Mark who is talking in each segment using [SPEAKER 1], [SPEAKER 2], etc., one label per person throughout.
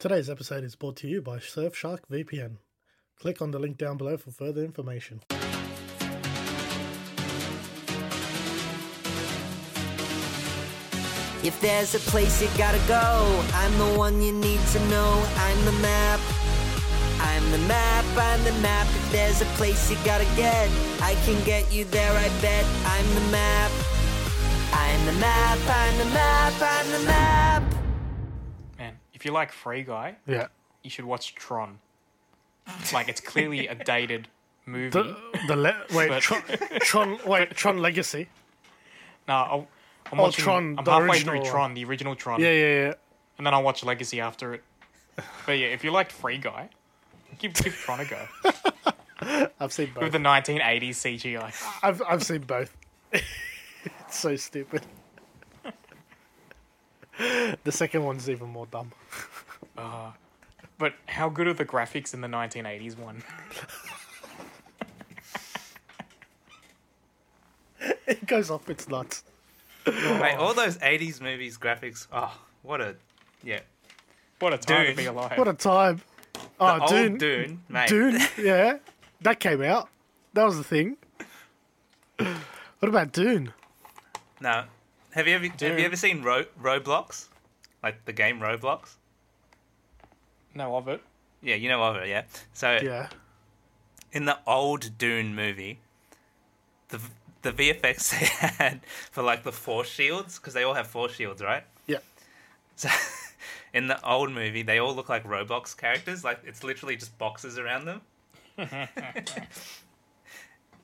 [SPEAKER 1] Today's episode is brought to you by Surfshark VPN. Click on the link down below for further information.
[SPEAKER 2] If there's a place you gotta go, I'm the one you need to know. I'm the map. I'm the map, I'm the map. If there's a place you gotta get, I can get you there, I bet. I'm the map. I'm the map, I'm the map, I'm the map.
[SPEAKER 3] Man, if you like Free Guy,
[SPEAKER 1] Yeah.
[SPEAKER 3] you should watch Tron. Like it's clearly a dated movie.
[SPEAKER 1] The, the le- wait,
[SPEAKER 3] But-
[SPEAKER 1] Tron, Tron, wait, Tron Legacy.
[SPEAKER 3] No, I'll, I'm
[SPEAKER 1] Oh,
[SPEAKER 3] watching.
[SPEAKER 1] Tron,
[SPEAKER 3] I'm
[SPEAKER 1] the
[SPEAKER 3] halfway
[SPEAKER 1] original
[SPEAKER 3] through
[SPEAKER 1] one.
[SPEAKER 3] Tron, the original Tron,
[SPEAKER 1] Yeah, yeah, yeah.
[SPEAKER 3] and then I'll watch Legacy after it. But yeah, if you liked Free Guy, give, give Tron a go
[SPEAKER 1] I've seen both.
[SPEAKER 3] with the 1980s CGI.
[SPEAKER 1] I've, I've seen both. it's so stupid. the second one's even more dumb.
[SPEAKER 3] But how good are the graphics in the 1980s one?
[SPEAKER 1] It goes off its nuts.
[SPEAKER 4] Mate,
[SPEAKER 1] Oh.
[SPEAKER 4] all those '80s movies graphics. Oh, what a yeah.
[SPEAKER 3] What a time
[SPEAKER 4] Dude.
[SPEAKER 3] to be alive!
[SPEAKER 1] What a time.
[SPEAKER 4] The
[SPEAKER 1] Oh,
[SPEAKER 4] old
[SPEAKER 1] Dune.
[SPEAKER 4] Dune, mate.
[SPEAKER 1] Dune, yeah. That came out. That was the thing. What about Dune?
[SPEAKER 4] No, have you ever have you ever seen Ro- Roblox? Like the game Roblox.
[SPEAKER 3] no of it.
[SPEAKER 4] Yeah, you know of it, yeah. So
[SPEAKER 1] Yeah.
[SPEAKER 4] in the old Dune movie, the v- the VFX they had for like the force shields because they all have force shields, right?
[SPEAKER 1] Yeah.
[SPEAKER 4] So in the old movie, they all look like Roblox characters. Like it's literally just boxes around them.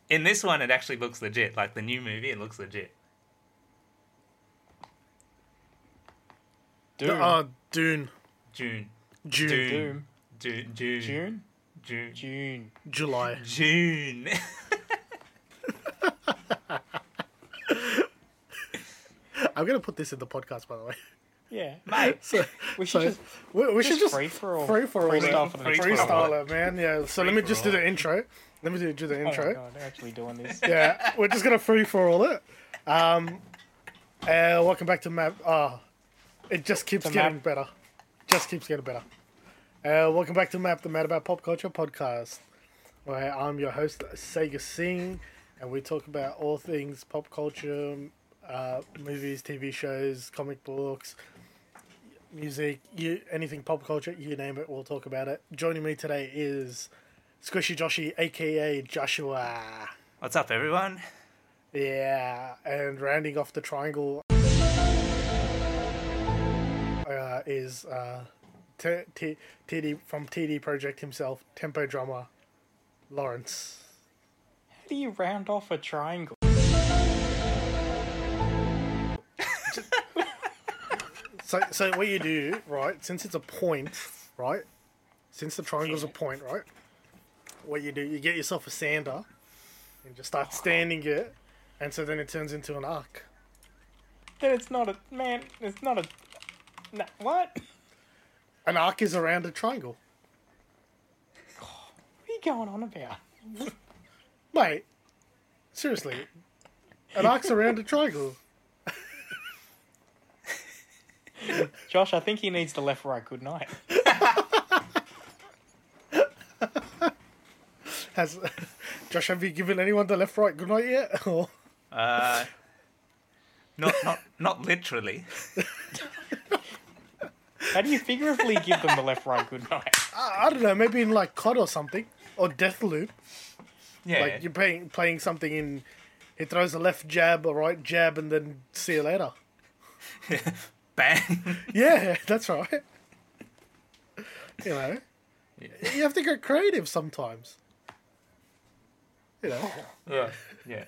[SPEAKER 4] in this one, it actually looks legit. Like the new movie, it looks legit.
[SPEAKER 3] Doom.
[SPEAKER 1] Oh, Dune.
[SPEAKER 4] June.
[SPEAKER 1] June.
[SPEAKER 4] Doom.
[SPEAKER 3] Doom.
[SPEAKER 4] June. June.
[SPEAKER 3] June.
[SPEAKER 4] June.
[SPEAKER 3] June.
[SPEAKER 1] July.
[SPEAKER 4] June.
[SPEAKER 1] I'm going to put this in the podcast, by the way.
[SPEAKER 3] Yeah.
[SPEAKER 4] Mate.
[SPEAKER 1] So,
[SPEAKER 3] We should
[SPEAKER 1] so
[SPEAKER 3] just-
[SPEAKER 1] we, we should
[SPEAKER 3] just
[SPEAKER 1] just
[SPEAKER 3] free for all.
[SPEAKER 1] Free for all.
[SPEAKER 3] Freestyle
[SPEAKER 1] man.
[SPEAKER 3] for the
[SPEAKER 4] next
[SPEAKER 1] Freestyle it, man. Yeah. So let me just do
[SPEAKER 4] Free-for-all.
[SPEAKER 1] the intro. Let me do, do the
[SPEAKER 3] Oh my
[SPEAKER 1] intro.
[SPEAKER 3] god, they're actually doing this.
[SPEAKER 1] yeah, we're just gonna free for all it. Um, uh, welcome back to map. Ah, it just keeps
[SPEAKER 3] To
[SPEAKER 1] getting
[SPEAKER 3] Map.
[SPEAKER 1] better. Just keeps getting better. Uh, welcome back to map the Mad About Pop Culture podcast, where I'm your host Sega Singh, and we talk about all things pop culture, uh, movies, TV shows, comic books, music, you anything pop culture, you name it, we'll talk about it. Joining me today is Squishy Joshy, aka Joshua.
[SPEAKER 4] What's up, everyone?
[SPEAKER 1] Yeah, and rounding off the triangle uh, is uh, T- T- TD from TD Project himself, tempo drummer Lawrence.
[SPEAKER 3] How do you round off a triangle?
[SPEAKER 1] So, so what you do, right? Since it's a point, right? Since the triangle's a point, right? What you do, you get yourself a sander and just start standing it, and so then it turns into an arc.
[SPEAKER 3] Then it's not a man. It's not a. No, what? What
[SPEAKER 1] An arc is around a triangle,
[SPEAKER 3] are you going on about?
[SPEAKER 1] mate. Seriously, an arc's around a triangle.
[SPEAKER 3] Josh, I think he needs the left right good night.
[SPEAKER 1] Has Josh? Have you given anyone the left right good night yet? Or
[SPEAKER 4] Uh, not not not literally.
[SPEAKER 3] How do you figuratively give them the left right good night?
[SPEAKER 1] I, I don't know. Maybe in like COD or something, or Deathloop.
[SPEAKER 4] Yeah.
[SPEAKER 1] Like you're playing playing something in. He throws a left jab, a right jab, and then see you later.
[SPEAKER 4] Bang.
[SPEAKER 1] Yeah, that's right. You know, you have to get creative sometimes. You know,
[SPEAKER 4] yeah. Yeah.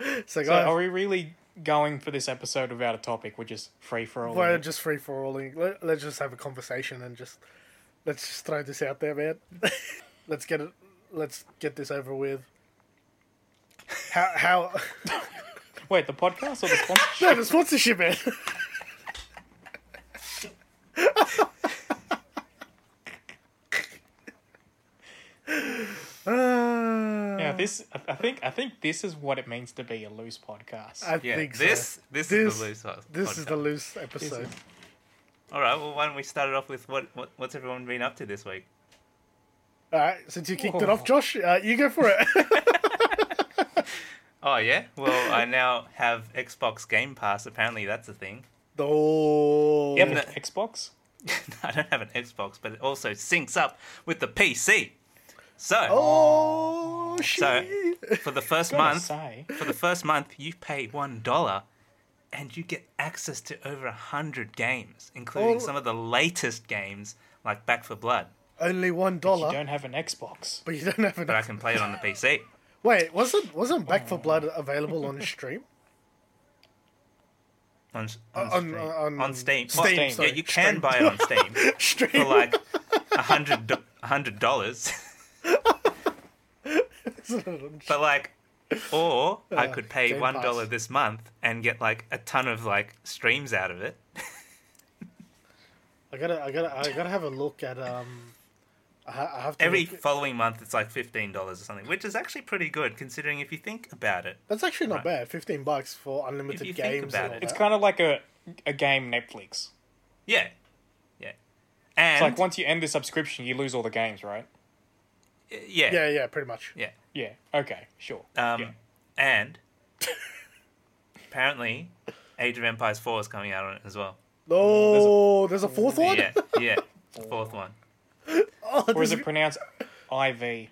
[SPEAKER 1] it's like
[SPEAKER 3] So
[SPEAKER 1] I-
[SPEAKER 3] are we really going for this episode without a topic? We're just free for all.
[SPEAKER 1] we're
[SPEAKER 3] Well,
[SPEAKER 1] just free for alling. Let, let's just have a conversation and just let's just throw this out there, man. let's get it. Let's get this over with. How how
[SPEAKER 3] Wait, the podcast or the sponsorship?
[SPEAKER 1] no the sponsorship man. Uh,
[SPEAKER 3] Yeah, this I- I think I think this is what it means to be a loose podcast.
[SPEAKER 1] I
[SPEAKER 4] Yeah.
[SPEAKER 1] think so.
[SPEAKER 4] This, this is the loose. ho-
[SPEAKER 1] This is the
[SPEAKER 4] podcast.
[SPEAKER 1] loose episode.
[SPEAKER 4] All right. Well, why don't we start it off with what, what what's everyone been up to this week?
[SPEAKER 1] All right, since you kicked it off, Josh, uh, you go for it.
[SPEAKER 4] Oh yeah. Well, I now have Xbox Game Pass. Apparently, that's a thing.
[SPEAKER 1] oh,
[SPEAKER 3] You have an Xbox?
[SPEAKER 4] I don't have an Xbox, but it also syncs up with the PC. So,
[SPEAKER 1] oh
[SPEAKER 4] so
[SPEAKER 1] shit!
[SPEAKER 4] for the first
[SPEAKER 3] Gotta
[SPEAKER 4] month,
[SPEAKER 3] say.
[SPEAKER 4] for the first month, you pay one dollar, and you get access to over a hundred games, including
[SPEAKER 1] Oh.
[SPEAKER 4] some of the latest games like Back for Blood.
[SPEAKER 1] Only one
[SPEAKER 3] You
[SPEAKER 1] dollar,
[SPEAKER 3] don't have an Xbox.
[SPEAKER 1] but you don't have
[SPEAKER 4] But I Oh.
[SPEAKER 1] enough.
[SPEAKER 4] can play it on the PC.
[SPEAKER 1] Wait, wasn't wasn't Back for Blood available on stream?
[SPEAKER 4] On, s- on,
[SPEAKER 1] on-
[SPEAKER 4] Steam.
[SPEAKER 1] on-
[SPEAKER 4] On Steam.
[SPEAKER 1] Uh, Steam,
[SPEAKER 4] Well,
[SPEAKER 1] sorry,
[SPEAKER 4] Yeah, you can buy it on Steam for
[SPEAKER 1] Stream.
[SPEAKER 4] like a hundred do- a hundred dollars. But like, or I could pay
[SPEAKER 1] Game
[SPEAKER 4] one dollar
[SPEAKER 1] Pass.
[SPEAKER 4] this month and get like a ton of like streams out of it.
[SPEAKER 1] I gotta, I gotta, I gotta have a look at um. I, ha- I have to.
[SPEAKER 4] Every
[SPEAKER 1] look-
[SPEAKER 4] following month, it's like fifteen dollars or something, which is actually pretty good considering if you think about it.
[SPEAKER 1] that's actually not bad. Fifteen bucks for
[SPEAKER 4] If you
[SPEAKER 1] unlimited
[SPEAKER 4] think
[SPEAKER 1] games. And
[SPEAKER 4] about
[SPEAKER 1] all
[SPEAKER 4] it,
[SPEAKER 3] It's
[SPEAKER 1] that.
[SPEAKER 3] kind of like a a game Netflix.
[SPEAKER 4] Yeah, yeah,
[SPEAKER 3] It's
[SPEAKER 4] and
[SPEAKER 3] like once you end the subscription, you lose all the games, right?
[SPEAKER 4] yeah,
[SPEAKER 1] Yeah,
[SPEAKER 4] yeah,
[SPEAKER 1] yeah, pretty much.
[SPEAKER 4] yeah.
[SPEAKER 3] Yeah. Okay. Sure.
[SPEAKER 4] Um,
[SPEAKER 3] yeah.
[SPEAKER 4] and apparently, Age of Empires Four is coming out on it as well.
[SPEAKER 1] Oh, there's a fourth one.
[SPEAKER 4] Yeah, yeah, the fourth one.
[SPEAKER 3] Or is it pronounced IV?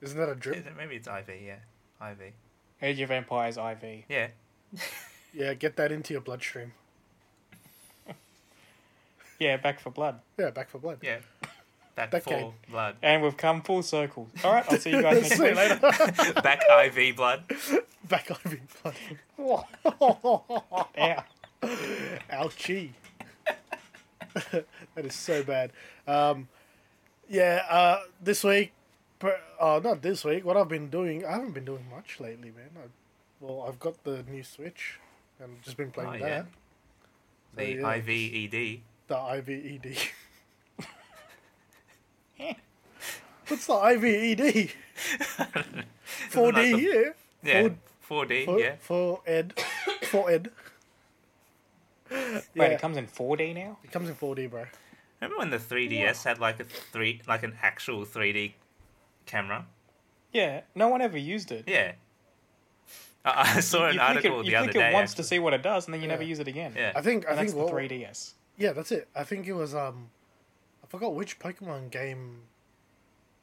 [SPEAKER 1] Isn't that a drip?
[SPEAKER 4] Is it- Maybe it's IV. Yeah, IV.
[SPEAKER 3] Age of Empires IV.
[SPEAKER 4] Yeah.
[SPEAKER 1] Yeah, get that into your bloodstream.
[SPEAKER 3] Yeah, back for blood.
[SPEAKER 1] Yeah, Back for Blood.
[SPEAKER 4] Yeah. Back
[SPEAKER 1] That
[SPEAKER 4] for
[SPEAKER 1] game.
[SPEAKER 4] blood.
[SPEAKER 3] And we've come full circle. All right, I'll see you guys
[SPEAKER 1] See
[SPEAKER 3] next
[SPEAKER 1] you
[SPEAKER 3] week.
[SPEAKER 1] later.
[SPEAKER 4] Back IV blood.
[SPEAKER 1] Back on me, blood.
[SPEAKER 3] Yeah.
[SPEAKER 1] Ouchie. that is so bad. Um, yeah, uh, this week, per, uh, not this week, what I've been doing, I haven't been doing much lately, man. I, well, I've got the new Switch and I've just been playing
[SPEAKER 4] Oh,
[SPEAKER 1] that.
[SPEAKER 4] yeah. The
[SPEAKER 3] Oh,
[SPEAKER 4] E
[SPEAKER 1] yeah.
[SPEAKER 4] IVED.
[SPEAKER 1] The E IVED. What's the E IVED? 4D,
[SPEAKER 4] like the-
[SPEAKER 1] yeah.
[SPEAKER 4] Yeah.
[SPEAKER 1] Four-
[SPEAKER 4] 4D,
[SPEAKER 1] For,
[SPEAKER 4] yeah.
[SPEAKER 1] for Ed. For Ed.
[SPEAKER 3] Wait,
[SPEAKER 1] Yeah.
[SPEAKER 3] it comes in 4D now?
[SPEAKER 1] It comes in 4D, bro.
[SPEAKER 4] Remember when the 3DS had like a three, like an actual 3D camera?
[SPEAKER 3] Yeah, no one ever used it.
[SPEAKER 4] Yeah. I, I saw an
[SPEAKER 3] You click
[SPEAKER 4] article
[SPEAKER 3] it,
[SPEAKER 4] the
[SPEAKER 3] you
[SPEAKER 4] other
[SPEAKER 3] click
[SPEAKER 4] day.
[SPEAKER 3] it once to
[SPEAKER 4] actually.
[SPEAKER 3] see what it does, and then you never use it again.
[SPEAKER 4] Yeah.
[SPEAKER 1] I think I
[SPEAKER 3] And that's
[SPEAKER 1] think
[SPEAKER 3] the
[SPEAKER 1] what-
[SPEAKER 3] 3DS.
[SPEAKER 1] Yeah, that's it. I think it was um, I forgot which Pokemon game.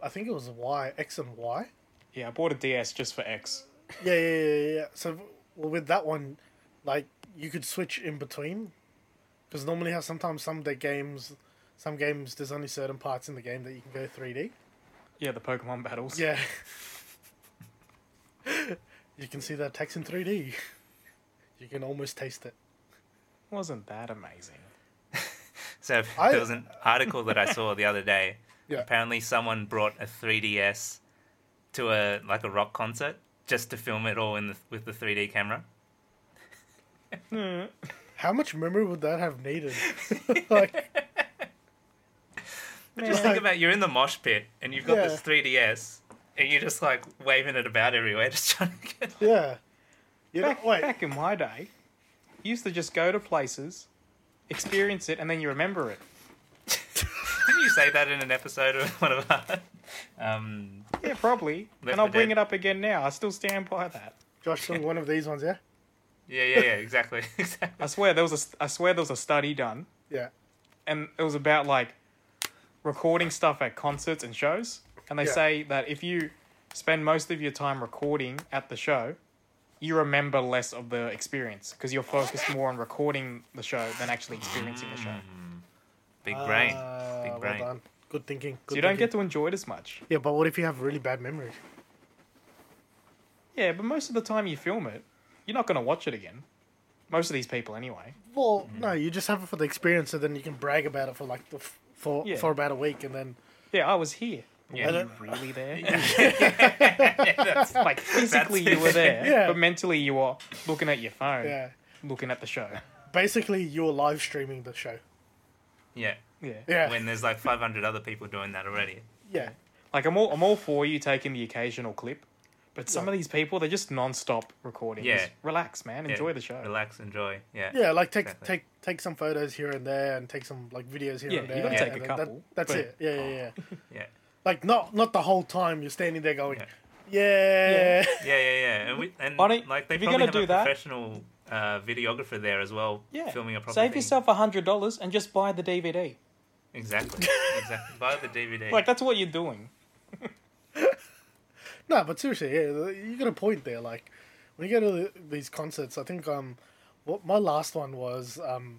[SPEAKER 1] I think it was Y X and Y.
[SPEAKER 3] Yeah, I bought a DS just for X.
[SPEAKER 1] Yeah, yeah, yeah, yeah, yeah. So well, with that one, like you could switch in between, because normally how sometimes some of the games, some games there's only certain parts in the game that you can go three D.
[SPEAKER 3] Yeah, the Pokemon battles.
[SPEAKER 1] Yeah. you can see the attacks in three D. You can almost taste it.
[SPEAKER 3] Wasn't that amazing?
[SPEAKER 4] So
[SPEAKER 1] I-
[SPEAKER 4] there was an article that I saw the other day.
[SPEAKER 1] Yeah.
[SPEAKER 4] Apparently, someone brought a 3DS to a like a rock concert just to film it all in the, with the 3D camera.
[SPEAKER 1] How much memory would that have needed? like,
[SPEAKER 4] Just think about you're in the mosh pit and you've got
[SPEAKER 1] Yeah.
[SPEAKER 4] this 3DS and you're just like waving it about everywhere, just trying to get.
[SPEAKER 1] yeah. You know,
[SPEAKER 3] Back,
[SPEAKER 1] wait.
[SPEAKER 3] back in my day, You used to just go to places, experience it, and then you remember it.
[SPEAKER 4] Didn't you say that in an episode of one of our? Um,
[SPEAKER 3] Yeah, probably.
[SPEAKER 4] Left
[SPEAKER 3] and I'll
[SPEAKER 4] for
[SPEAKER 3] bring it
[SPEAKER 4] dead.
[SPEAKER 3] up again now. I still stand by that.
[SPEAKER 1] Josh doing one of these ones, yeah?
[SPEAKER 4] yeah, yeah, yeah, exactly, exactly.
[SPEAKER 3] I swear there was a st- I swear there was a study done,
[SPEAKER 1] Yeah.
[SPEAKER 3] and it was about like recording stuff at concerts and shows. And they
[SPEAKER 1] Yeah.
[SPEAKER 3] say that if you spend most of your time recording at the show, you remember less of the experience because you're focused more on recording the show than actually experiencing the show.
[SPEAKER 4] Big brain,
[SPEAKER 1] Uh,
[SPEAKER 4] big
[SPEAKER 1] well
[SPEAKER 4] brain.
[SPEAKER 1] done. Good thinking. Good
[SPEAKER 3] So you don't
[SPEAKER 1] thinking.
[SPEAKER 3] get to enjoy it as much.
[SPEAKER 1] Yeah, but what if you have really bad memories?
[SPEAKER 3] Yeah, but most of the time you film it, you're not going to watch it again. Most of these people, anyway.
[SPEAKER 1] Well,
[SPEAKER 3] Hmm.
[SPEAKER 1] no, you just have it for the experience, and then you can brag about it for like the f- for
[SPEAKER 3] Yeah.
[SPEAKER 1] for about a week, and then
[SPEAKER 3] Yeah, I was here.
[SPEAKER 4] Yeah.
[SPEAKER 3] Were you really there? like physically you were there,
[SPEAKER 1] Yeah.
[SPEAKER 3] but mentally you were looking at your phone,
[SPEAKER 1] yeah,
[SPEAKER 3] looking at the show.
[SPEAKER 1] basically you're live streaming the show.
[SPEAKER 4] Yeah.
[SPEAKER 3] Yeah.
[SPEAKER 1] Yeah,
[SPEAKER 4] When there's like 500 other people doing that already.
[SPEAKER 1] yeah,
[SPEAKER 3] Like I'm all I'm all for you taking the occasional clip, but some of these people they're just non-stop recording.
[SPEAKER 4] Yeah.
[SPEAKER 3] Just relax, man.
[SPEAKER 4] Yeah,
[SPEAKER 3] Enjoy the show.
[SPEAKER 4] Relax, enjoy. Yeah.
[SPEAKER 1] yeah. Like take
[SPEAKER 4] Exactly.
[SPEAKER 1] take take some photos here and there, and take some like videos here
[SPEAKER 3] Yeah,
[SPEAKER 1] and
[SPEAKER 3] you
[SPEAKER 1] there.
[SPEAKER 3] gotta take
[SPEAKER 1] and
[SPEAKER 3] a
[SPEAKER 1] then
[SPEAKER 3] couple, Oh.
[SPEAKER 1] That, that's
[SPEAKER 3] but-
[SPEAKER 1] it. Yeah, yeah, yeah.
[SPEAKER 4] Yeah.
[SPEAKER 1] like not not the whole time you're standing there going,
[SPEAKER 4] Yeah.
[SPEAKER 1] yeah, yeah,
[SPEAKER 4] Yeah, yeah, yeah. And, we, and
[SPEAKER 3] Why don't-
[SPEAKER 4] like they
[SPEAKER 3] if you're
[SPEAKER 4] probably
[SPEAKER 3] gonna
[SPEAKER 4] have
[SPEAKER 3] do
[SPEAKER 4] a
[SPEAKER 3] that-
[SPEAKER 4] professional uh, videographer there as well,
[SPEAKER 3] Yeah.
[SPEAKER 4] filming a proper
[SPEAKER 3] Save
[SPEAKER 4] thing.
[SPEAKER 3] yourself a hundred dollars and just buy the DVD.
[SPEAKER 4] Exactly. exactly. Buy the DVD.
[SPEAKER 3] Like that's what you're doing.
[SPEAKER 1] No, but seriously, yeah, you got a point there. Like when you go to the, these concerts, I think um, what my last one was um,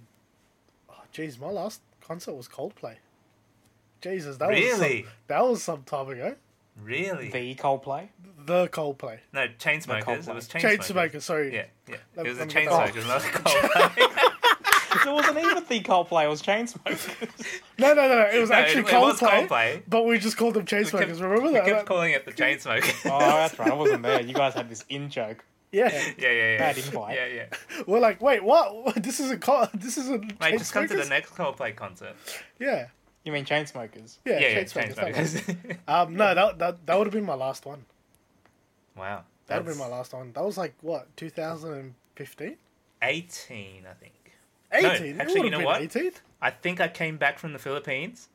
[SPEAKER 1] oh, jeez, my last concert was Coldplay. Jesus, that was
[SPEAKER 4] Really?
[SPEAKER 1] some, that was some time ago.
[SPEAKER 4] really?
[SPEAKER 3] The Coldplay.
[SPEAKER 1] The Coldplay,
[SPEAKER 4] No, Chainsmokers.
[SPEAKER 3] Coldplay.
[SPEAKER 4] It was
[SPEAKER 1] Chainsmokers.
[SPEAKER 4] Chainsmokers.
[SPEAKER 1] sorry,
[SPEAKER 4] Yeah, yeah.
[SPEAKER 1] Let-
[SPEAKER 4] it was a
[SPEAKER 1] let me get
[SPEAKER 4] Chainsmokers, not a Coldplay.
[SPEAKER 3] It wasn't even the Coldplay. It was Chainsmokers.
[SPEAKER 1] no, no, no, it was
[SPEAKER 4] No,
[SPEAKER 1] actually
[SPEAKER 4] it- it
[SPEAKER 1] Coldplay,
[SPEAKER 4] was Coldplay.
[SPEAKER 1] but we just called them
[SPEAKER 4] We
[SPEAKER 1] Chainsmokers.
[SPEAKER 4] kept-
[SPEAKER 1] Remember
[SPEAKER 4] We kept
[SPEAKER 1] that?
[SPEAKER 4] calling it the Chainsmokers.
[SPEAKER 3] oh, that's right. I wasn't there. You guys had this in joke.
[SPEAKER 1] yeah,
[SPEAKER 4] Yeah, yeah, yeah.
[SPEAKER 3] Bad invite.
[SPEAKER 4] Yeah, yeah.
[SPEAKER 1] we're like, wait, what? This is a co- this is a
[SPEAKER 4] Mate, just come to the
[SPEAKER 1] Chainsmokers?
[SPEAKER 4] next Coldplay concert.
[SPEAKER 1] Yeah,
[SPEAKER 3] You mean Chainsmokers?
[SPEAKER 1] yeah,
[SPEAKER 4] Yeah, yeah,
[SPEAKER 1] Chainsmokers, that one.
[SPEAKER 4] Chainsmokers.
[SPEAKER 1] Um, no, that that, that would have been my last one.
[SPEAKER 4] wow.
[SPEAKER 1] That would have
[SPEAKER 4] That's-
[SPEAKER 1] been my last one. That was like what 2015,
[SPEAKER 4] 18, I think.
[SPEAKER 1] 18.
[SPEAKER 4] actually,
[SPEAKER 1] it would have
[SPEAKER 4] you know
[SPEAKER 1] been
[SPEAKER 4] what?
[SPEAKER 1] 18.
[SPEAKER 4] I think I came back from the Philippines.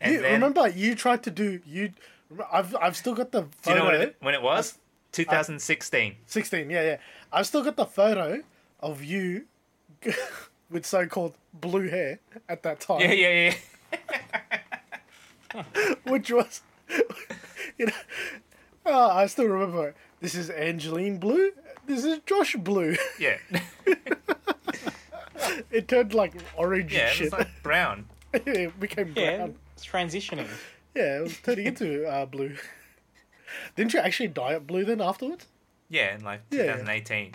[SPEAKER 4] And
[SPEAKER 1] You,
[SPEAKER 4] then,
[SPEAKER 1] remember you tried to do you. remember- I've I've still got the
[SPEAKER 4] do you
[SPEAKER 1] photo. Uh,
[SPEAKER 4] know when it, when it was? 2016.
[SPEAKER 1] 16. Yeah, yeah. I've still got the photo of you with so-called blue hair at that time,
[SPEAKER 4] yeah, yeah, yeah.
[SPEAKER 1] which was, you know, oh, I still remember. it. This is Angeline Blue. This is Josh Blue.
[SPEAKER 4] Yeah. Yeah,
[SPEAKER 1] It turned like orange
[SPEAKER 4] yeah
[SPEAKER 1] and
[SPEAKER 4] it was
[SPEAKER 1] shit.
[SPEAKER 4] like brown.
[SPEAKER 1] it became brown.
[SPEAKER 3] Yeah, it's transitioning.
[SPEAKER 1] Yeah, it was turning into uh, blue. Didn't you actually dye it blue then afterwards?
[SPEAKER 4] Yeah, in like
[SPEAKER 1] Yeah, yeah.
[SPEAKER 4] 2018.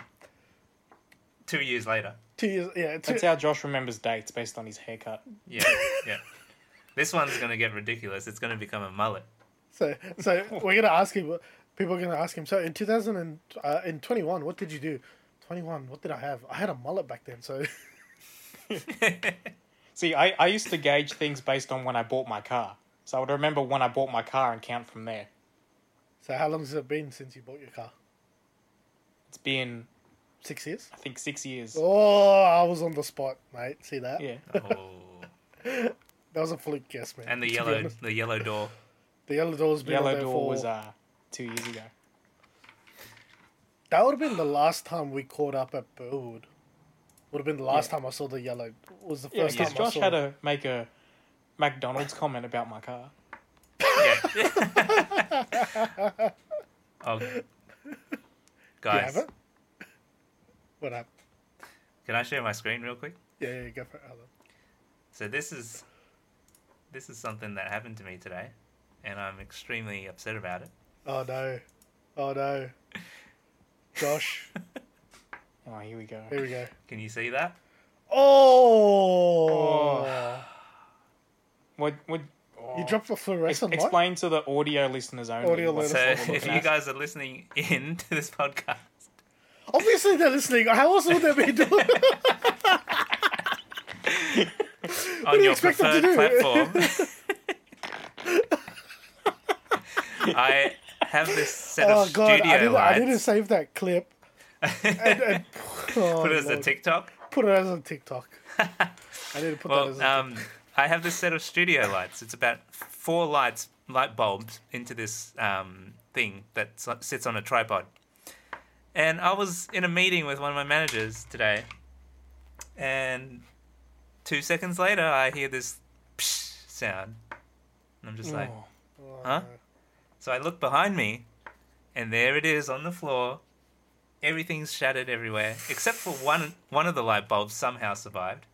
[SPEAKER 4] Two years later.
[SPEAKER 1] Two years, yeah. Two,
[SPEAKER 3] That's how Josh remembers dates based on his haircut.
[SPEAKER 4] Yeah, yeah. This one's going to get ridiculous. It's going to become a mullet.
[SPEAKER 1] so, so we're gonna ask him. People are gonna ask him. So in two thousand and uh, in twenty one, what did you do? Twenty one. What did I have? I had a mullet back then. So
[SPEAKER 3] See, I, I used to gauge things based on when I bought my car. So I would remember when I bought my car and count from there.
[SPEAKER 1] so how long has it been since you bought your car?
[SPEAKER 3] It's been,
[SPEAKER 1] Six years.
[SPEAKER 3] I think, six years.
[SPEAKER 1] Oh, I was on the spot, mate. See that?
[SPEAKER 3] Yeah.
[SPEAKER 4] Oh.
[SPEAKER 1] That was a fluke guess, man.
[SPEAKER 4] And the
[SPEAKER 1] to be
[SPEAKER 4] yellow,
[SPEAKER 1] honest.
[SPEAKER 4] the yellow door.
[SPEAKER 1] The yellow door's been on
[SPEAKER 3] Yellow
[SPEAKER 1] there
[SPEAKER 3] Door
[SPEAKER 1] for-
[SPEAKER 3] was uh, two years ago.
[SPEAKER 1] That would have been the last time we caught up at Burwood. Would have been the last time I saw the yellow. Was the
[SPEAKER 3] Yeah,
[SPEAKER 1] first
[SPEAKER 3] because
[SPEAKER 1] time I
[SPEAKER 3] Josh
[SPEAKER 1] saw.
[SPEAKER 3] had to make a McDonald's comment about my car.
[SPEAKER 4] Yeah. oh,
[SPEAKER 1] Do you
[SPEAKER 4] guys,
[SPEAKER 1] have it? What up?
[SPEAKER 4] can I share my screen real quick?
[SPEAKER 1] Yeah, yeah, go for it. Alan.
[SPEAKER 4] So this is this is something that happened to me today, and I'm extremely upset about it.
[SPEAKER 1] Oh no. Oh no. Josh,
[SPEAKER 3] Oh, here we go.
[SPEAKER 1] here we go.
[SPEAKER 4] Can you see that?
[SPEAKER 1] Oh,
[SPEAKER 3] What, what,
[SPEAKER 1] you dropped a
[SPEAKER 3] ex-
[SPEAKER 1] fluorescent light?
[SPEAKER 3] explain to the audio listeners only.
[SPEAKER 1] Audio
[SPEAKER 3] what's
[SPEAKER 4] So
[SPEAKER 1] listeners.
[SPEAKER 3] the problem
[SPEAKER 4] if
[SPEAKER 3] with
[SPEAKER 4] you
[SPEAKER 3] that.
[SPEAKER 4] guys are listening in to this podcast,
[SPEAKER 1] Obviously they're listening. How else would they be doing?
[SPEAKER 4] on
[SPEAKER 1] you
[SPEAKER 4] your
[SPEAKER 1] expect them to
[SPEAKER 4] preferred platform, I have this set
[SPEAKER 1] oh
[SPEAKER 4] of
[SPEAKER 1] god, I
[SPEAKER 4] studio
[SPEAKER 1] didn't, Oh, I
[SPEAKER 4] lights.
[SPEAKER 1] didn't save that clip. and, and
[SPEAKER 4] Put it as a
[SPEAKER 1] Lord.
[SPEAKER 4] TikTok.
[SPEAKER 1] Put it as a TikTok. I need to put that as
[SPEAKER 4] Well,
[SPEAKER 1] a
[SPEAKER 4] um, I have this set of studio lights. It's about four lights, light bulbs, into this um, thing that s- sits on a tripod. And I was in a meeting with one of my managers today, and two seconds later, I hear this psh sound, and I'm just like,
[SPEAKER 1] Oh,
[SPEAKER 4] huh? So I look behind me, and there it is on the floor. Everything's shattered everywhere, except for one. One of the light bulbs somehow survived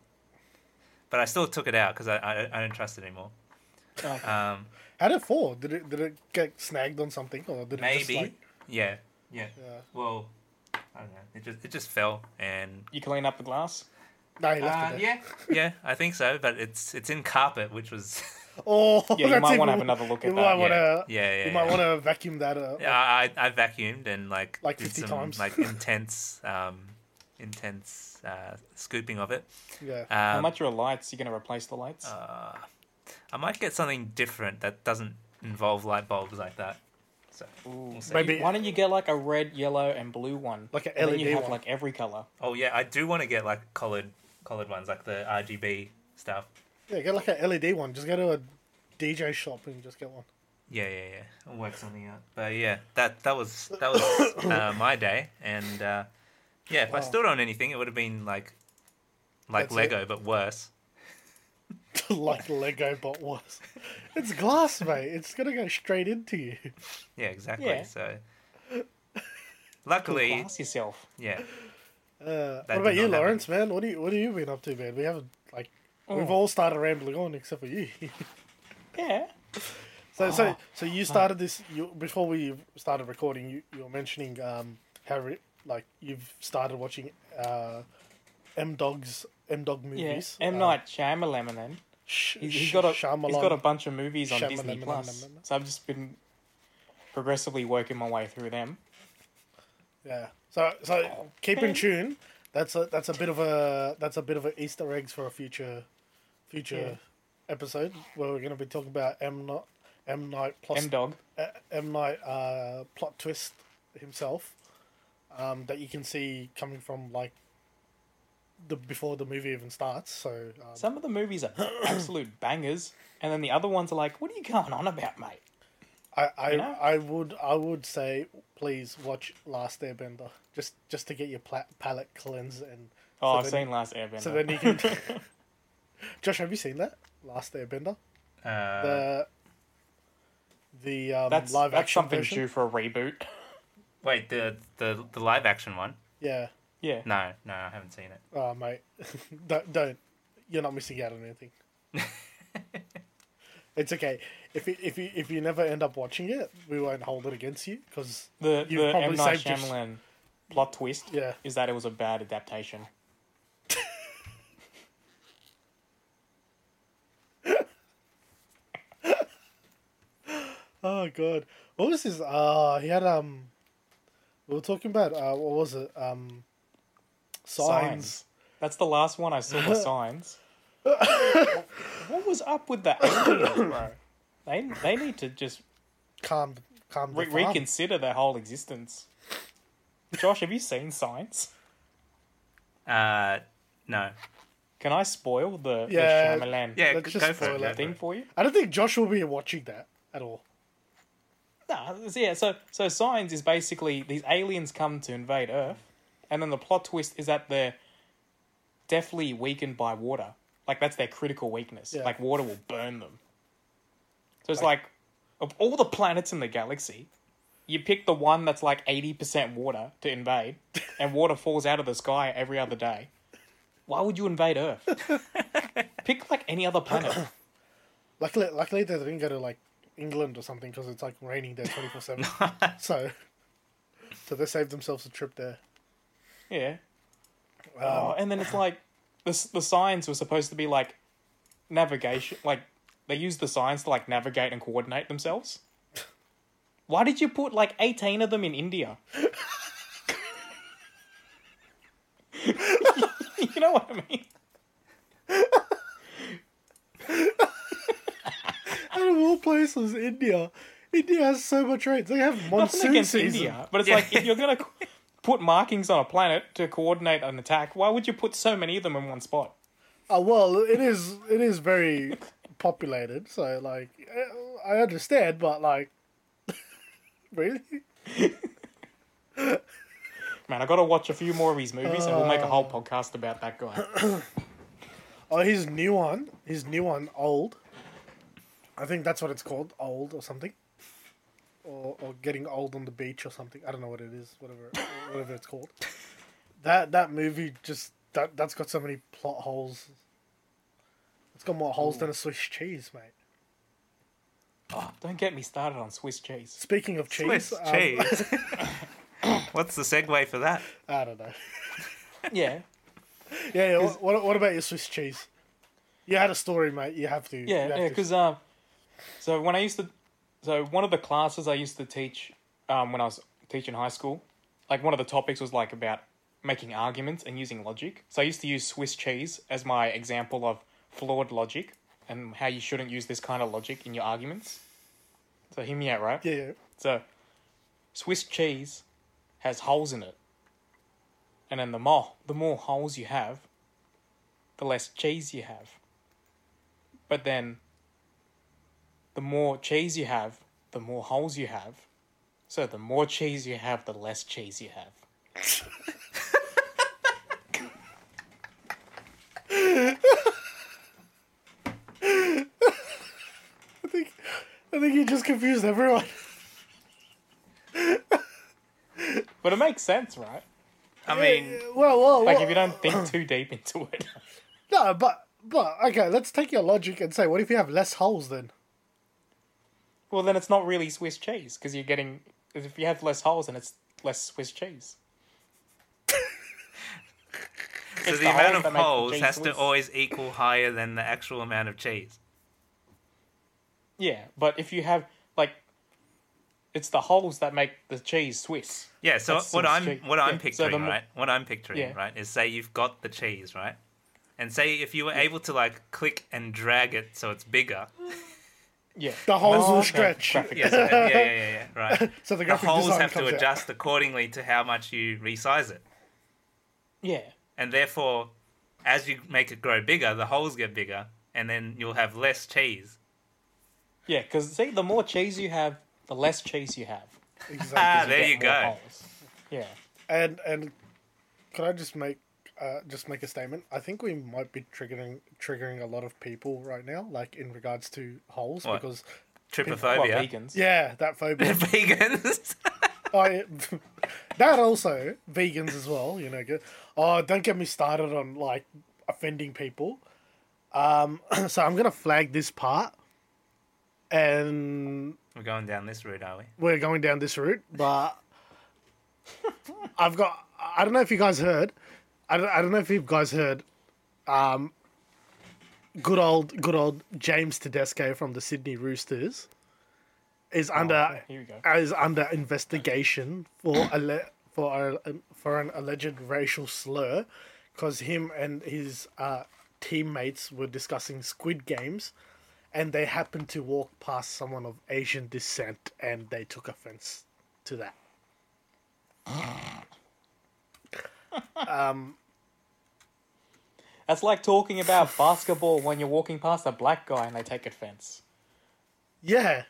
[SPEAKER 4] but I still took it out because I, I I don't trust it anymore.
[SPEAKER 1] TikTok.
[SPEAKER 4] Um,
[SPEAKER 1] How did it fall? Did it did it get snagged on something or did it
[SPEAKER 4] maybe.
[SPEAKER 1] just like
[SPEAKER 4] yeah. Yeah. Well, I don't know. It just it just fell and
[SPEAKER 3] You clean up the glass.
[SPEAKER 1] No, he left
[SPEAKER 4] Uh,
[SPEAKER 1] it there.
[SPEAKER 4] yeah yeah I think so. But it's it's in carpet, which was
[SPEAKER 1] Oh,
[SPEAKER 3] Yeah, you
[SPEAKER 1] that's
[SPEAKER 3] might wanna
[SPEAKER 1] even-
[SPEAKER 3] have another look at
[SPEAKER 1] you
[SPEAKER 3] that,
[SPEAKER 1] Might
[SPEAKER 3] yeah.
[SPEAKER 1] wanna,
[SPEAKER 4] Yeah, yeah,
[SPEAKER 1] You
[SPEAKER 4] yeah.
[SPEAKER 1] might want to vacuum that up.
[SPEAKER 4] I I, I vacuumed and like
[SPEAKER 1] Like
[SPEAKER 4] did
[SPEAKER 1] 50
[SPEAKER 4] some,
[SPEAKER 1] times.
[SPEAKER 4] like intense um intense uh, scooping of it.
[SPEAKER 1] Yeah.
[SPEAKER 3] How
[SPEAKER 4] Um,
[SPEAKER 3] much are your lights? You gonna replace the lights?
[SPEAKER 4] I might get something different that doesn't involve light bulbs like that. So we'll see.
[SPEAKER 1] Maybe-
[SPEAKER 3] Why don't you get like a red, yellow, and blue one?
[SPEAKER 1] Like a
[SPEAKER 3] And then
[SPEAKER 1] LED
[SPEAKER 3] you have
[SPEAKER 1] one.
[SPEAKER 3] like every color.
[SPEAKER 4] Oh yeah, I do want to get like collared collared ones like the RGB stuff.
[SPEAKER 1] yeah, get like an LED one. Just go to a DJ shop and just get one.
[SPEAKER 4] Yeah, yeah, yeah. I'll work something out. But yeah, that that was that was uh, my day, and uh, yeah, if I still don't anything, it would have been like like
[SPEAKER 1] That's it.
[SPEAKER 4] Lego, but worse.
[SPEAKER 1] like Lego bot was. It's glass, mate. It's gonna go straight into you.
[SPEAKER 4] Yeah, exactly.
[SPEAKER 3] Yeah.
[SPEAKER 4] So
[SPEAKER 3] Glass
[SPEAKER 4] luckily,
[SPEAKER 3] yourself.
[SPEAKER 4] yeah,
[SPEAKER 1] Uh,
[SPEAKER 4] did
[SPEAKER 1] what about you,
[SPEAKER 4] not happen.
[SPEAKER 1] Lawrence, man? What do you What have you been up to, man? We haven't like we've
[SPEAKER 3] Oh.
[SPEAKER 1] all started rambling on except for you.
[SPEAKER 3] Yeah.
[SPEAKER 1] so so
[SPEAKER 3] Oh.
[SPEAKER 1] so you started this you, before we started recording. You you were mentioning um how re, like you've started watching uh M Dog's M Dog
[SPEAKER 3] Yeah.
[SPEAKER 1] movies. Uh,
[SPEAKER 3] M Night Shyamalan. Then
[SPEAKER 1] Sh-
[SPEAKER 3] he's,
[SPEAKER 1] sh-
[SPEAKER 3] he's got a he's
[SPEAKER 1] Shyamalan.
[SPEAKER 3] got a bunch of movies on Disney
[SPEAKER 1] Shyamalan.
[SPEAKER 3] Plus. So I've just been progressively working my way through them.
[SPEAKER 1] Yeah. So so
[SPEAKER 3] Oh.
[SPEAKER 1] keep in tune. That's a that's a bit of a that's a bit of an Easter eggs for a future future episode where we're going to be talking about M not M Night plus
[SPEAKER 3] M Dog.
[SPEAKER 1] uh, M Night uh, plot twist himself um, that you can see coming from like the before the movie even starts. So um,
[SPEAKER 3] Some of the movies are absolute bangers, and then the other ones are like, "What are you going on about, mate?"
[SPEAKER 1] I I,
[SPEAKER 3] know?
[SPEAKER 1] I would I would say please watch Last Airbender just just to get your pla- palate cleansed and
[SPEAKER 3] Oh,
[SPEAKER 1] so
[SPEAKER 3] I've
[SPEAKER 1] then-
[SPEAKER 3] seen Last Airbender.
[SPEAKER 1] So then you can. Josh, have you seen that Last Airbender?
[SPEAKER 4] uh,
[SPEAKER 1] The the um,
[SPEAKER 3] that's
[SPEAKER 1] live
[SPEAKER 3] that's
[SPEAKER 1] action
[SPEAKER 3] something
[SPEAKER 1] version.
[SPEAKER 3] due for a reboot.
[SPEAKER 4] wait the the the live action one.
[SPEAKER 1] Yeah.
[SPEAKER 3] yeah.
[SPEAKER 4] No, no, I haven't seen it.
[SPEAKER 1] Oh, mate, don't don't. You're not missing out on anything. it's okay. If you, if you if you never end up watching it, we won't hold it against you because
[SPEAKER 3] The
[SPEAKER 1] you've
[SPEAKER 3] the M
[SPEAKER 1] probably
[SPEAKER 3] Night
[SPEAKER 1] saved your-
[SPEAKER 3] Shyamalan plot twist
[SPEAKER 1] Yeah.
[SPEAKER 3] is that it was a bad adaptation.
[SPEAKER 1] Oh god, what was his? Uh he had um. We were talking about uh, what was it? Um, signs.
[SPEAKER 3] That's the last one I saw the signs. what, what was up with the aliens, bro? They they need to just
[SPEAKER 1] Calm, calm. the
[SPEAKER 3] re-
[SPEAKER 1] farm.
[SPEAKER 3] reconsider their whole existence. Josh, have you seen signs?
[SPEAKER 4] Uh, no.
[SPEAKER 3] Can I spoil the,
[SPEAKER 1] Yeah.
[SPEAKER 3] the Shyamalan
[SPEAKER 4] Yeah,
[SPEAKER 1] Let's
[SPEAKER 4] g-
[SPEAKER 1] just
[SPEAKER 4] go for
[SPEAKER 1] spoil
[SPEAKER 4] it. go
[SPEAKER 1] it.
[SPEAKER 4] for
[SPEAKER 3] thing
[SPEAKER 4] it.
[SPEAKER 3] for you?
[SPEAKER 1] I don't think Josh will be watching that at all.
[SPEAKER 3] Nah, it's- yeah, so so signs is basically these aliens come to invade Earth, and then the plot twist is that they're deathly weakened by water. Like that's their critical weakness.
[SPEAKER 1] Yeah.
[SPEAKER 3] Like water will burn them. So it's like, of all the planets in the galaxy, you pick the one that's like eighty percent water to invade, and water falls out of the sky every other day. Why would you invade Earth? pick like any other planet.
[SPEAKER 1] Luckily, luckily they didn't go to like England or something because it's like raining there twenty four seven. So, so they saved themselves a trip there.
[SPEAKER 3] Yeah. oh, and then it's like the s- the signs were supposed to be like navigation, like they used the signs to like navigate and coordinate themselves. Why did you put like eighteen of them in India? you know what I mean?
[SPEAKER 1] Out of all places, India. India has so much rain. They have
[SPEAKER 3] Nothing
[SPEAKER 1] monsoon
[SPEAKER 3] against
[SPEAKER 1] season.
[SPEAKER 3] India, but it's like if you're gonna co- put markings on a planet to coordinate an attack, why would you put so many of them in one spot?
[SPEAKER 1] Uh, well, it is it is very populated, so like eh, I understand, but like really,
[SPEAKER 3] Man, I gotta watch a few more of his movies and we'll
[SPEAKER 1] Uh.
[SPEAKER 3] make a whole podcast about that guy.
[SPEAKER 1] oh, his new one, his new one, old. I think that's what it's called, old or something, or or getting old on the beach or something. I don't know what it is, whatever whatever it's called. That that movie just that that's got so many plot holes. It's got more holes than a Swiss cheese, mate.
[SPEAKER 3] Don't get me started on Swiss cheese.
[SPEAKER 1] Speaking of cheese,
[SPEAKER 4] Swiss
[SPEAKER 1] um,
[SPEAKER 4] cheese. What's the segue for that?
[SPEAKER 1] I don't know.
[SPEAKER 3] Yeah,
[SPEAKER 1] Yeah, yeah. What, what, what about your Swiss cheese? You had a story, mate. You have to. you
[SPEAKER 3] yeah,
[SPEAKER 1] have
[SPEAKER 3] yeah.
[SPEAKER 1] to.
[SPEAKER 3] Because um, so when I used to, so one of the classes I used to teach, um, when I was teaching high school, like one of the topics was like about making arguments and using logic. So I used to use Swiss cheese as my example of flawed logic and how you shouldn't use this kind of logic in your arguments. So hear me out, right?
[SPEAKER 1] yeah, yeah.
[SPEAKER 3] So, Swiss cheese has holes in it, and then the more the more holes you have, the less cheese you have. But then, the more cheese you have, the more holes you have. So the more cheese you have, the less cheese you have.
[SPEAKER 1] I think you just confused everyone.
[SPEAKER 3] But it makes sense, right?
[SPEAKER 4] I mean,
[SPEAKER 1] Well, well,
[SPEAKER 3] Like
[SPEAKER 1] well,
[SPEAKER 3] if you don't think too deep into it.
[SPEAKER 1] no, but but okay. Let's take your logic and say, what if you have less holes then?
[SPEAKER 3] Well, then it's not really Swiss cheese because you're getting. If you have less holes, then it's less Swiss cheese.
[SPEAKER 4] so the,
[SPEAKER 3] the holes
[SPEAKER 4] amount
[SPEAKER 3] that
[SPEAKER 4] of
[SPEAKER 3] make the
[SPEAKER 4] holes
[SPEAKER 3] cheese
[SPEAKER 4] has
[SPEAKER 3] Swiss.
[SPEAKER 4] to always equal higher than the actual amount of cheese.
[SPEAKER 3] Yeah, but if you have like, it's the holes that make the cheese Swiss.
[SPEAKER 4] Yeah. So
[SPEAKER 3] That's
[SPEAKER 4] what
[SPEAKER 3] Swiss
[SPEAKER 4] I'm
[SPEAKER 3] cheese.
[SPEAKER 4] what I'm
[SPEAKER 3] Yeah, so the
[SPEAKER 4] picturing,
[SPEAKER 3] mo-
[SPEAKER 4] right? What I'm picturing,
[SPEAKER 3] Yeah.
[SPEAKER 4] right, is say you've got the cheese, right, and say if you were able to like click and drag it so it's bigger.
[SPEAKER 3] Yeah, Oh,
[SPEAKER 1] The holes will
[SPEAKER 3] Okay,
[SPEAKER 1] stretch.
[SPEAKER 3] graphic
[SPEAKER 4] Yeah. So, yeah, yeah. Yeah. Yeah. Right.
[SPEAKER 1] So the
[SPEAKER 4] the
[SPEAKER 1] graphic
[SPEAKER 4] holes
[SPEAKER 1] design
[SPEAKER 4] have to
[SPEAKER 1] comes out.
[SPEAKER 4] adjust accordingly to how much you resize it,
[SPEAKER 3] Yeah,
[SPEAKER 4] and therefore, as you make it grow bigger, the holes get bigger, and then you'll have less cheese.
[SPEAKER 3] yeah. Because see, the more cheese you have, the less cheese you have.
[SPEAKER 4] Ah,
[SPEAKER 1] Exactly.
[SPEAKER 4] there
[SPEAKER 3] get
[SPEAKER 4] you
[SPEAKER 3] more
[SPEAKER 4] go.
[SPEAKER 3] holes. Yeah.
[SPEAKER 1] and and could I just make uh, just make a statement? I think we might be triggering triggering a lot of people right now, like in regards to holes,
[SPEAKER 4] What?
[SPEAKER 1] because
[SPEAKER 3] Well,
[SPEAKER 4] Trypophobia.
[SPEAKER 3] vegans.
[SPEAKER 1] yeah, that phobia.
[SPEAKER 4] Vegans.
[SPEAKER 1] I, that also vegans as well. You know, go, oh, don't get me started on like offending people. Um, so I'm gonna flag this part, and
[SPEAKER 4] We're going down this route, are we?
[SPEAKER 1] we're going down this route. But I've got. I don't know if you guys heard. I don't, I don't know if you guys heard. Um, good old, good old James Tedesco from the Sydney Roosters is under
[SPEAKER 3] Oh, Here we go.
[SPEAKER 1] is under investigation for alle- for a, for an alleged racial slur because him and his uh, teammates were discussing Squid Games, and they happened to walk past someone of Asian descent, and they took offense to that.
[SPEAKER 3] That's like talking about basketball when you're walking past a black guy and they take offense.
[SPEAKER 1] Yeah.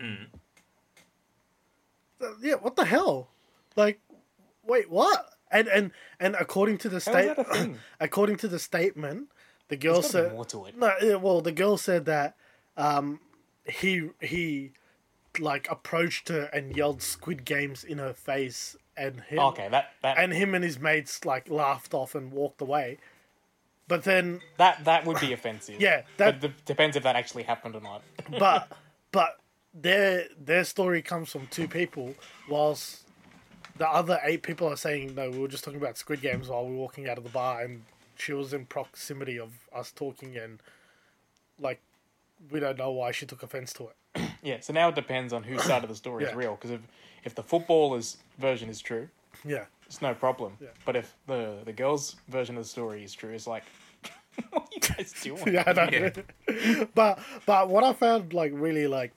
[SPEAKER 3] Mm.
[SPEAKER 1] Uh, Yeah. What the hell? Like, wait, what? And and and according to the
[SPEAKER 3] How is
[SPEAKER 1] state,
[SPEAKER 3] that a thing?
[SPEAKER 1] according to the statement, the girl
[SPEAKER 3] There's gotta be
[SPEAKER 1] said
[SPEAKER 3] more to it.
[SPEAKER 1] no. yeah, Well, the girl said that um, he he like approached her and yelled "Squid Games" in her face, and him
[SPEAKER 3] Okay, that that
[SPEAKER 1] and him and his mates like laughed off and walked away. But then
[SPEAKER 3] that that would be offensive.
[SPEAKER 1] Yeah, that-
[SPEAKER 3] that but d- depends if that actually happened or not.
[SPEAKER 1] but but their their story comes from two people, whilst the other eight people are saying no. We were just talking about Squid Games while we were walking out of the bar, and she was in proximity of us talking, and like we don't know why she took offense to it.
[SPEAKER 3] Yeah, so now it depends on whose side of the story is
[SPEAKER 1] Yeah.
[SPEAKER 3] real. Because if if the footballer's version is true,
[SPEAKER 1] Yeah,
[SPEAKER 3] it's no problem. But if the the girl's version of the story is true, it's like, what are you guys doing?
[SPEAKER 1] yeah, I know.
[SPEAKER 4] Yeah.
[SPEAKER 1] but but what I found like really like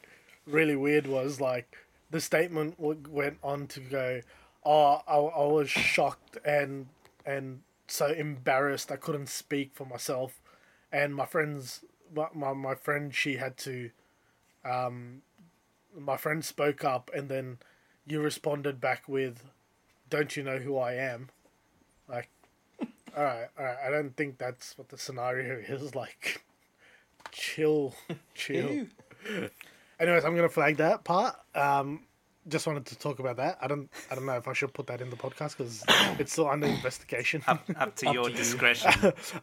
[SPEAKER 1] really weird was like the statement w- went on to go, Oh, I, I was shocked and and so embarrassed. I couldn't speak for myself, and my friends, my my, my friend, she had to. Um, my friend spoke up, and then you responded back with, "Don't you know who I am?" Like, all right, all right. I don't think that's what the scenario is. Like, chill, chill. Anyways, I'm gonna flag that part. Um, just wanted to talk about that. I don't, I don't know if I should put that in the podcast because it's still under investigation.
[SPEAKER 4] Up, up to your discretion.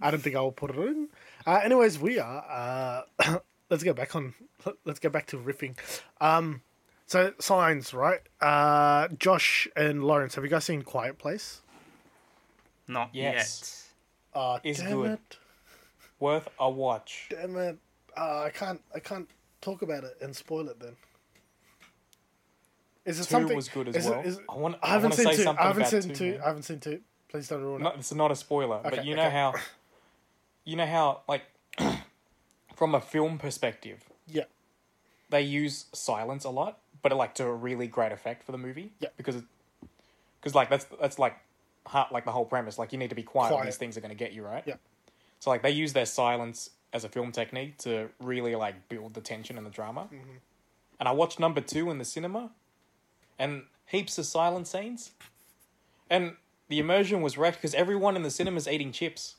[SPEAKER 1] I don't think I will put it in. Uh, anyways, we are. Uh, let's go back on. Let's go back to riffing. Um, so signs, right? Uh, Josh and Lawrence, have you guys seen Quiet Place?
[SPEAKER 3] Uh,
[SPEAKER 4] Not
[SPEAKER 3] Yes.
[SPEAKER 1] Uh,
[SPEAKER 3] It's
[SPEAKER 1] damn
[SPEAKER 3] good.
[SPEAKER 1] it!
[SPEAKER 3] Worth a watch.
[SPEAKER 1] Damn it! Uh, I can't. I can't talk about it and spoil it then. Is it
[SPEAKER 3] Two
[SPEAKER 1] something?
[SPEAKER 3] was good as
[SPEAKER 1] is it-
[SPEAKER 3] well.
[SPEAKER 1] is it-
[SPEAKER 3] I want-
[SPEAKER 1] I
[SPEAKER 3] I
[SPEAKER 1] haven't
[SPEAKER 3] wanna
[SPEAKER 1] seen
[SPEAKER 3] say
[SPEAKER 1] two.
[SPEAKER 3] something
[SPEAKER 1] I haven't
[SPEAKER 3] about
[SPEAKER 1] seen
[SPEAKER 3] two,
[SPEAKER 1] two.
[SPEAKER 3] man.
[SPEAKER 1] I haven't seen two. Please don't ruin
[SPEAKER 3] No,
[SPEAKER 1] it.
[SPEAKER 3] it's not a spoiler,
[SPEAKER 1] Okay,
[SPEAKER 3] but you know
[SPEAKER 1] okay.
[SPEAKER 3] how, you know how, like, from a film perspective,
[SPEAKER 1] Yeah.
[SPEAKER 3] they use silence a lot, but like to a really great effect for the movie.
[SPEAKER 1] Yeah.
[SPEAKER 3] because because like that's that's like ha- like the whole premise. Like you need to be quiet, or
[SPEAKER 1] Quiet.
[SPEAKER 3] these things are going to get you right.
[SPEAKER 1] Yeah.
[SPEAKER 3] So like they use their silence as a film technique to really like build the tension and the drama.
[SPEAKER 1] Mm-hmm.
[SPEAKER 3] And I watched number two in the cinema, and heaps of silent scenes, and the immersion was wrecked because everyone in the cinema's eating chips.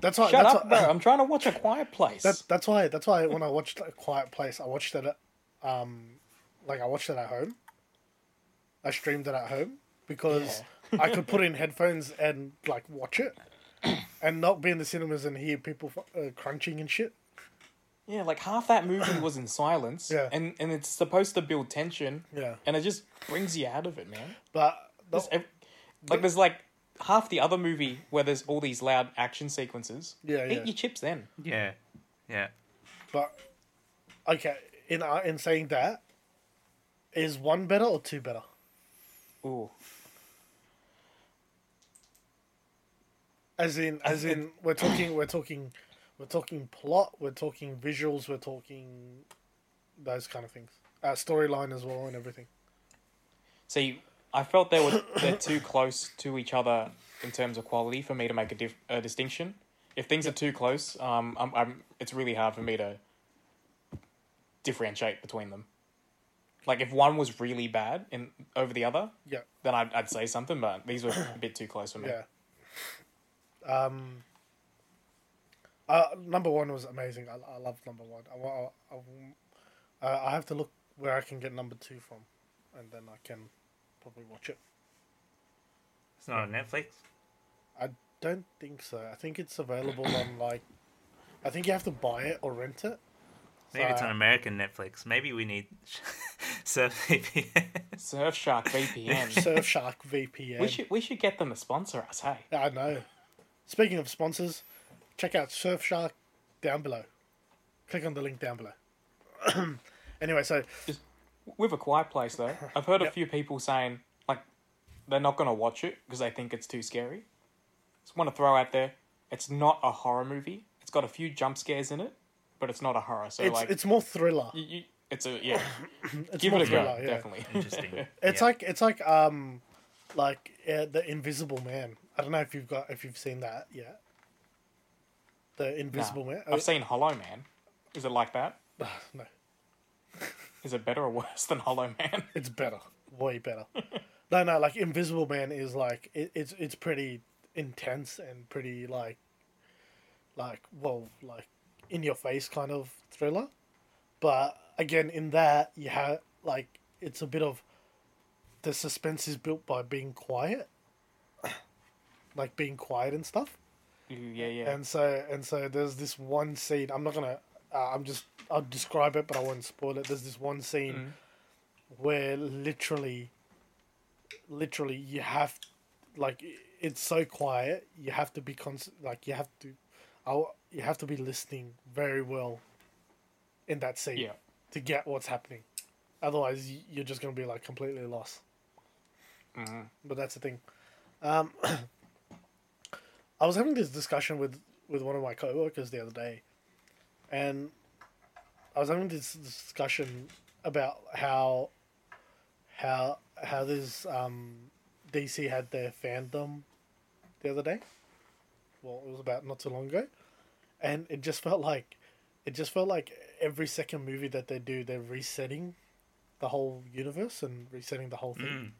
[SPEAKER 1] That's why.
[SPEAKER 3] Shut
[SPEAKER 1] that's
[SPEAKER 3] up,
[SPEAKER 1] why,
[SPEAKER 3] bro! I'm trying to watch a quiet place.
[SPEAKER 1] That, that's why. That's why when I watched A Quiet Place, I watched it, at, um, like I watched it at home. I streamed it at home because I could put in headphones and like watch it, and not be in the cinemas and hear people fu- uh, crunching and shit.
[SPEAKER 3] Yeah, like half that movie was in silence.
[SPEAKER 1] Yeah.
[SPEAKER 3] And and it's supposed to build tension.
[SPEAKER 1] Yeah.
[SPEAKER 3] And it just brings you out of it, man.
[SPEAKER 1] But the,
[SPEAKER 3] There's ev- like there's like half the other movie where there's all these loud action sequences.
[SPEAKER 1] Yeah,
[SPEAKER 3] Eat
[SPEAKER 1] yeah.
[SPEAKER 3] your chips then.
[SPEAKER 4] yet. Yeah. Yeah.
[SPEAKER 1] but okay, in uh, in saying that, is one better or two better?
[SPEAKER 3] Ooh.
[SPEAKER 1] As in, as in, we're talking, we're talking, we're talking plot, we're talking visuals, we're talking those kind of things, uh, storyline as well, and everything.
[SPEAKER 3] See, I felt they were they're too close to each other in terms of quality for me to make a, dif- a distinction. If things are too close, um, I'm, I'm it's really hard for me to differentiate between them. Like if one was really bad in over the other,
[SPEAKER 1] Yeah,
[SPEAKER 3] then I'd, I'd say something, but these were a bit too close for me.
[SPEAKER 1] yeah. Um, uh, number one was amazing. I, I love number one. I, wa- I, I, uh, I have to look where I can get number two from, and then I can probably watch it.
[SPEAKER 4] It's not on Netflix.
[SPEAKER 1] I don't think so. I think it's available on like, I think you have to buy it or rent it.
[SPEAKER 4] Maybe it's on American Netflix. Maybe we need. so maybe.
[SPEAKER 3] Surfshark VPN.
[SPEAKER 1] Surfshark VPN.
[SPEAKER 3] we should we should get them to sponsor us. Hey,
[SPEAKER 1] Yeah, I know. Speaking of sponsors, check out Surfshark down below. Click on the link down below. anyway, so
[SPEAKER 3] with a quiet place though, I've heard a few people saying like they're not gonna watch it because they think it's too scary. Just want to throw out there, it's not a horror movie. It's got a few jump scares in it, but it's not a horror. So
[SPEAKER 1] it's
[SPEAKER 3] like
[SPEAKER 1] it's more thriller.
[SPEAKER 3] you, you, it's a yeah.
[SPEAKER 1] It's
[SPEAKER 3] Give
[SPEAKER 1] more
[SPEAKER 3] it a go,
[SPEAKER 1] thriller, yeah.
[SPEAKER 3] definitely.
[SPEAKER 4] Interesting.
[SPEAKER 1] It's
[SPEAKER 4] Yeah.
[SPEAKER 1] like it's like um like uh, the Invisible Man. I don't know if you've got if you've seen that yet. The Invisible Man. Oh,
[SPEAKER 3] I've seen Hollow Man. Is it like that?
[SPEAKER 1] no,
[SPEAKER 3] Is it better or worse than Hollow Man?
[SPEAKER 1] it's better, way better. no, no, like Invisible Man is like it, it's it's pretty intense and pretty like like well like in your face kind of thriller but again in that you have like it's a bit of the suspense is built by being quiet like being quiet and stuff
[SPEAKER 3] Ooh, yeah, yeah.
[SPEAKER 1] and so and so there's this one scene i'm not gonna uh, i'm just i'll describe it but i won't spoil it there's this one scene where literally literally you have like i- it's so quiet you have to be cons- like you have to i you have to be listening very well in that scene
[SPEAKER 3] Yeah.
[SPEAKER 1] to get what's happening otherwise y- you're just gonna be like completely lost but that's the thing Um, I was having this discussion with with one of my coworkers the other day, and I was having this discussion about how how how this um, DC had their fandom the other day. Well, it was about not too long ago, and it just felt like it just felt like every second movie that they do, they're resetting the whole universe and resetting the whole thing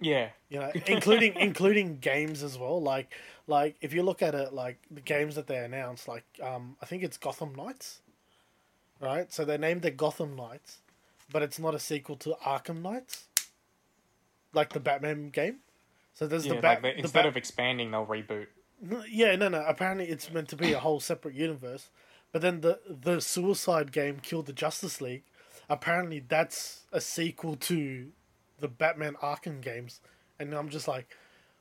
[SPEAKER 3] Yeah.
[SPEAKER 1] you know, including including games as well. Like like if you look at it, like the games that they announced, like um, I think it's Gotham Knights, right? So they named it Gotham Knights, but it's not a sequel to Arkham Knights, like the Batman game. So there's the
[SPEAKER 3] Yeah, like
[SPEAKER 1] Bat.
[SPEAKER 3] they,
[SPEAKER 1] the
[SPEAKER 3] instead
[SPEAKER 1] Bat-
[SPEAKER 3] of expanding, they'll reboot.
[SPEAKER 1] no, yeah, no, no. Apparently, it's meant to be a whole separate universe. But then the the Suicide Game killed the Justice League. Apparently, that's a sequel to the Batman Arkham games, and I'm just like,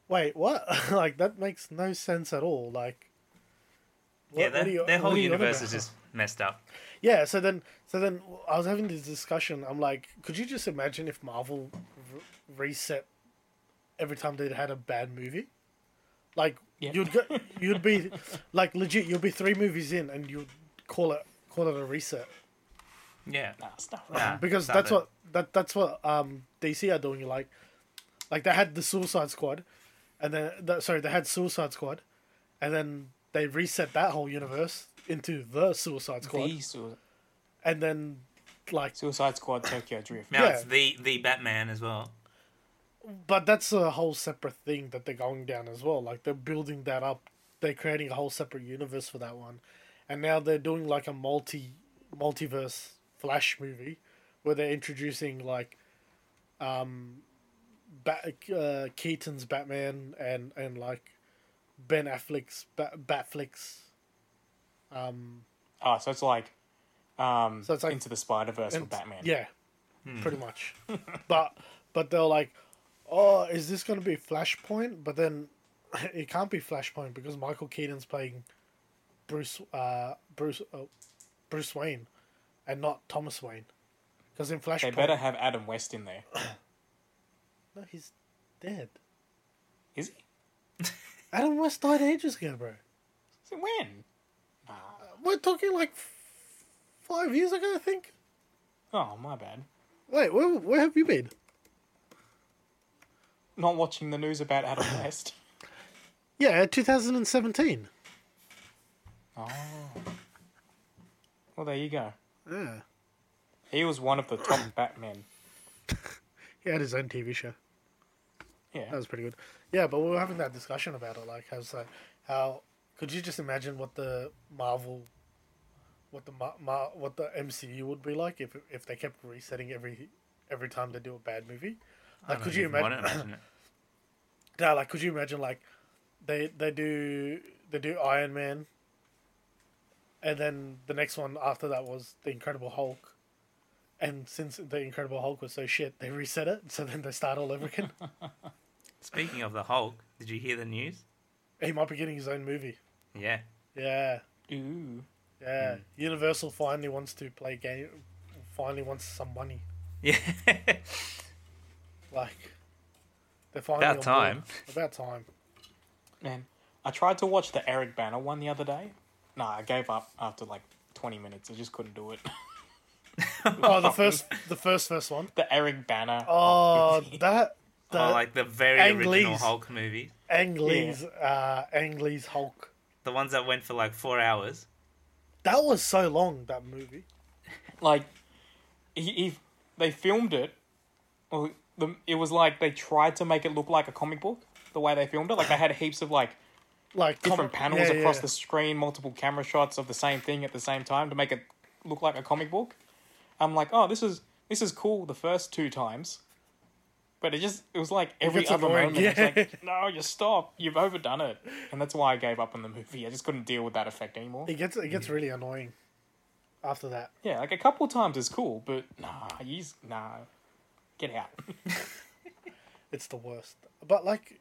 [SPEAKER 1] wait, what? like that makes no sense at all. Like,
[SPEAKER 4] yeah,
[SPEAKER 1] what- what
[SPEAKER 4] their,
[SPEAKER 1] are you-
[SPEAKER 4] their whole
[SPEAKER 1] what are you on
[SPEAKER 4] universe
[SPEAKER 1] about?
[SPEAKER 4] is just messed up.
[SPEAKER 1] Yeah, so then, so then I was having this discussion. I'm like, could you just imagine if Marvel re- reset every time they had a bad movie? Like
[SPEAKER 3] Yeah.
[SPEAKER 1] you'd go, you'd be like legit. You'd be three movies in, and you'd call it call it a reset
[SPEAKER 4] Yeah.
[SPEAKER 3] Nah, it's not right.
[SPEAKER 4] Nah,
[SPEAKER 1] because
[SPEAKER 4] nah,
[SPEAKER 1] that's
[SPEAKER 4] they-
[SPEAKER 1] what that that's what um DC are doing. Like, like they had the Suicide Squad, and then that, sorry they had Suicide Squad, and then they reset that whole universe into the Suicide Squad,
[SPEAKER 3] The Su-
[SPEAKER 1] and then like
[SPEAKER 3] Suicide Squad Tokyo Drift.
[SPEAKER 4] Now
[SPEAKER 1] yeah.
[SPEAKER 4] it's the the Batman as well.
[SPEAKER 1] But that's a whole separate thing that they're going down as well. Like they're building that up. They're creating a whole separate universe for that one, and now they're doing like a multi multiverse Flash movie, where they're introducing like, um, ba- uh, Keaton's Batman and and like Ben Affleck's ba- Batflick's.
[SPEAKER 3] Oh, so it's like, um,
[SPEAKER 1] So it's like-
[SPEAKER 3] Into the Spider Verse with Batman.
[SPEAKER 1] Yeah, pretty much. but but they're like, oh, is this gonna be Flashpoint? But then it can't be Flashpoint because Michael Keaton's playing Bruce uh, Bruce uh, Bruce Wayne, and not Thomas Wayne. Because in Flashpoint,
[SPEAKER 3] They better have Adam West in there.
[SPEAKER 1] no, he's dead.
[SPEAKER 3] Is he?
[SPEAKER 1] Adam West died ages ago, bro.
[SPEAKER 3] So when?
[SPEAKER 1] We're talking like f- five years ago, I think.
[SPEAKER 3] Oh, my bad.
[SPEAKER 1] Wait, where, where have you been?
[SPEAKER 3] Not watching the news about Adam West.
[SPEAKER 1] Yeah, 2017.
[SPEAKER 3] Well, there you go.
[SPEAKER 1] Yeah.
[SPEAKER 3] He was one of the top Batman.
[SPEAKER 1] He had his own TV show. That
[SPEAKER 3] Yeah.
[SPEAKER 1] was pretty good. Yeah, but we were having that discussion about it, like how's like how could you just imagine what the Marvel, what the Ma- Ma- what the MCU would be like if if they kept resetting every every time they do a bad movie?
[SPEAKER 4] I
[SPEAKER 1] Like,
[SPEAKER 4] don't
[SPEAKER 1] could you
[SPEAKER 4] even wanna
[SPEAKER 1] imagine?
[SPEAKER 4] it.
[SPEAKER 1] No, like, could you imagine like they they do they do Iron Man, and then the next one after that was the Incredible Hulk, and since the Incredible Hulk was so shit, they reset it, so then they start all over again.
[SPEAKER 4] Speaking of the Hulk, did you hear the news?
[SPEAKER 1] he might be getting his own movie.
[SPEAKER 4] Yeah.
[SPEAKER 1] Uh, Yeah.
[SPEAKER 3] Ooh.
[SPEAKER 1] Yeah,
[SPEAKER 4] Hmm.
[SPEAKER 1] Universal finally wants to play game. Finally wants some money.
[SPEAKER 4] Yeah.
[SPEAKER 1] Like they're finally
[SPEAKER 4] About
[SPEAKER 1] on
[SPEAKER 4] time.
[SPEAKER 1] board. About time.
[SPEAKER 3] Man, I tried to watch the Eric Banner one the other day. Nah, I gave up after like 20 minutes. I just couldn't do it.
[SPEAKER 1] Oh, the first, the first, first one.
[SPEAKER 3] the Eric Banner.
[SPEAKER 1] Oh, that the
[SPEAKER 4] Or like the very
[SPEAKER 1] Ang
[SPEAKER 4] original
[SPEAKER 1] Lee's.
[SPEAKER 4] Hulk movie.
[SPEAKER 1] Ang Lee's, uh, Ang Lee's Hulk.
[SPEAKER 4] The ones that went for like four hours.
[SPEAKER 1] That was so long. That movie.
[SPEAKER 3] like he, he they filmed it or the, it was like they tried to make it look like a comic book the way they filmed it like they had heaps of like
[SPEAKER 1] Like
[SPEAKER 3] different
[SPEAKER 1] comic-
[SPEAKER 3] panels
[SPEAKER 1] yeah,
[SPEAKER 3] across
[SPEAKER 1] yeah.
[SPEAKER 3] the screen multiple camera shots of the same thing at the same time to make it look like a comic book i'm like oh this is this is cool the first two times but it just it was like every
[SPEAKER 1] gets
[SPEAKER 3] other
[SPEAKER 1] annoying,
[SPEAKER 3] moment it's
[SPEAKER 1] yeah.
[SPEAKER 3] like no you stop you've overdone it and that's why i gave up on the movie i just couldn't deal with that effect anymore
[SPEAKER 1] It gets it gets
[SPEAKER 4] Hmm.
[SPEAKER 1] really annoying. After that,
[SPEAKER 3] yeah like a couple times is cool but nah you s- nah get out
[SPEAKER 1] it's the worst. But like,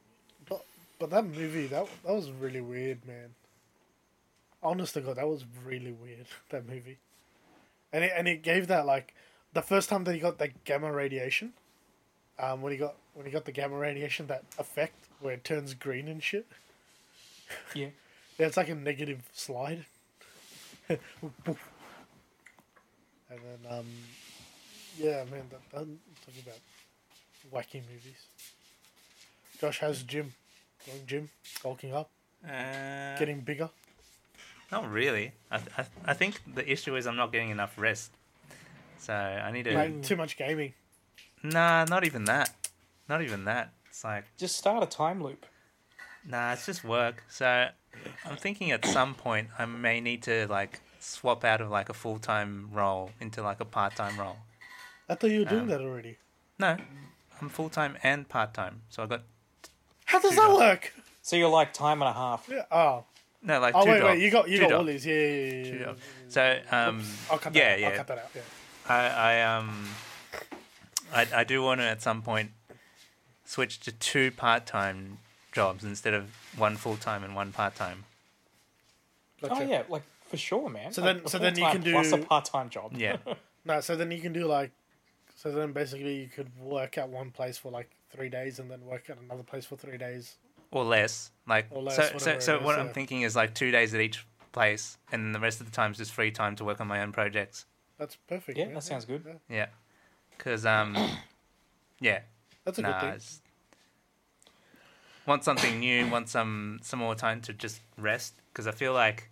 [SPEAKER 1] but but that movie that that was really weird, man. Honest to God, that was really weird. That movie, and it and it gave that like the first time that he got that gamma radiation, um, when he got when he got the gamma radiation, that effect where it turns green and shit.
[SPEAKER 3] yeah
[SPEAKER 1] Yeah, it's like a negative slide. and then, um, yeah, man, that, that talking about wacky movies. Josh has Jim. Going Jim, bulking up,
[SPEAKER 4] Uh,
[SPEAKER 1] getting bigger.
[SPEAKER 4] Not really. I, I, I think the issue is I'm not getting enough rest. So I need to.
[SPEAKER 1] Like, too much gaming.
[SPEAKER 4] Nah, not even that. Not even that. It's like,
[SPEAKER 3] Just start a time loop.
[SPEAKER 4] nah, it's just work. So I'm thinking at some point I may need to like swap out of like a full time role into like a part time role.
[SPEAKER 1] I thought you were doing that already.
[SPEAKER 4] No, I'm full time and part time. So I got
[SPEAKER 1] How does that work?
[SPEAKER 3] So you're like time and a half.
[SPEAKER 1] Yeah, Oh,
[SPEAKER 4] no like two
[SPEAKER 1] oh wait,
[SPEAKER 4] jobs.
[SPEAKER 1] wait. You got you
[SPEAKER 4] two
[SPEAKER 1] got
[SPEAKER 4] jobs,
[SPEAKER 1] Woolies. Yeah, yeah, yeah.
[SPEAKER 4] two
[SPEAKER 1] yeah.
[SPEAKER 4] jobs. So um,
[SPEAKER 1] I'll cut that.
[SPEAKER 4] yeah,
[SPEAKER 1] out.
[SPEAKER 4] yeah.
[SPEAKER 1] I'll cut that out. Yeah.
[SPEAKER 4] I, I um I, I do want to at some point switch to two part time jobs instead of one full time and one part time.
[SPEAKER 3] Oh
[SPEAKER 1] Gotcha.
[SPEAKER 3] yeah, like for sure, man.
[SPEAKER 1] So
[SPEAKER 3] Like,
[SPEAKER 1] then-
[SPEAKER 3] a
[SPEAKER 1] so then you
[SPEAKER 3] full-time
[SPEAKER 1] can
[SPEAKER 3] plus a
[SPEAKER 1] do-
[SPEAKER 3] part time job.
[SPEAKER 4] Yeah.
[SPEAKER 1] No, so then you can do like, so then basically you could work at one place for like three days and then work at another place for three days.
[SPEAKER 4] or less. Like
[SPEAKER 1] Or less,
[SPEAKER 4] so so
[SPEAKER 1] whatever
[SPEAKER 4] so
[SPEAKER 1] it
[SPEAKER 4] what
[SPEAKER 1] is,
[SPEAKER 4] I'm
[SPEAKER 1] yeah.
[SPEAKER 4] thinking is like two days at each place and the rest of the time is just free time to work on my own projects.
[SPEAKER 1] That's perfect.
[SPEAKER 3] Yeah, that sounds good.
[SPEAKER 1] yeah.
[SPEAKER 4] Yeah. Cuz um yeah.
[SPEAKER 1] That's a
[SPEAKER 4] Nah,
[SPEAKER 1] good thing.
[SPEAKER 4] it's- want something new, want some some more time to just rest because I feel like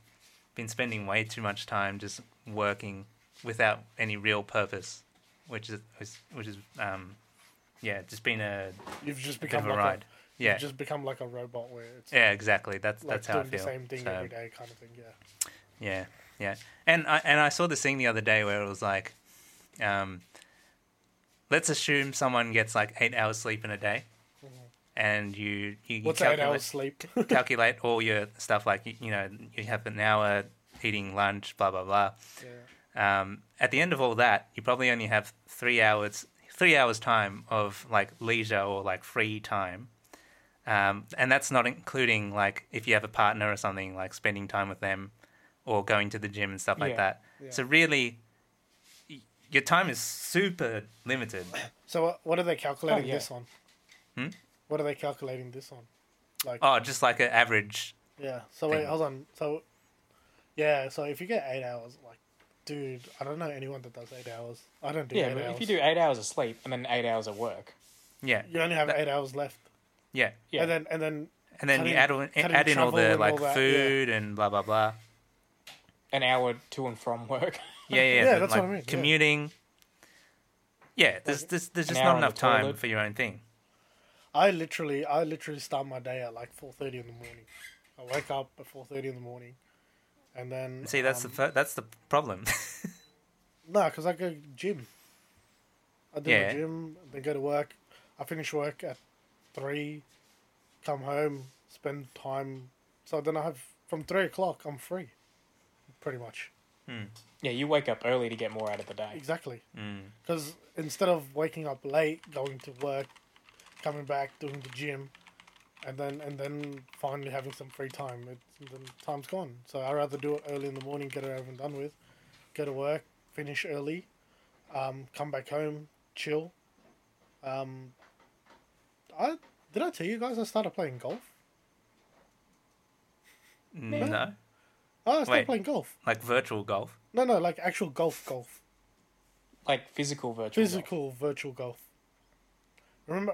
[SPEAKER 4] been spending way too much time just working without any real purpose, which is is- which is um yeah, just been a
[SPEAKER 1] You've just
[SPEAKER 4] bit of
[SPEAKER 1] become
[SPEAKER 4] a
[SPEAKER 1] like
[SPEAKER 4] ride.
[SPEAKER 1] A,
[SPEAKER 4] Yeah,
[SPEAKER 1] You've just become like a robot where it's
[SPEAKER 4] yeah, exactly. That's
[SPEAKER 1] like
[SPEAKER 4] that's how I
[SPEAKER 1] doing the
[SPEAKER 4] feel.
[SPEAKER 1] same thing
[SPEAKER 4] So-
[SPEAKER 1] every day kind of thing. Yeah.
[SPEAKER 4] Yeah, yeah. And I and I saw this thing the other day where it was like, um, let's assume someone gets like eight hours sleep in a day, and you you, you
[SPEAKER 1] Mm-hmm. What's eight
[SPEAKER 4] calculate,
[SPEAKER 1] hours sleep?
[SPEAKER 4] calculate all your stuff like you, you know you have an hour eating lunch, blah blah blah. Um, at the end of all that, you probably only have three hours three hours time of like leisure or like free time. Um, and that's not including like if you have a partner or something like spending time with them or going to the gym and stuff like
[SPEAKER 3] Yeah.
[SPEAKER 4] that. So really, y- your time is super limited.
[SPEAKER 1] so what, what are they calculating
[SPEAKER 3] Oh, yeah.
[SPEAKER 1] this on?
[SPEAKER 4] Hmm?
[SPEAKER 1] What are they calculating this on? Like
[SPEAKER 4] Oh, just like an average.
[SPEAKER 1] yeah. So wait,
[SPEAKER 4] thing.
[SPEAKER 1] hold on. So yeah. So if you get eight hours, like, dude, I don't know anyone that does eight hours. I don't do
[SPEAKER 3] Yeah,
[SPEAKER 1] eight
[SPEAKER 3] but
[SPEAKER 1] hours.
[SPEAKER 3] if you do eight hours of sleep and then eight hours of work,
[SPEAKER 4] Yeah,
[SPEAKER 1] you only have eight hours left.
[SPEAKER 4] yeah.
[SPEAKER 3] yeah,
[SPEAKER 1] And then and then
[SPEAKER 4] And then you
[SPEAKER 1] Cutting-
[SPEAKER 4] add, all,
[SPEAKER 1] cutting
[SPEAKER 4] add in all
[SPEAKER 1] travel
[SPEAKER 4] the
[SPEAKER 1] and
[SPEAKER 4] like
[SPEAKER 1] all that, yeah.
[SPEAKER 4] food and blah blah blah.
[SPEAKER 3] an hour to and from work.
[SPEAKER 4] Yeah, yeah,
[SPEAKER 1] Yeah,
[SPEAKER 4] the,
[SPEAKER 1] that's
[SPEAKER 4] like
[SPEAKER 1] what I mean, yeah.
[SPEAKER 4] commuting. Yeah, there's, there's, there's just
[SPEAKER 3] hour
[SPEAKER 4] not
[SPEAKER 3] on the
[SPEAKER 4] enough time
[SPEAKER 3] toilet.
[SPEAKER 4] for your own thing.
[SPEAKER 1] I literally I literally start my day at like four thirty in the morning. I wake up at four thirty in the morning, and then uh,
[SPEAKER 4] See, that's
[SPEAKER 3] Um,
[SPEAKER 4] the fir- that's the problem.
[SPEAKER 1] No, because I go gym. I do
[SPEAKER 4] Yeah.
[SPEAKER 1] the gym, then go to work. I finish work at three, come home, spend time. So then I have from three o'clock, I'm free, pretty much.
[SPEAKER 3] Yeah, you wake up early to get more out of the day.
[SPEAKER 1] Exactly. Because instead of waking up late, going to work, coming back, doing the gym, and then and then finally having some free time, it, then time's gone. So I rather do it early in the morning, get it over and done with, go to work, finish early, um, come back home, chill. Um, I did I tell you guys I started playing golf.
[SPEAKER 4] no,
[SPEAKER 1] Oh, I started
[SPEAKER 4] Wait.
[SPEAKER 1] playing golf.
[SPEAKER 4] like virtual golf.
[SPEAKER 1] No, no, like actual golf, golf.
[SPEAKER 3] Like physical virtual. golf.
[SPEAKER 1] physical virtual golf. Remember,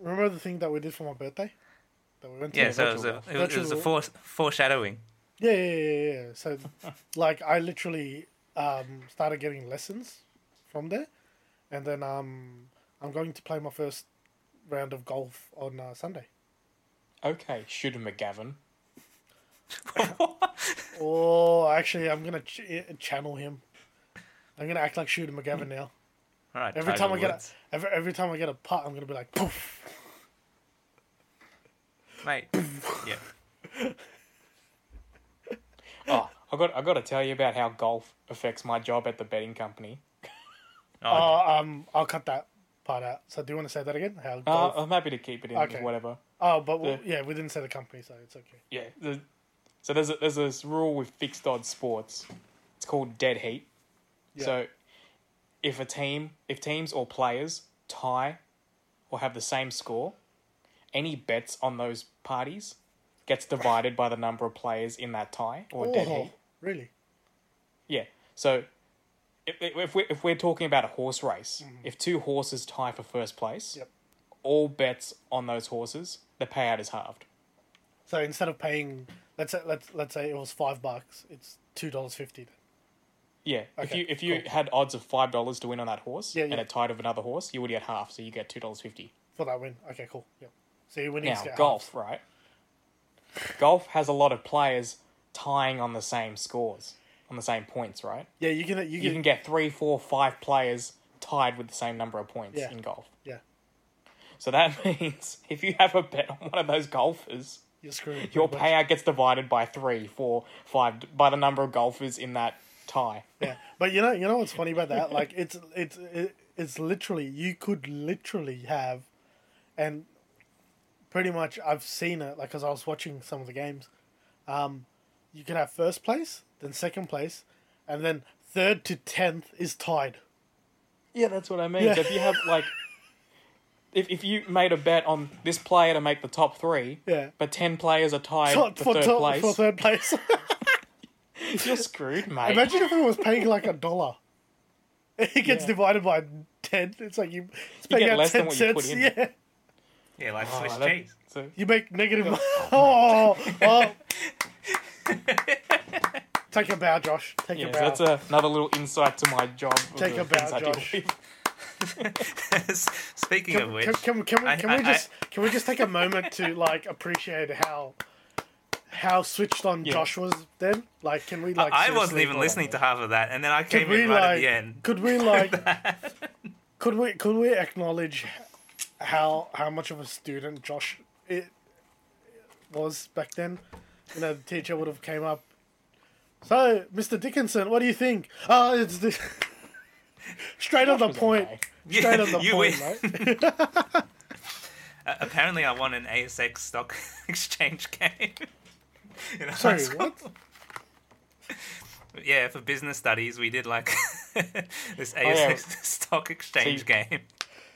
[SPEAKER 1] remember the thing that we did for my birthday, that we went to.
[SPEAKER 4] Yeah, so it was
[SPEAKER 3] virtual
[SPEAKER 4] a it was, it was a
[SPEAKER 1] Virtual-
[SPEAKER 4] fore, foreshadowing.
[SPEAKER 1] yeah, yeah, yeah, yeah, yeah. So, like, I literally um, started getting lessons from there, and then um, I'm going to play my first round of golf on uh, Sunday.
[SPEAKER 3] Okay, shoot him, McGavin.
[SPEAKER 1] Oh, actually, I'm gonna ch- eh, channel him. I'm gonna act like Shooter McGavin now.
[SPEAKER 4] All right.
[SPEAKER 1] Every time I get a,
[SPEAKER 4] it,
[SPEAKER 1] every, every time I get a putt, I'm gonna be like, poof.
[SPEAKER 4] mate. yeah.
[SPEAKER 3] Oh, I got I got to tell you about how golf affects my job at the betting company.
[SPEAKER 4] Oh,
[SPEAKER 1] Oh, um, I'll cut that part out. So, do you want to say that again? How
[SPEAKER 3] Uh,
[SPEAKER 1] golf?
[SPEAKER 3] I'm happy to keep it in,
[SPEAKER 1] Okay.
[SPEAKER 3] whatever.
[SPEAKER 1] oh, but we yeah, we didn't say the company, so it's okay.
[SPEAKER 3] Yeah. The, so there's a, there's this rule with fixed odds sports. It's called dead heat. So if a team, if teams or players tie or have the same score, any bets on those parties gets divided by the number of players in that tie or dead
[SPEAKER 1] Oh,
[SPEAKER 3] heat.
[SPEAKER 1] really?
[SPEAKER 3] Yeah. So if, if we're, if we're talking about a horse race, if two horses tie for first place,
[SPEAKER 1] Yep.
[SPEAKER 3] all bets on those horses, the payout is halved.
[SPEAKER 1] So instead of paying, let's say, let's let's say it was five bucks, it's two dollars fifty.
[SPEAKER 3] Yeah, if
[SPEAKER 1] Okay,
[SPEAKER 3] you if you
[SPEAKER 1] cool.
[SPEAKER 3] had odds of five dollars to win on that horse
[SPEAKER 1] Yeah,
[SPEAKER 3] and
[SPEAKER 1] yeah.
[SPEAKER 3] it tied with another horse, you would get half, so you get two dollars fifty.
[SPEAKER 1] for that win. Okay, cool. Yep. So you win
[SPEAKER 3] Now golf, right? golf has a lot of players tying on the same scores, on the same points, right?
[SPEAKER 1] Yeah, you can you
[SPEAKER 3] You
[SPEAKER 1] can,
[SPEAKER 3] can get three, four, five players tied with the same number of points
[SPEAKER 1] Yeah.
[SPEAKER 3] in golf.
[SPEAKER 1] yeah.
[SPEAKER 3] So that means if you have a bet on one of those golfers,
[SPEAKER 1] You're screwed.
[SPEAKER 3] your
[SPEAKER 1] pretty much.
[SPEAKER 3] payout gets divided by three, four, five by the number of golfers in that tie.
[SPEAKER 1] Yeah. But you know you know what's funny about that? Like it's it's it, it's literally you could literally have, and pretty much I've seen it like because I was watching some of the games, um, you could have first place, then second place, and then third to tenth is tied.
[SPEAKER 3] Yeah, that's what I mean. So if you have like, if if you made a bet on this player to make the top three,
[SPEAKER 1] Yeah.
[SPEAKER 3] but ten players are tied
[SPEAKER 1] Top-
[SPEAKER 3] for, third
[SPEAKER 1] top-
[SPEAKER 3] place,
[SPEAKER 1] For third place.
[SPEAKER 3] you're screwed, mate.
[SPEAKER 1] Imagine if it was paying like a dollar. It gets divided by ten. It's like you it's paying
[SPEAKER 3] get
[SPEAKER 1] out
[SPEAKER 3] less
[SPEAKER 1] ten
[SPEAKER 3] than what you put
[SPEAKER 1] cents.
[SPEAKER 3] in.
[SPEAKER 1] Yeah,
[SPEAKER 4] Yeah, like
[SPEAKER 3] Oh,
[SPEAKER 4] Swiss
[SPEAKER 3] that-
[SPEAKER 4] cheese.
[SPEAKER 3] so-
[SPEAKER 1] you make negative. Oh, well. take a bow, Josh. Take
[SPEAKER 3] yeah,
[SPEAKER 1] a
[SPEAKER 3] so
[SPEAKER 1] bow.
[SPEAKER 3] that's a, another little insight to my job. of
[SPEAKER 1] Take
[SPEAKER 3] the
[SPEAKER 1] a bow,
[SPEAKER 3] things I do.
[SPEAKER 1] Josh.
[SPEAKER 4] Speaking of
[SPEAKER 1] Can,
[SPEAKER 4] which,
[SPEAKER 1] can, can, can, we,
[SPEAKER 4] I-
[SPEAKER 1] can
[SPEAKER 4] I-
[SPEAKER 1] we
[SPEAKER 4] I-
[SPEAKER 1] just can we just take a moment to like appreciate how how switched on
[SPEAKER 3] Yeah.
[SPEAKER 1] Josh was then? Like, can we like?
[SPEAKER 4] I wasn't
[SPEAKER 1] seriously-
[SPEAKER 4] even listening to half of that, and then I
[SPEAKER 1] Could
[SPEAKER 4] came
[SPEAKER 1] we
[SPEAKER 4] in right
[SPEAKER 1] like?
[SPEAKER 4] at the end.
[SPEAKER 1] Could we like? could we could we acknowledge how how much of a student Josh it was back then? You know, the teacher would have came up. So, Mr. Dickinson, what do you think? Oh, it's the straight on the point.
[SPEAKER 3] okay.
[SPEAKER 1] Straight on the
[SPEAKER 4] you
[SPEAKER 1] point,
[SPEAKER 4] win.
[SPEAKER 1] mate.
[SPEAKER 4] Uh, apparently, I won an ASX stock exchange game. in high
[SPEAKER 1] Sorry,
[SPEAKER 4] school.
[SPEAKER 1] what?
[SPEAKER 4] Yeah, for business studies, we did like this ASX
[SPEAKER 3] Oh, yeah.
[SPEAKER 4] stock exchange game.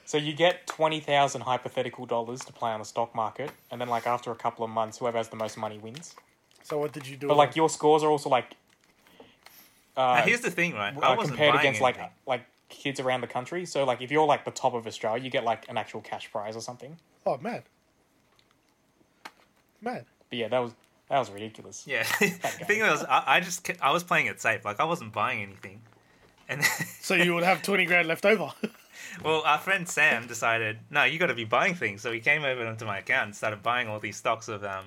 [SPEAKER 3] So you get twenty thousand hypothetical dollars to play on the stock market, and then like after a couple of months, whoever has the most money wins.
[SPEAKER 1] So, what did you do?
[SPEAKER 3] But like your scores are also like
[SPEAKER 4] Now, here's the thing, right? I
[SPEAKER 3] uh,
[SPEAKER 4] wasn't
[SPEAKER 3] compared
[SPEAKER 4] buying
[SPEAKER 3] against like
[SPEAKER 4] anything.
[SPEAKER 3] like kids around the country. So like if you're like the top of Australia, you get like an actual cash prize or something.
[SPEAKER 1] oh, man. Man.
[SPEAKER 3] But yeah, that was that was ridiculous.
[SPEAKER 4] Yeah, the thing was, I, I just ca- I was playing it safe. Like I wasn't buying anything, and
[SPEAKER 1] So, you would have 20 grand left over.
[SPEAKER 4] Well, our friend Sam decided, no, you got to be buying things. So he came over onto my account and started buying all these stocks of, um,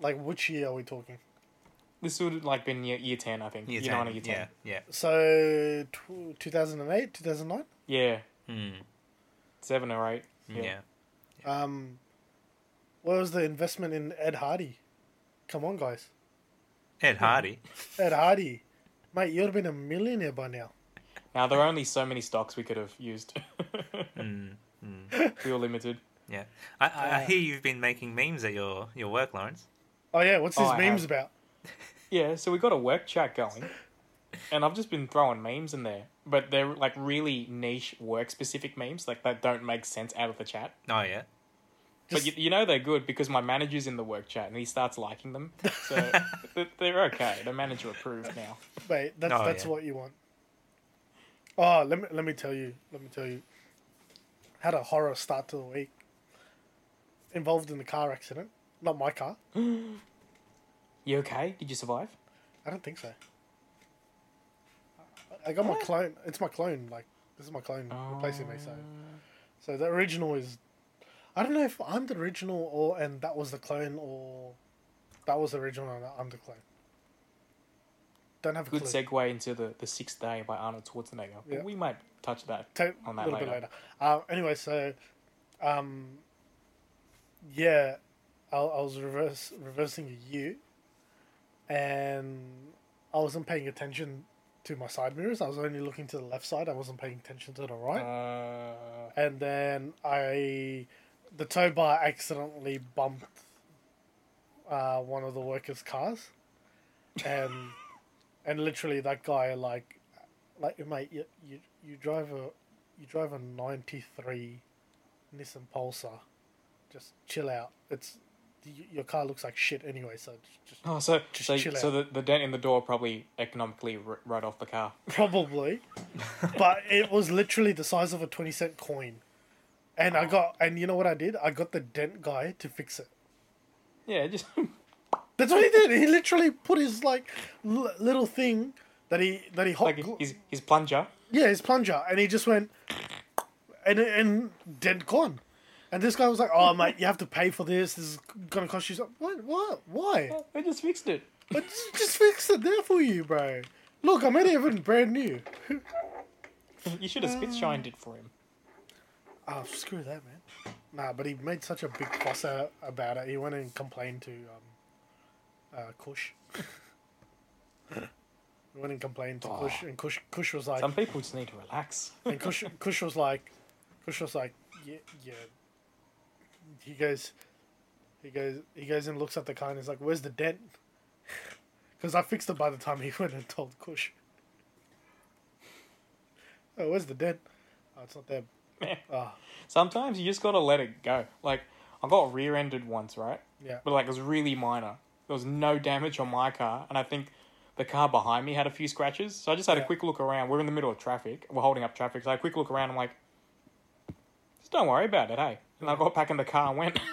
[SPEAKER 1] Like, which year are we talking?
[SPEAKER 3] This would have like been year, year ten, I think.
[SPEAKER 4] Year
[SPEAKER 3] Year, nine or
[SPEAKER 4] 10,
[SPEAKER 3] year ten.
[SPEAKER 4] Yeah,
[SPEAKER 1] So, tw- 2008, 2009?
[SPEAKER 3] Yeah.
[SPEAKER 4] yeah. Hmm.
[SPEAKER 3] Seven or eight.
[SPEAKER 4] Yeah.
[SPEAKER 1] Um, what was the investment in Ed Hardy? Come on, guys.
[SPEAKER 4] Ed Hardy.
[SPEAKER 1] Ed Hardy. Mate, you would have been a millionaire by now.
[SPEAKER 3] Now there are only so many stocks we could have used.
[SPEAKER 1] Hmm,
[SPEAKER 3] We were limited.
[SPEAKER 4] Yeah. I, I, I hear you've been making memes at your, your work, Lawrence.
[SPEAKER 1] Oh, yeah, what's
[SPEAKER 3] Oh,
[SPEAKER 1] this
[SPEAKER 3] I
[SPEAKER 1] memes
[SPEAKER 3] have.
[SPEAKER 1] about?
[SPEAKER 3] Yeah, so we got a work chat going, and I've just been throwing memes in there, but they're like really niche work specific memes, like that don't make sense out of the chat.
[SPEAKER 4] Oh, yeah.
[SPEAKER 3] But you, you know they're good because my manager's in the work chat and he starts liking them, so th- they're okay. The manager approved now.
[SPEAKER 1] Mate, that's
[SPEAKER 4] Oh,
[SPEAKER 1] that's
[SPEAKER 4] yeah.
[SPEAKER 1] what you want. Oh, let me let me tell you. Let me tell you. Had a horror start to the week. Involved in a car accident. Not my car.
[SPEAKER 3] You okay? Did you survive?
[SPEAKER 1] I don't think so. I- I got my clone. It's my clone. Like this is my clone replacing me. So, so the original is. I don't know if I'm the original or and that was the clone or, that was the original and I'm the clone. Don't have a
[SPEAKER 3] Good
[SPEAKER 1] clue.
[SPEAKER 3] segue into the the sixth day by Arnold Schwarzenegger.
[SPEAKER 1] Yeah.
[SPEAKER 3] But we might touch that
[SPEAKER 1] Ta-
[SPEAKER 3] on
[SPEAKER 1] a
[SPEAKER 3] that
[SPEAKER 1] little
[SPEAKER 3] later.
[SPEAKER 1] bit later. Uh, anyway, so, um, yeah, I, I was reverse reversing a U, and I wasn't paying attention to my side mirrors. I was only looking to the left side. I wasn't paying attention to the right.
[SPEAKER 3] Uh,
[SPEAKER 1] and then I, the tow bar accidentally bumped uh, one of the workers' cars, and and literally that guy like, like mate, you you, you drive a you drive a ninety three Nissan Pulsar, just chill out. It's y- your car looks like shit anyway, so just
[SPEAKER 3] oh, so
[SPEAKER 1] Just
[SPEAKER 3] so,
[SPEAKER 1] chill
[SPEAKER 3] so the, the dent in the door probably economically r- wrote off the car.
[SPEAKER 1] probably, but it was literally the size of a twenty cent coin. And I got, and you know what I did? I got the dent guy to fix it.
[SPEAKER 3] Yeah, just
[SPEAKER 1] That's what he did. He literally put his like l- little thing that he that he hot
[SPEAKER 3] like
[SPEAKER 1] glu-
[SPEAKER 3] his his plunger.
[SPEAKER 1] yeah his plunger, and he just went and and dent gone. And this guy was like, "Oh mate, you have to pay for this. This is gonna cost you something. What? What? Why?
[SPEAKER 3] I just fixed it.
[SPEAKER 1] I just, just fixed it there for you, bro. Look, I made it even brand new.
[SPEAKER 3] You should have
[SPEAKER 1] Uh,
[SPEAKER 3] spit shined it for him.
[SPEAKER 1] Oh, screw that, man. Nah, but he made such a big fuss out about it. He went and complained to um, uh, Kush. he went and complained to Kush, and Kush, Kush was like,
[SPEAKER 3] Some people just need to relax.
[SPEAKER 1] And Kush, Kush was like, Kush was like, yeah, yeah. He goes, he goes, he goes and looks at the car and he's like, "Where's the dent?" Because I fixed it by the time he went and told Kush. Oh, where's the dent? Oh, it's not there.
[SPEAKER 3] Sometimes you just gotta let it go. Like I got rear-ended once, right?
[SPEAKER 1] Yeah.
[SPEAKER 3] But like it was really minor. There was no damage on my car, and I think the car behind me had a few scratches. So I just had a quick look around. We're in the middle of traffic. We're holding up traffic. So I had a quick look around. I'm like, just don't worry about it, hey. And I got back in the car and went.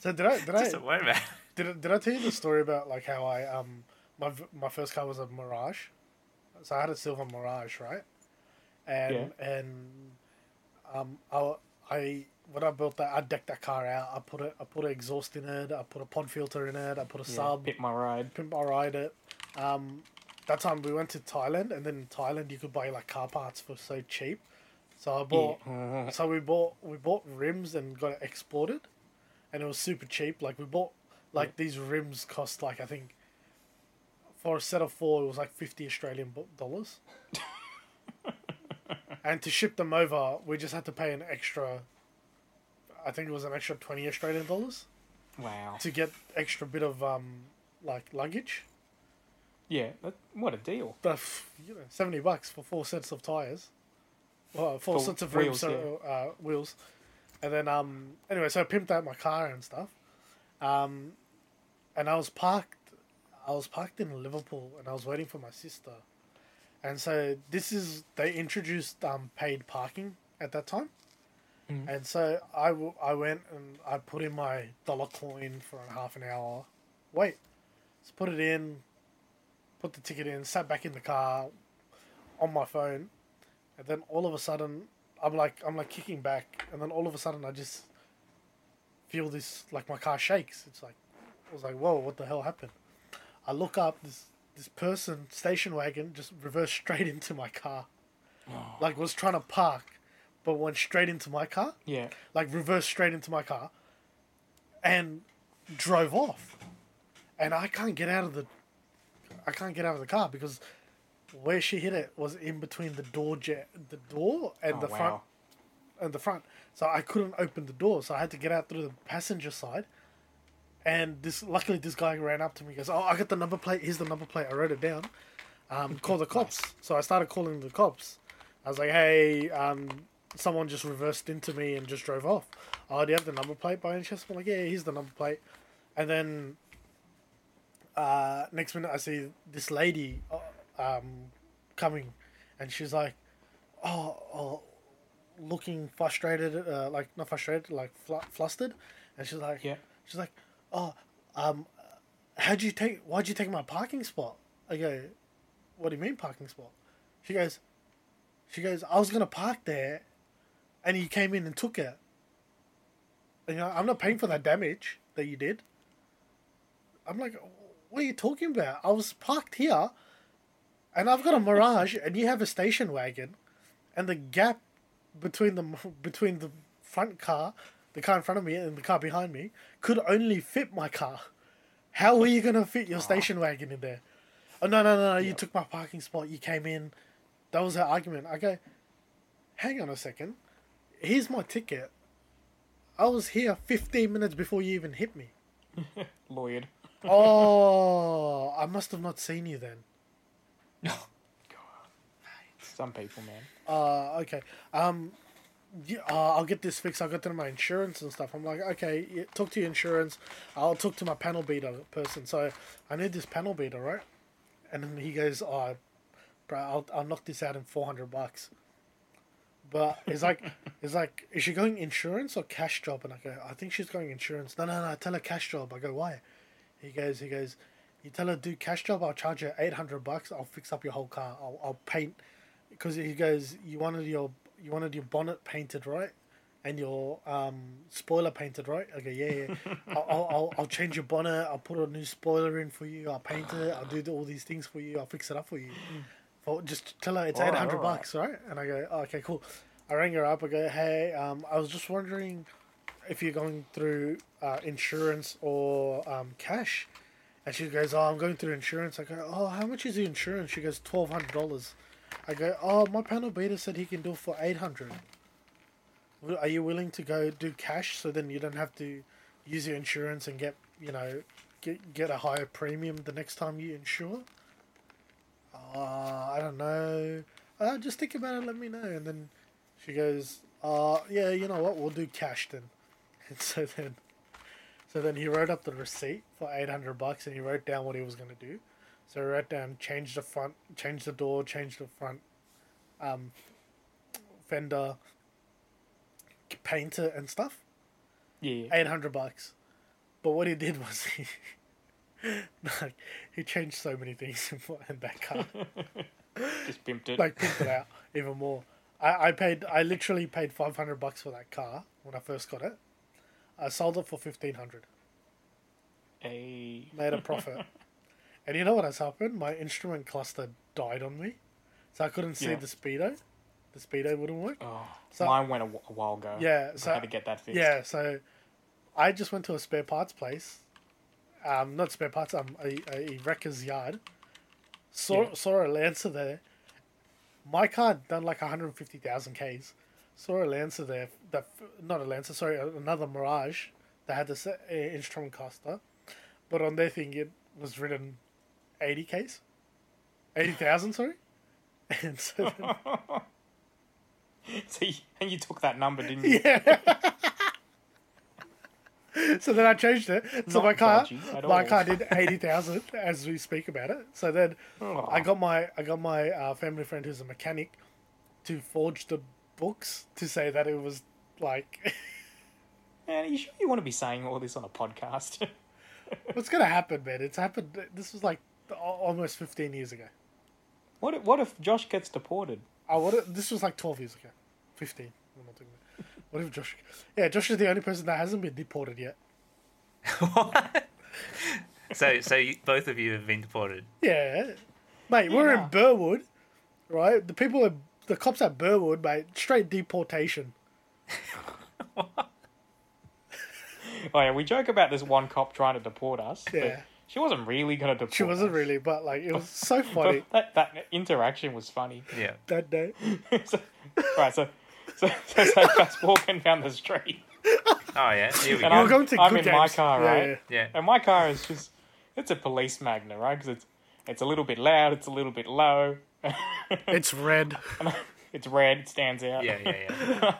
[SPEAKER 1] So did I? Did I?
[SPEAKER 4] Just don't worry about it.
[SPEAKER 1] Did I, did I tell you the story about like how I um my v- my first car was a Mirage, so I had a silver Mirage, right? And and um I w- I- when I built that I decked that car out. I put a I put an exhaust in it. I put a pod filter in it. I put a sub.
[SPEAKER 3] Hit my ride.
[SPEAKER 1] Pimp I ride it. Um, that time we went to Thailand, and then in Thailand you could buy like car parts for so cheap. So I bought. So we bought we bought rims and got it exported, and it was super cheap. Like we bought Like these rims cost like I think for a set of four it was like fifty Australian bu- dollars. and to ship them over, we just had to pay an extra. I think it was an extra twenty Australian dollars
[SPEAKER 3] Wow.
[SPEAKER 1] to get extra bit of um like luggage.
[SPEAKER 3] Yeah, that, what a deal.
[SPEAKER 1] But f- you know, seventy bucks for four sets of tires, well, four
[SPEAKER 3] For
[SPEAKER 1] sets of
[SPEAKER 3] wheels,
[SPEAKER 1] rims, so, uh, wheels, and then um. Anyway, so I pimped out my car and stuff, um, and I was parked. I was parked in Liverpool, and I was waiting for my sister, and so this is they introduced um paid parking at that time.
[SPEAKER 3] Mm-hmm.
[SPEAKER 1] And so I, w- I went and I put in my dollar coin for a half an hour wait. So put it in, put the ticket in, sat back in the car on my phone, and then all of a sudden I'm like I'm like kicking back, and then all of a sudden I just feel this like my car shakes. It's like I was like, whoa, what the hell happened? I look up this this person station wagon just reversed straight into my car, like was trying to park, but went straight into my car
[SPEAKER 3] Yeah.
[SPEAKER 1] like reversed straight into my car and drove off and i can't get out of the i can't get out of the car because where she hit it was in between the door jet the door and
[SPEAKER 3] Oh,
[SPEAKER 1] the
[SPEAKER 3] wow.
[SPEAKER 1] front and the front so i couldn't open the door so i had to get out through the passenger side and this luckily this guy ran up to me and goes oh i got the number plate here's the number plate i wrote it down um, call the cops so i started calling the cops i was like hey um, someone just reversed into me and just drove off. Oh, do you have the number plate by any chance? I'm like, yeah, here's the number plate. And then uh, next minute, I see this lady uh, um, coming, and she's like, oh, oh looking frustrated, uh, like not frustrated, like fl- flustered, and she's like,
[SPEAKER 3] Yeah.
[SPEAKER 1] she's like, oh, um, how'd you take? Why'd you take my parking spot? I go, what do you mean parking spot? She goes, she goes, I was gonna park there, and you came in and took it. You know, I'm not paying for that damage that you did. I'm like, what are you talking about? I was parked here, and I've got a Mirage, and you have a station wagon, and the gap between the between the front car, the car in front of me, and the car behind me could only fit my car. How are you gonna fit your station wagon in there? Oh no no no! no, You took my parking spot. You came in. That was her argument. I go, hang on a second. Here's my ticket. I was here 15 minutes before you even hit me.
[SPEAKER 3] Lawyered.
[SPEAKER 1] Oh, I must have not seen you then.
[SPEAKER 3] Some people, man.
[SPEAKER 1] Uh, okay. Um, yeah, uh, I'll get this fixed. I'll get to my insurance and stuff. I'm like, okay, yeah, talk to your insurance. I'll talk to my panel beater person. So I need this panel beater, right? And then he goes, oh, bro, I'll, I'll knock this out in 400 bucks. But it's like, it's like, is she going insurance or cash job? And I go, I think she's going insurance. No, no, no, tell her cash job. I go, why? He goes, he goes, you tell her do cash job. I'll charge her eight hundred bucks. I'll fix up your whole car. I'll, I'll paint, because he goes, you wanted your you wanted your bonnet painted right, and your um spoiler painted right. Okay, yeah, yeah. I'll, I'll I'll I'll change your bonnet. I'll put a new spoiler in for you. I'll paint it. I'll do all these things for you. I'll fix it up for you. Well, just tell her it's
[SPEAKER 3] All
[SPEAKER 1] eight
[SPEAKER 3] Hmm. right,
[SPEAKER 1] hundred
[SPEAKER 3] all right.
[SPEAKER 1] bucks, right? And I go, oh, okay, cool. I rang her up. I go, hey, um, I was just wondering if you're going through uh, insurance or um, cash. And she goes, Oh, I'm going through insurance. I go, Oh, how much is the insurance? She goes, $1,200. I go, Oh, my panel beta said he can do it for 800 Wi- Are you willing to go do cash so then you don't have to use your insurance and get, you know, get, get a higher premium the next time you insure? Uh, I don't know. Uh, just think about it, let me know. And then she goes, uh, Yeah, you know what? We'll do cash then. And so then so then he wrote up the receipt for eight hundred bucks, and he wrote down what he was gonna do. So he wrote down change the front, change the door, change the front, um, fender, paint it and stuff.
[SPEAKER 3] Yeah.
[SPEAKER 1] Eight hundred bucks. But what he did was he, like, he changed so many things in my- in that car.
[SPEAKER 3] Just pimped it.
[SPEAKER 1] like pimped it out even more. I, I paid I literally paid five hundred bucks for that car when I first got it. I sold it for fifteen hundred.
[SPEAKER 3] Hey.
[SPEAKER 1] made a profit. and you know what has happened? My instrument cluster died on me, so I couldn't see
[SPEAKER 3] Yeah.
[SPEAKER 1] the speedo. The speedo wouldn't work.
[SPEAKER 3] Oh,
[SPEAKER 1] So-
[SPEAKER 3] mine went a, wh- a while ago.
[SPEAKER 1] yeah,
[SPEAKER 3] I
[SPEAKER 1] so
[SPEAKER 3] had to get that fixed.
[SPEAKER 1] Yeah, so I just went to a spare parts place, um, not spare parts, um, a, a wrecker's yard. Saw saw a Lancer there. My car done like 150,000 Ks. Saw a Lancer there, that not a Lancer, sorry, another Mirage that had this uh, instrument caster, but on their thing it was written 80 Ks, 80,000, sorry. And so then,
[SPEAKER 3] So you, and you took that number, didn't you?
[SPEAKER 1] so then I changed it. So
[SPEAKER 3] Not
[SPEAKER 1] my car,
[SPEAKER 3] dodgy at
[SPEAKER 1] my
[SPEAKER 3] all.
[SPEAKER 1] car did eighty thousand as we speak about it. So then
[SPEAKER 3] Oh.
[SPEAKER 1] I got my I got my uh, family friend who's a mechanic to forge the books to say that it was like
[SPEAKER 3] Man, are you sure you want to be saying all this on a podcast?
[SPEAKER 1] what's gonna happen, man. It's happened. This was like al- almost fifteen years ago.
[SPEAKER 3] what if, what if Josh gets deported?
[SPEAKER 1] I what if- this was like twelve years ago, fifteen. I'm not talking about. What if Josh? Yeah, Josh is the only person that hasn't been deported yet.
[SPEAKER 4] So, so you, both of you have been deported.
[SPEAKER 1] Yeah, mate, we're in Burwood, right? The people, at, the cops at Burwood, mate, straight deportation.
[SPEAKER 3] Oh yeah, we joke about this one cop trying to deport us.
[SPEAKER 1] Yeah.
[SPEAKER 3] But she wasn't really gonna deport.
[SPEAKER 1] She wasn't
[SPEAKER 3] us.
[SPEAKER 1] really, but like it was so funny
[SPEAKER 3] But that, that interaction was funny.
[SPEAKER 4] Yeah.
[SPEAKER 1] that day.
[SPEAKER 3] so, right, so so so, so just walking down the street,
[SPEAKER 4] Oh yeah. Here we
[SPEAKER 3] and
[SPEAKER 4] go.
[SPEAKER 3] I'm,
[SPEAKER 1] Welcome to
[SPEAKER 3] I'm in
[SPEAKER 1] Good
[SPEAKER 3] my
[SPEAKER 1] Games.
[SPEAKER 3] car,
[SPEAKER 1] Yeah,
[SPEAKER 3] right?
[SPEAKER 4] yeah, yeah.
[SPEAKER 3] And my car is just it's a police magnet, right? Because it's it's a little bit loud, it's a little bit low,
[SPEAKER 1] It's red.
[SPEAKER 3] it's red, it stands out.
[SPEAKER 4] yeah, yeah,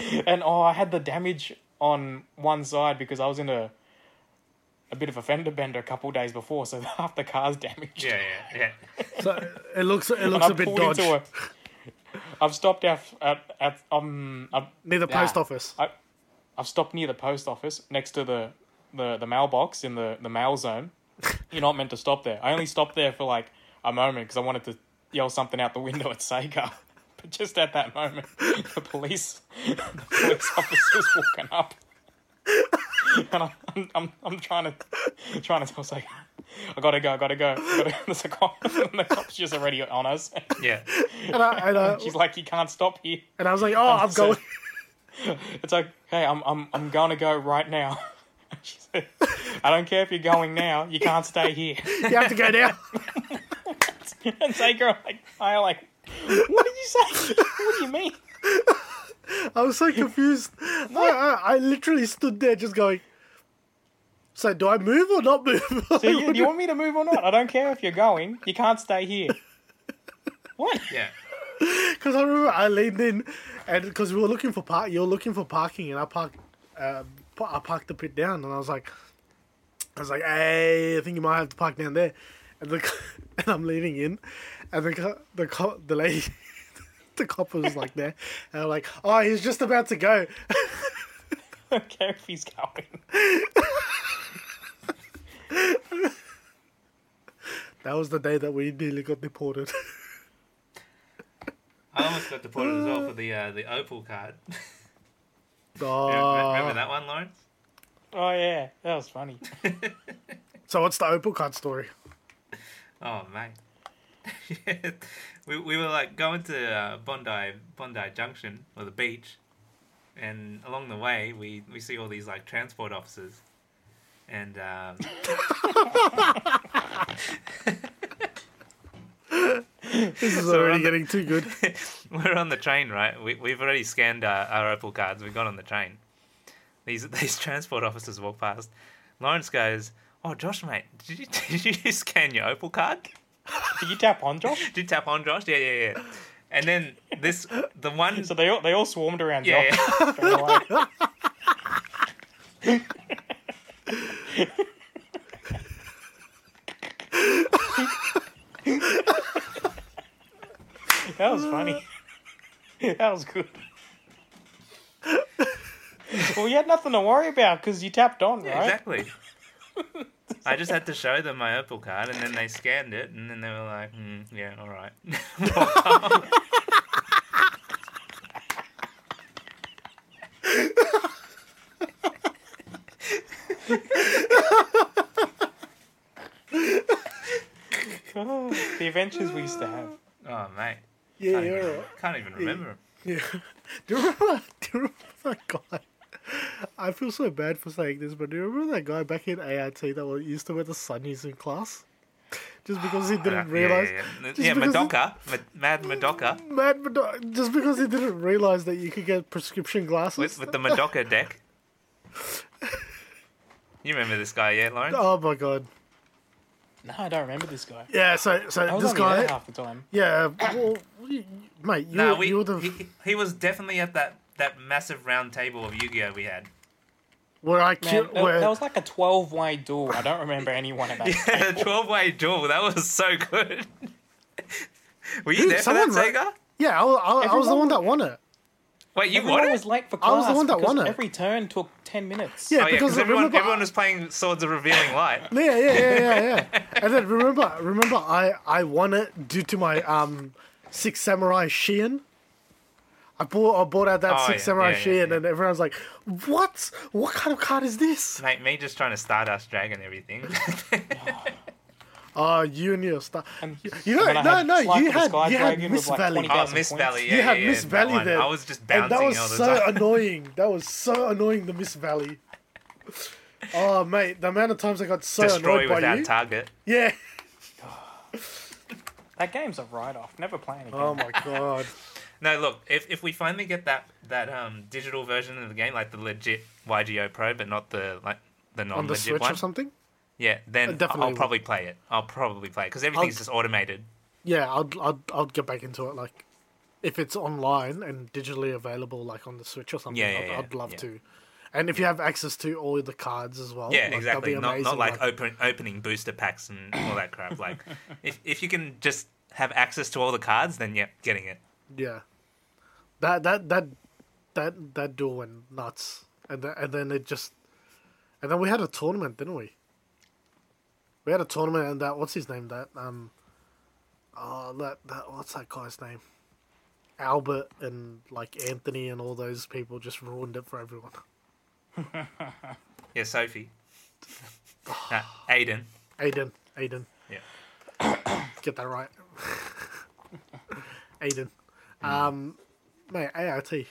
[SPEAKER 4] yeah.
[SPEAKER 3] And oh, I had the damage on one side because I was in a a bit of a fender bender a couple days before, so half the car's damaged.
[SPEAKER 4] Yeah, yeah, yeah.
[SPEAKER 1] So it looks it looks
[SPEAKER 3] And
[SPEAKER 1] a bit
[SPEAKER 3] pulled into
[SPEAKER 1] dodgy.
[SPEAKER 3] a- I've stopped at at, at um I've,
[SPEAKER 1] Near the
[SPEAKER 3] Nah.
[SPEAKER 1] post office.
[SPEAKER 3] I, I've stopped near the post office next to the the, the mailbox in the the mail zone. You're not meant to stop there. I only stopped there for like a moment because I wanted to yell something out the window at Sega. But just at that moment, the police the police officers walking up. And I'm, I'm, I'm, I'm trying to trying to tell Sega, I gotta go, I gotta go. I gotta, there's a cop, and the cop's just already on us.
[SPEAKER 4] Yeah.
[SPEAKER 1] And I, and, I,
[SPEAKER 3] She's like, you can't stop here.
[SPEAKER 1] and I was like, oh, I'm
[SPEAKER 3] So-
[SPEAKER 1] going.
[SPEAKER 3] It's like, hey, I'm I'm I'm gonna go right now. She said, I don't care if you're going now. You can't stay here.
[SPEAKER 1] You have to go now.
[SPEAKER 3] And say, girl, like, I like, what did you say? What do you mean?
[SPEAKER 1] I was so confused. I, I, I literally stood there just going. So do I move or not move?
[SPEAKER 3] Do you, do you want me to move or not? I don't care if you're going. You can't stay here. What?
[SPEAKER 4] Yeah.
[SPEAKER 1] Because I remember I leaned in, and because we were looking for park, you were looking for parking, and I parked, uh, pa- I parked the pit down, and I was like, I was like, hey, I think you might have to park down there, and the, c- and I'm leaning in, and the co- the co- the lady, the cop was like there, and I'm like, oh, he's just about to go,
[SPEAKER 3] I don't care if he's going.
[SPEAKER 1] That was the day that we nearly got deported.
[SPEAKER 4] I almost got deported as well for the uh, the Opal card.
[SPEAKER 1] oh.
[SPEAKER 4] Remember that one, Lawrence?
[SPEAKER 3] Oh yeah, that was funny.
[SPEAKER 1] So what's the Opal card story?
[SPEAKER 4] Oh mate. we we were like going to uh, Bondi Bondi Junction or the beach, and along the way we we see all these like transport officers, and um,
[SPEAKER 1] This is
[SPEAKER 4] we're
[SPEAKER 1] already
[SPEAKER 4] on the-
[SPEAKER 1] getting too good.
[SPEAKER 4] we're on the train, right? We we've already scanned our, our Opal cards. We got on the train. These these transport officers walk past. Lawrence goes, "Oh Josh, mate, did you did you scan your Opal card?"
[SPEAKER 3] Did you tap on Josh?
[SPEAKER 4] Did you tap on Josh? Yeah, yeah, yeah. And then this the one
[SPEAKER 3] So they all they all swarmed around
[SPEAKER 4] yeah,
[SPEAKER 3] Josh.
[SPEAKER 4] yeah.
[SPEAKER 3] They were like, That was funny. that was good. well, you had nothing to worry about because you tapped on, right?
[SPEAKER 4] Exactly. I just had to show them my Opal card, and then they scanned it, and then they were like, mm, "Yeah, all right."
[SPEAKER 3] Oh, the adventures we used to have.
[SPEAKER 4] oh, mate,
[SPEAKER 1] Yeah,
[SPEAKER 4] can't,
[SPEAKER 1] yeah.
[SPEAKER 4] even,
[SPEAKER 1] all right.
[SPEAKER 4] can't even remember. 'em.
[SPEAKER 1] Yeah. Do you remember? Do you remember that guy? I feel so bad for saying this, but do you remember that guy back in AIT that was used to wear the sunnies in class? Just because he didn't
[SPEAKER 4] Yeah,
[SPEAKER 1] realize.
[SPEAKER 4] Yeah, yeah,
[SPEAKER 1] just
[SPEAKER 4] yeah. yeah
[SPEAKER 1] because he-
[SPEAKER 4] Madoka. Ma- Mad Madoka.
[SPEAKER 1] Mad Mado- just because he didn't realize that you could get prescription glasses.
[SPEAKER 4] With, with the Madoka deck. You remember this guy, yeah, Lauren?
[SPEAKER 1] Oh my god.
[SPEAKER 3] No, I don't remember this guy.
[SPEAKER 1] Yeah, so
[SPEAKER 3] I
[SPEAKER 1] so
[SPEAKER 3] was
[SPEAKER 1] this
[SPEAKER 3] only there
[SPEAKER 1] guy.
[SPEAKER 3] half the time.
[SPEAKER 1] Yeah, well, you- mate, you,
[SPEAKER 4] No, we,
[SPEAKER 1] you were the.
[SPEAKER 4] he, he was definitely at that, that massive round table of Yu-Gi-Oh we had.
[SPEAKER 1] where I
[SPEAKER 3] Man,
[SPEAKER 1] killed.
[SPEAKER 3] that,
[SPEAKER 1] Where,
[SPEAKER 3] that was like a twelve-way duel. I don't remember anyone about. it.
[SPEAKER 4] Yeah, the 12-way duel. That was so good. Were you
[SPEAKER 1] Dude,
[SPEAKER 4] there for that,
[SPEAKER 1] someone
[SPEAKER 4] Sega?
[SPEAKER 1] ra- yeah, I, was- I, was- I was the
[SPEAKER 3] Everyone
[SPEAKER 1] one that won it.
[SPEAKER 4] Wait, you
[SPEAKER 3] Everyone
[SPEAKER 4] won it?
[SPEAKER 3] was late for class.
[SPEAKER 1] I was the one that
[SPEAKER 3] because
[SPEAKER 1] won it.
[SPEAKER 3] Every turn took ten minutes.
[SPEAKER 1] Yeah,
[SPEAKER 4] Oh, yeah,
[SPEAKER 1] because
[SPEAKER 4] because everyone,
[SPEAKER 1] remember,
[SPEAKER 4] everyone was playing Swords of Revealing Light.
[SPEAKER 1] Yeah, yeah, yeah, yeah, yeah. and then remember, remember, I I won it due to my um six samurai Shein. I bought I bought out that
[SPEAKER 4] Oh,
[SPEAKER 1] Six
[SPEAKER 4] yeah,
[SPEAKER 1] samurai
[SPEAKER 4] yeah, yeah,
[SPEAKER 1] Shein,
[SPEAKER 4] yeah.
[SPEAKER 1] and everyone's like, "What? What kind of card is this?"
[SPEAKER 4] Mate, me just trying to Stardust Dragon everything.
[SPEAKER 1] Oh, you and your star. You, you
[SPEAKER 3] And
[SPEAKER 1] know,
[SPEAKER 3] then I
[SPEAKER 1] no, no,
[SPEAKER 3] had Flight
[SPEAKER 1] you
[SPEAKER 3] of the
[SPEAKER 1] had
[SPEAKER 3] Sky
[SPEAKER 1] you had
[SPEAKER 3] Dragon
[SPEAKER 1] Miss
[SPEAKER 3] with, like,
[SPEAKER 1] Valley.
[SPEAKER 3] 20
[SPEAKER 4] oh,
[SPEAKER 3] Thousand
[SPEAKER 4] Miss
[SPEAKER 3] points.
[SPEAKER 4] Valley. Yeah,
[SPEAKER 1] you
[SPEAKER 4] yeah,
[SPEAKER 1] had
[SPEAKER 4] yeah,
[SPEAKER 1] Miss
[SPEAKER 4] that
[SPEAKER 1] Valley
[SPEAKER 4] one.
[SPEAKER 1] there.
[SPEAKER 4] I was just
[SPEAKER 1] And
[SPEAKER 4] bouncing
[SPEAKER 1] that was
[SPEAKER 4] all the
[SPEAKER 1] so
[SPEAKER 4] time.
[SPEAKER 1] annoying. That was so annoying, the Miss Valley. Oh mate, the amount of times I got so
[SPEAKER 4] Destroy
[SPEAKER 1] annoyed by
[SPEAKER 4] without
[SPEAKER 1] you.
[SPEAKER 4] target.
[SPEAKER 1] yeah.
[SPEAKER 3] That game's a write-off. Never play it again.
[SPEAKER 1] Oh my god.
[SPEAKER 4] No, look, if, if we finally get that that um, digital version of the game, like the legit YGO Pro, but not the like the non
[SPEAKER 1] On the
[SPEAKER 4] legit
[SPEAKER 1] Switch
[SPEAKER 4] one,
[SPEAKER 1] or something?
[SPEAKER 4] yeah,
[SPEAKER 1] I
[SPEAKER 4] then
[SPEAKER 1] definitely
[SPEAKER 4] I'll
[SPEAKER 1] will.
[SPEAKER 4] probably play it. I'll probably play it because everything's
[SPEAKER 1] I'll-
[SPEAKER 4] just automated.
[SPEAKER 1] Yeah, I'd I'd I'd get back into it like if it's online and digitally available like on the Switch or something.
[SPEAKER 4] Yeah, yeah,
[SPEAKER 1] I'd,
[SPEAKER 4] yeah,
[SPEAKER 1] I'd love
[SPEAKER 4] yeah.
[SPEAKER 1] to. And if you have access to all the cards as well,
[SPEAKER 4] Yeah,
[SPEAKER 1] like, that'd
[SPEAKER 4] exactly.
[SPEAKER 1] be
[SPEAKER 4] Not not
[SPEAKER 1] amazing,
[SPEAKER 4] like open opening booster packs and all that crap. Like if if you can just have access to all the cards, then yeah, getting it.
[SPEAKER 1] Yeah. That that that that that duel went nuts, and th- and then it just, and then we had a tournament, didn't we? We had a tournament, and that what's his name? That um, oh that that what's that guy's name? Albert and like Anthony and all those people just ruined it for everyone.
[SPEAKER 4] Yeah, Sophie, nah, Aiden.
[SPEAKER 1] Aiden, Aiden,
[SPEAKER 4] Yeah,
[SPEAKER 1] get that right. Aiden, um, mate, AIT.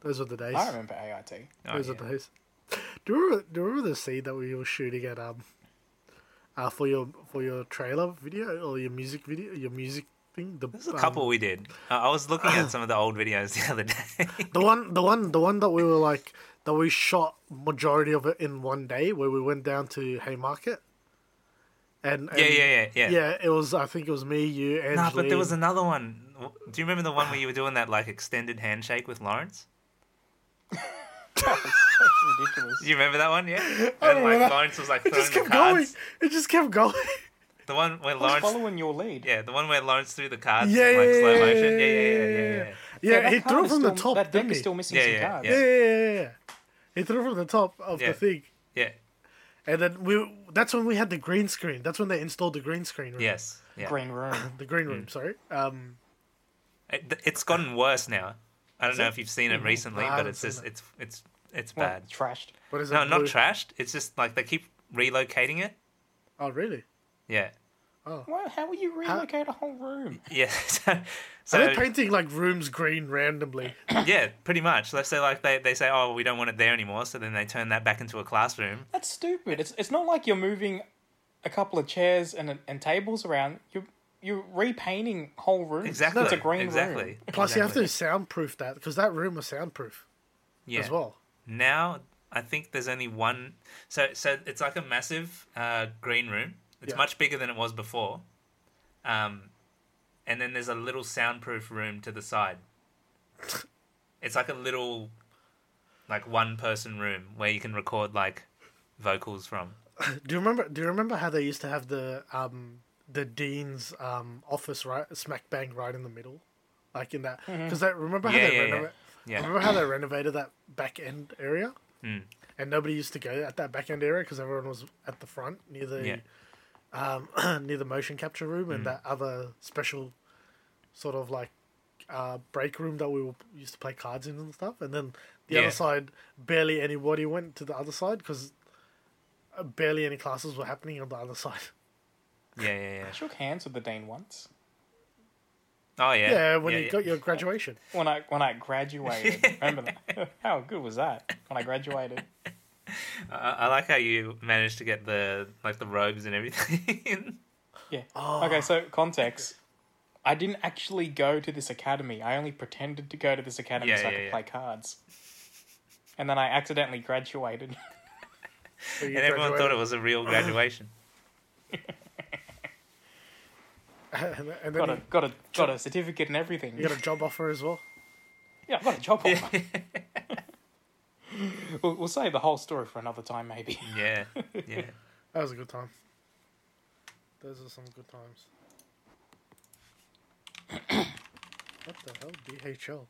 [SPEAKER 1] Those were the days.
[SPEAKER 3] I remember AIT.
[SPEAKER 4] Oh,
[SPEAKER 1] Those
[SPEAKER 4] yeah.
[SPEAKER 1] are those. Do you, remember, do you remember the scene that we were shooting at um, uh, for your for your trailer video or your music video, your music thing? The
[SPEAKER 4] There's a
[SPEAKER 1] um,
[SPEAKER 4] couple we did. Uh, I was looking at some of the old videos the other day.
[SPEAKER 1] um, the one, the one, the one that we were like that we shot majority of it in one day, where we went down to Haymarket. And,
[SPEAKER 4] Yeah,
[SPEAKER 1] and-
[SPEAKER 4] yeah, yeah, yeah.
[SPEAKER 1] Yeah, it was. I think it was me, you, and
[SPEAKER 4] Nah, but there was another one. Do you remember the one where you were doing that like extended handshake with Lawrence?
[SPEAKER 3] It's ridiculous.
[SPEAKER 4] Do you remember that one? Yeah. And like
[SPEAKER 1] remember.
[SPEAKER 4] Lawrence was like
[SPEAKER 1] It
[SPEAKER 4] throwing
[SPEAKER 1] just
[SPEAKER 4] the
[SPEAKER 1] kept
[SPEAKER 4] cards.
[SPEAKER 1] going. It just kept going.
[SPEAKER 4] The one where
[SPEAKER 3] I was
[SPEAKER 4] Lawrence.
[SPEAKER 3] following your lead.
[SPEAKER 4] Yeah, the one where Lawrence threw the cards
[SPEAKER 1] Yeah,
[SPEAKER 4] in like
[SPEAKER 1] yeah,
[SPEAKER 4] slow
[SPEAKER 1] yeah,
[SPEAKER 4] motion. Yeah,
[SPEAKER 1] yeah,
[SPEAKER 4] yeah, yeah,
[SPEAKER 1] yeah,
[SPEAKER 4] yeah. yeah.
[SPEAKER 1] Yeah,
[SPEAKER 3] that
[SPEAKER 1] he
[SPEAKER 3] card
[SPEAKER 1] threw
[SPEAKER 3] is
[SPEAKER 1] from the
[SPEAKER 3] still-
[SPEAKER 1] top.
[SPEAKER 3] That deck
[SPEAKER 1] didn't
[SPEAKER 3] is
[SPEAKER 1] he?
[SPEAKER 3] still missing
[SPEAKER 4] Yeah,
[SPEAKER 3] some
[SPEAKER 4] yeah,
[SPEAKER 3] cards.
[SPEAKER 4] yeah.
[SPEAKER 1] Yeah, yeah, yeah, yeah, yeah. He threw from the top of
[SPEAKER 4] Yeah.
[SPEAKER 1] the thing.
[SPEAKER 4] Yeah.
[SPEAKER 1] And then we that's when we had the green screen. That's when they installed the green screen room.
[SPEAKER 4] Yes. Mm. Yeah.
[SPEAKER 3] Green room.
[SPEAKER 1] The green room, sorry. Um
[SPEAKER 4] It, th- it's gotten worse now. I don't know if you've seen it recently,
[SPEAKER 1] I
[SPEAKER 4] but
[SPEAKER 1] haven't
[SPEAKER 4] it's
[SPEAKER 1] seen
[SPEAKER 4] just
[SPEAKER 1] it.
[SPEAKER 4] it's it's it's
[SPEAKER 3] Well,
[SPEAKER 4] bad.
[SPEAKER 3] Trashed.
[SPEAKER 1] what is it?
[SPEAKER 4] No, not
[SPEAKER 1] blue-
[SPEAKER 4] trashed. It's just like they keep relocating it.
[SPEAKER 1] Oh really?
[SPEAKER 4] Yeah.
[SPEAKER 3] Well, how will you relocate a whole room?
[SPEAKER 4] Yeah. So,
[SPEAKER 1] So
[SPEAKER 4] so
[SPEAKER 1] they're painting like rooms green randomly.
[SPEAKER 4] Yeah, pretty much. Let's say like they, they say, oh, we don't want it there anymore, so then they turn that back into a classroom.
[SPEAKER 3] That's stupid. It's it's not like you're moving a couple of chairs and and tables around. You're you're repainting whole rooms.
[SPEAKER 4] Exactly.
[SPEAKER 3] It's a green
[SPEAKER 4] exactly.
[SPEAKER 3] room.
[SPEAKER 1] Plus you have to
[SPEAKER 4] exactly.
[SPEAKER 1] soundproof that because that room was soundproof
[SPEAKER 4] yeah.
[SPEAKER 1] as well.
[SPEAKER 4] Now I think there's only one. So so it's like a massive uh, green room. It's
[SPEAKER 1] Yeah.
[SPEAKER 4] much bigger than it was before. Um, and then there's a little soundproof room to the side. It's like a little, like one person room where you can record like vocals from.
[SPEAKER 1] Do you remember do you remember how they used to have the um the dean's um office right smack bang right in the middle? Like in that because they remember how
[SPEAKER 4] Mm-hmm.
[SPEAKER 1] they
[SPEAKER 4] Yeah, yeah, yeah.
[SPEAKER 1] renova-
[SPEAKER 4] Yeah. Mm.
[SPEAKER 1] remember how they renovated that back end area? And nobody used to go at that back end area because everyone was at the front near the um,
[SPEAKER 4] Yeah. Mm.
[SPEAKER 1] near the motion capture room and that other special sort of like uh, break room that we were, used to play cards in and stuff. And then the
[SPEAKER 4] Yeah.
[SPEAKER 1] other side, barely anybody went to the other side because barely any classes were happening on the other side.
[SPEAKER 4] Yeah, yeah, yeah.
[SPEAKER 3] I shook hands with the dean once.
[SPEAKER 4] Oh yeah.
[SPEAKER 1] Yeah, when you got your graduation.
[SPEAKER 3] When I when I graduated, remember that? How good was that? When I graduated,
[SPEAKER 4] I, I like how you managed to get the like the robes and everything.
[SPEAKER 3] yeah. Okay, so context. I didn't actually go to this academy. I only pretended to go to this academy
[SPEAKER 4] Yeah,
[SPEAKER 3] so I
[SPEAKER 4] yeah,
[SPEAKER 3] could
[SPEAKER 4] yeah.
[SPEAKER 3] play cards. And then I accidentally graduated.
[SPEAKER 4] and everyone thought it was a real graduation.
[SPEAKER 1] and, and then
[SPEAKER 3] got a
[SPEAKER 1] you,
[SPEAKER 3] got a got a certificate and everything.
[SPEAKER 1] you got a job offer as well.
[SPEAKER 3] Yeah, I've got a job offer. we'll, we'll save the whole story for another time, maybe.
[SPEAKER 4] yeah, yeah.
[SPEAKER 1] That was a good time. Those are some good times. what the hell, DHL?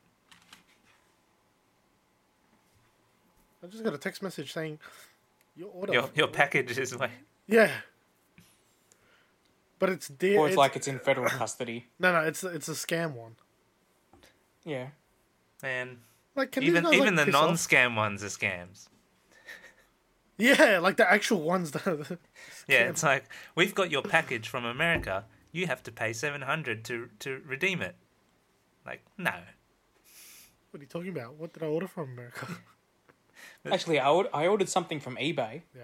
[SPEAKER 1] I just got a text message saying your order.
[SPEAKER 4] Your your package is like
[SPEAKER 1] Yeah. But it's dear.
[SPEAKER 3] Or it's like it's in federal custody.
[SPEAKER 1] no, no. It's it's a scam one.
[SPEAKER 3] Yeah.
[SPEAKER 4] man.
[SPEAKER 1] Like can
[SPEAKER 4] Even
[SPEAKER 1] these guys,
[SPEAKER 4] even
[SPEAKER 1] like,
[SPEAKER 4] the
[SPEAKER 1] piss off?
[SPEAKER 4] non-scam ones are scams.
[SPEAKER 1] Yeah, like the actual ones that.
[SPEAKER 4] Yeah, it's like we've got your package from America. You have to pay seven hundred to to redeem it. Like no,
[SPEAKER 1] What are you talking about? What did I order from America?
[SPEAKER 3] Actually, I, ord- I ordered something from eBay.
[SPEAKER 1] Yeah.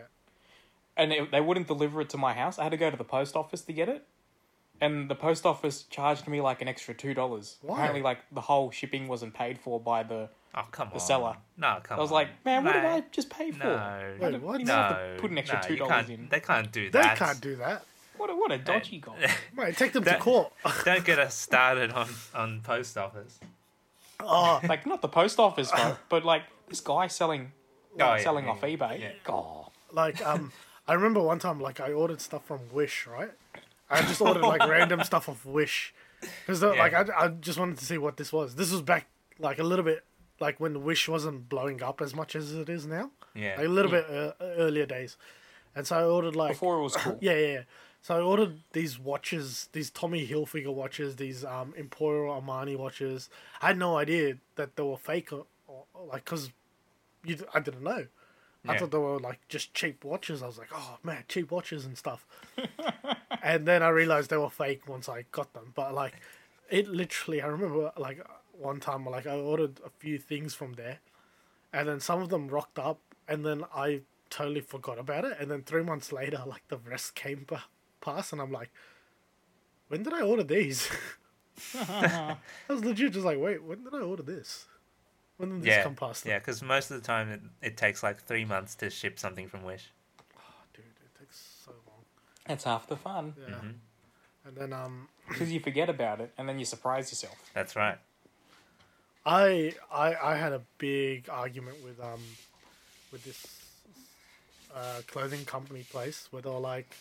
[SPEAKER 3] And it, they wouldn't deliver it to my house. I had to go to the post office to get it. And the post office charged me like an extra two dollars.
[SPEAKER 1] Why?
[SPEAKER 3] Apparently, like the whole shipping wasn't paid for by the.
[SPEAKER 4] oh come on,
[SPEAKER 3] seller.
[SPEAKER 4] No, come on.
[SPEAKER 3] I was like, man, what did
[SPEAKER 4] No.
[SPEAKER 3] I just pay for?
[SPEAKER 4] No.
[SPEAKER 3] I
[SPEAKER 4] Wait,
[SPEAKER 3] didn't
[SPEAKER 1] what?
[SPEAKER 3] even have
[SPEAKER 4] No,
[SPEAKER 3] to put an extra
[SPEAKER 4] no,
[SPEAKER 3] two
[SPEAKER 4] you
[SPEAKER 3] dollars
[SPEAKER 4] can't-
[SPEAKER 3] in.
[SPEAKER 4] They can't do
[SPEAKER 1] They
[SPEAKER 4] that.
[SPEAKER 1] can't do that.
[SPEAKER 3] What a, what a dodgy guy.
[SPEAKER 1] Mate, take them to court.
[SPEAKER 4] Don't get us started on on post office.
[SPEAKER 3] like not the post office, bro, but like this guy selling
[SPEAKER 4] Oh, yeah,
[SPEAKER 3] selling
[SPEAKER 4] yeah,
[SPEAKER 3] off eBay. God.
[SPEAKER 1] Like, um, I remember one time, like, I ordered stuff from Wish, right? I just ordered like random stuff off Wish because,
[SPEAKER 4] Yeah.
[SPEAKER 1] like, I, I just wanted to see what this was. This was back like a little bit like when Wish wasn't blowing up as much as it is now.
[SPEAKER 4] Yeah.
[SPEAKER 1] like, a little bit uh, earlier days, and so I ordered like
[SPEAKER 3] Before it was cool.
[SPEAKER 1] yeah, yeah, yeah. So I ordered these watches, these Tommy Hilfiger watches, these um Emporio Armani watches. I had no idea that they were fake, or, or or, like, cause you, d- I didn't know. I
[SPEAKER 4] Yeah.
[SPEAKER 1] thought they were like just cheap watches. I was like, oh man, cheap watches and stuff. and then I realized they were fake once I got them. But like, it literally, I remember like one time, like I ordered a few things from there, and then some of them rocked up, and then I totally forgot about it. And then three months later, like the rest came pa- past, and I'm like, when did I order these? I was legit just like, wait, when did I order this? When did this
[SPEAKER 4] Yeah,
[SPEAKER 1] come past?
[SPEAKER 4] yeah. Because most of the time, it, it takes like three months to ship something from Wish.
[SPEAKER 1] dude, it takes so long.
[SPEAKER 3] That's half the fun
[SPEAKER 1] Yeah. And then um,
[SPEAKER 3] because you forget about it and then you surprise yourself.
[SPEAKER 4] That's right.
[SPEAKER 1] I I I had a big argument with um, with this uh, clothing company place where they were like,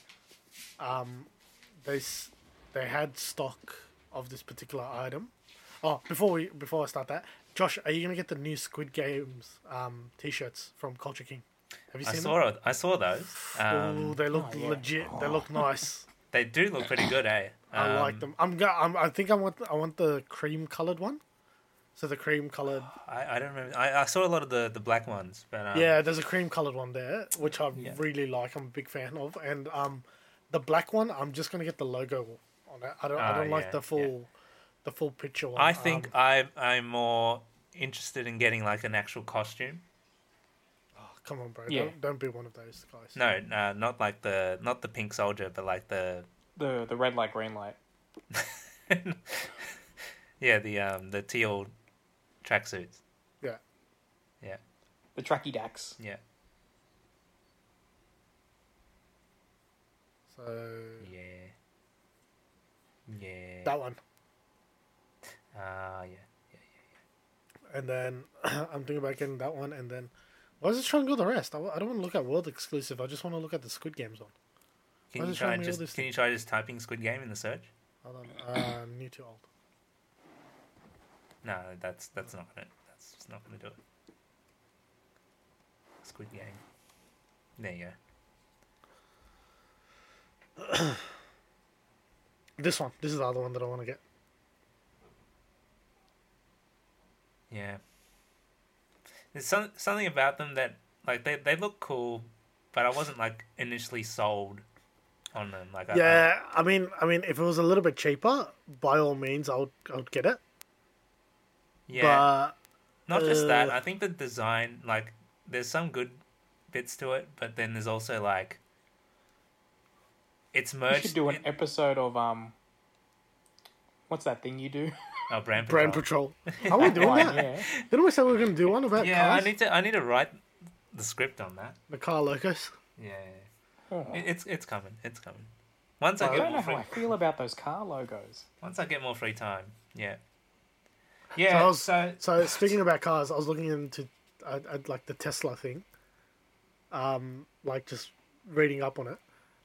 [SPEAKER 1] um, they s- they had stock of this particular item. Oh, before we before I start that, Josh, are you gonna get the new Squid Games um t-shirts from Culture King? Have you
[SPEAKER 4] I
[SPEAKER 1] seen
[SPEAKER 4] saw it- I saw those.
[SPEAKER 1] them?
[SPEAKER 4] Um,
[SPEAKER 1] Ooh, they look
[SPEAKER 3] yeah.
[SPEAKER 1] legit. They look nice.
[SPEAKER 4] they do look pretty good, eh?
[SPEAKER 1] I
[SPEAKER 4] Um,
[SPEAKER 1] like them. I'm, go- I'm I think I want I want the cream colored one. So the cream colored
[SPEAKER 4] I, I don't remember. I, I saw a lot of the, the black ones, but um,
[SPEAKER 1] yeah, there's a cream colored one there which I really like. I'm a big fan of, and um, the black one I'm just gonna get the logo on it. I don't I
[SPEAKER 4] Ah,
[SPEAKER 1] don't like
[SPEAKER 4] yeah,
[SPEAKER 1] the
[SPEAKER 4] yeah.
[SPEAKER 1] full the full picture one.
[SPEAKER 4] I think
[SPEAKER 1] Um,
[SPEAKER 4] I I'm more interested in getting like an actual costume.
[SPEAKER 1] Um, come on, bro.
[SPEAKER 3] Yeah.
[SPEAKER 1] Don't, don't be one of those guys.
[SPEAKER 4] No, uh, not like the not the pink soldier, but like the
[SPEAKER 3] The the red light, green light.
[SPEAKER 4] yeah the um the teal tracksuits.
[SPEAKER 1] Yeah.
[SPEAKER 4] Yeah,
[SPEAKER 3] The tracky dacks.
[SPEAKER 4] yeah,
[SPEAKER 1] So
[SPEAKER 4] yeah, yeah.
[SPEAKER 1] that one,
[SPEAKER 4] Ah, yeah.
[SPEAKER 1] and then I'm thinking about getting that one, and then I was just trying to go the rest. I, wa- I don't want to look at world exclusive. I just want to look at the Squid Games one. Why
[SPEAKER 4] Can
[SPEAKER 1] is
[SPEAKER 4] you
[SPEAKER 1] it showing
[SPEAKER 4] try
[SPEAKER 1] me all
[SPEAKER 4] just
[SPEAKER 1] this
[SPEAKER 4] can
[SPEAKER 1] thing?
[SPEAKER 4] you try just typing Squid Game in the search?
[SPEAKER 1] Hold on, uh, new to old.
[SPEAKER 4] No, that's that's not gonna that's just not gonna do it. Squid Game. There you go.
[SPEAKER 1] This one. This is the other one that I want to get.
[SPEAKER 4] Yeah. There's some, something about them that like they, they look cool, but I wasn't like initially sold on them. Like, I-
[SPEAKER 1] yeah, I mean, I mean, if it was a little bit cheaper, by all means, I would, I would get it.
[SPEAKER 4] Yeah. Not just that.
[SPEAKER 1] uh,
[SPEAKER 4] I think the design, like, there's some good bits to it, but then there's also like, it's
[SPEAKER 3] You should
[SPEAKER 4] merged.
[SPEAKER 3] do an episode of um. What's that thing you do?
[SPEAKER 4] Oh, brand patrol.
[SPEAKER 1] Brand Patrol. Are we doing
[SPEAKER 3] Right,
[SPEAKER 1] that?
[SPEAKER 3] yeah.
[SPEAKER 1] Didn't we say we were going to do one about
[SPEAKER 4] Yeah, I
[SPEAKER 1] cars?
[SPEAKER 4] need to. I need to write the script on that.
[SPEAKER 1] the car locus?
[SPEAKER 4] Yeah, It- it's it's coming. It's coming. Once I
[SPEAKER 3] I
[SPEAKER 4] get
[SPEAKER 3] don't
[SPEAKER 4] more
[SPEAKER 3] know how
[SPEAKER 4] free,
[SPEAKER 3] I feel about those car logos.
[SPEAKER 4] once I get more free time. Yeah.
[SPEAKER 1] So, I
[SPEAKER 4] Yeah.
[SPEAKER 1] was,
[SPEAKER 4] So,
[SPEAKER 1] so, speaking about cars, I was looking into I, I, like the Tesla thing, um, like just reading up on it.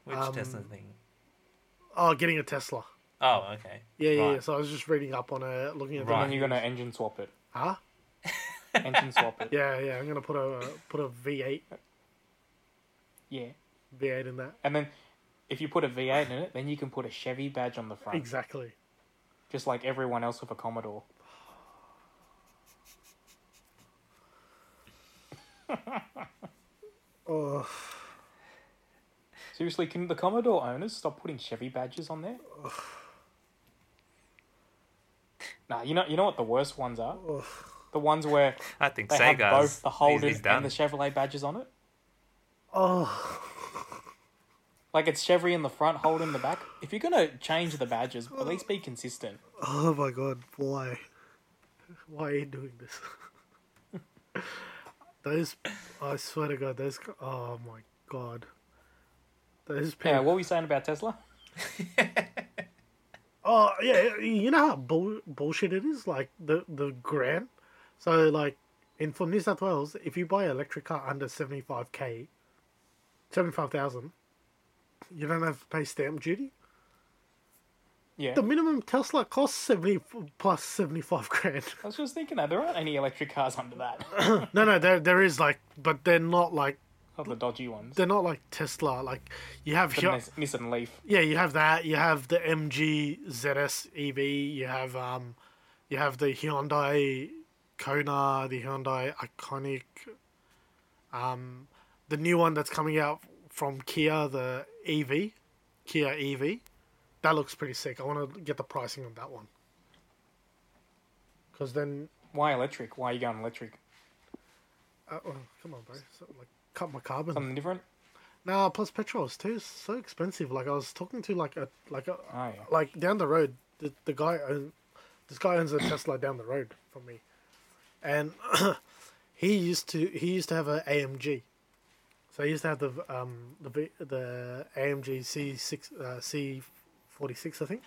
[SPEAKER 4] which
[SPEAKER 3] um,
[SPEAKER 4] Tesla thing?
[SPEAKER 1] Oh, getting a Tesla.
[SPEAKER 4] Oh, okay.
[SPEAKER 1] Yeah, yeah, yeah.
[SPEAKER 4] Right.
[SPEAKER 1] So I was just reading up on it, looking at
[SPEAKER 3] And
[SPEAKER 4] Right.
[SPEAKER 3] then you're gonna engine swap it.
[SPEAKER 1] the huh?
[SPEAKER 3] Engine swap it.
[SPEAKER 1] Yeah, yeah. I'm gonna put a put a V8
[SPEAKER 3] Yeah.
[SPEAKER 1] V8 in that.
[SPEAKER 3] And then if you put a V8 in it, then you can put a Chevy badge on the front,
[SPEAKER 1] Exactly.
[SPEAKER 3] just like everyone else with a Commodore.
[SPEAKER 1] Oh,
[SPEAKER 3] Seriously, can the Commodore owners stop putting Chevy badges on there? nah, you know you know what the worst ones are? The ones where
[SPEAKER 4] I think
[SPEAKER 3] they have
[SPEAKER 4] Sega's
[SPEAKER 3] both the Holden
[SPEAKER 4] he's, he's done.
[SPEAKER 3] and the Chevrolet badges on it.
[SPEAKER 1] oh,
[SPEAKER 3] Like it's Chevy in the front, Holden in the back. If you're gonna change the badges, at least be consistent.
[SPEAKER 1] oh my God! Why? Why are you doing this? those, I swear to God, those. Oh my God. Those people.
[SPEAKER 3] Yeah, Uh, what were we saying about Tesla?
[SPEAKER 1] Oh yeah, you know how bull- bullshit it is. Like the the grant. So like in for New South Wales, if you buy an electric car under seventy five k, seventy five thousand, you don't have to pay stamp duty.
[SPEAKER 3] Yeah,
[SPEAKER 1] The minimum Tesla costs seventy f- plus seventy five grand.
[SPEAKER 3] I was just thinking that there aren't any electric cars under that,
[SPEAKER 1] no, no, there there is like, but they're not like
[SPEAKER 3] not the dodgy ones.
[SPEAKER 1] they're not like Tesla. Like you have
[SPEAKER 3] The
[SPEAKER 1] Hy-
[SPEAKER 3] Nis- Nissan Leaf.
[SPEAKER 1] yeah, you have that. You have the MG ZS EV. E You have um, you have the Hyundai Kona, the Hyundai Iconic, um, the new one that's coming out from Kia, the EV, Kia EV. That looks pretty sick. I want to get the pricing on that one. Cause then,
[SPEAKER 3] Why electric? Why are you going electric?
[SPEAKER 1] uh, oh, come on, bro, so, like cut my carbon.
[SPEAKER 3] Something different?
[SPEAKER 1] Nah, plus petrol is too so expensive. Like I was talking to like a like a
[SPEAKER 3] yeah.
[SPEAKER 1] like down the road, the, the guy own, this guy owns a Tesla down the road from me, and he used to he used to have a AMG, so he used to have the um the V- the AMG C six uh, C forty six I think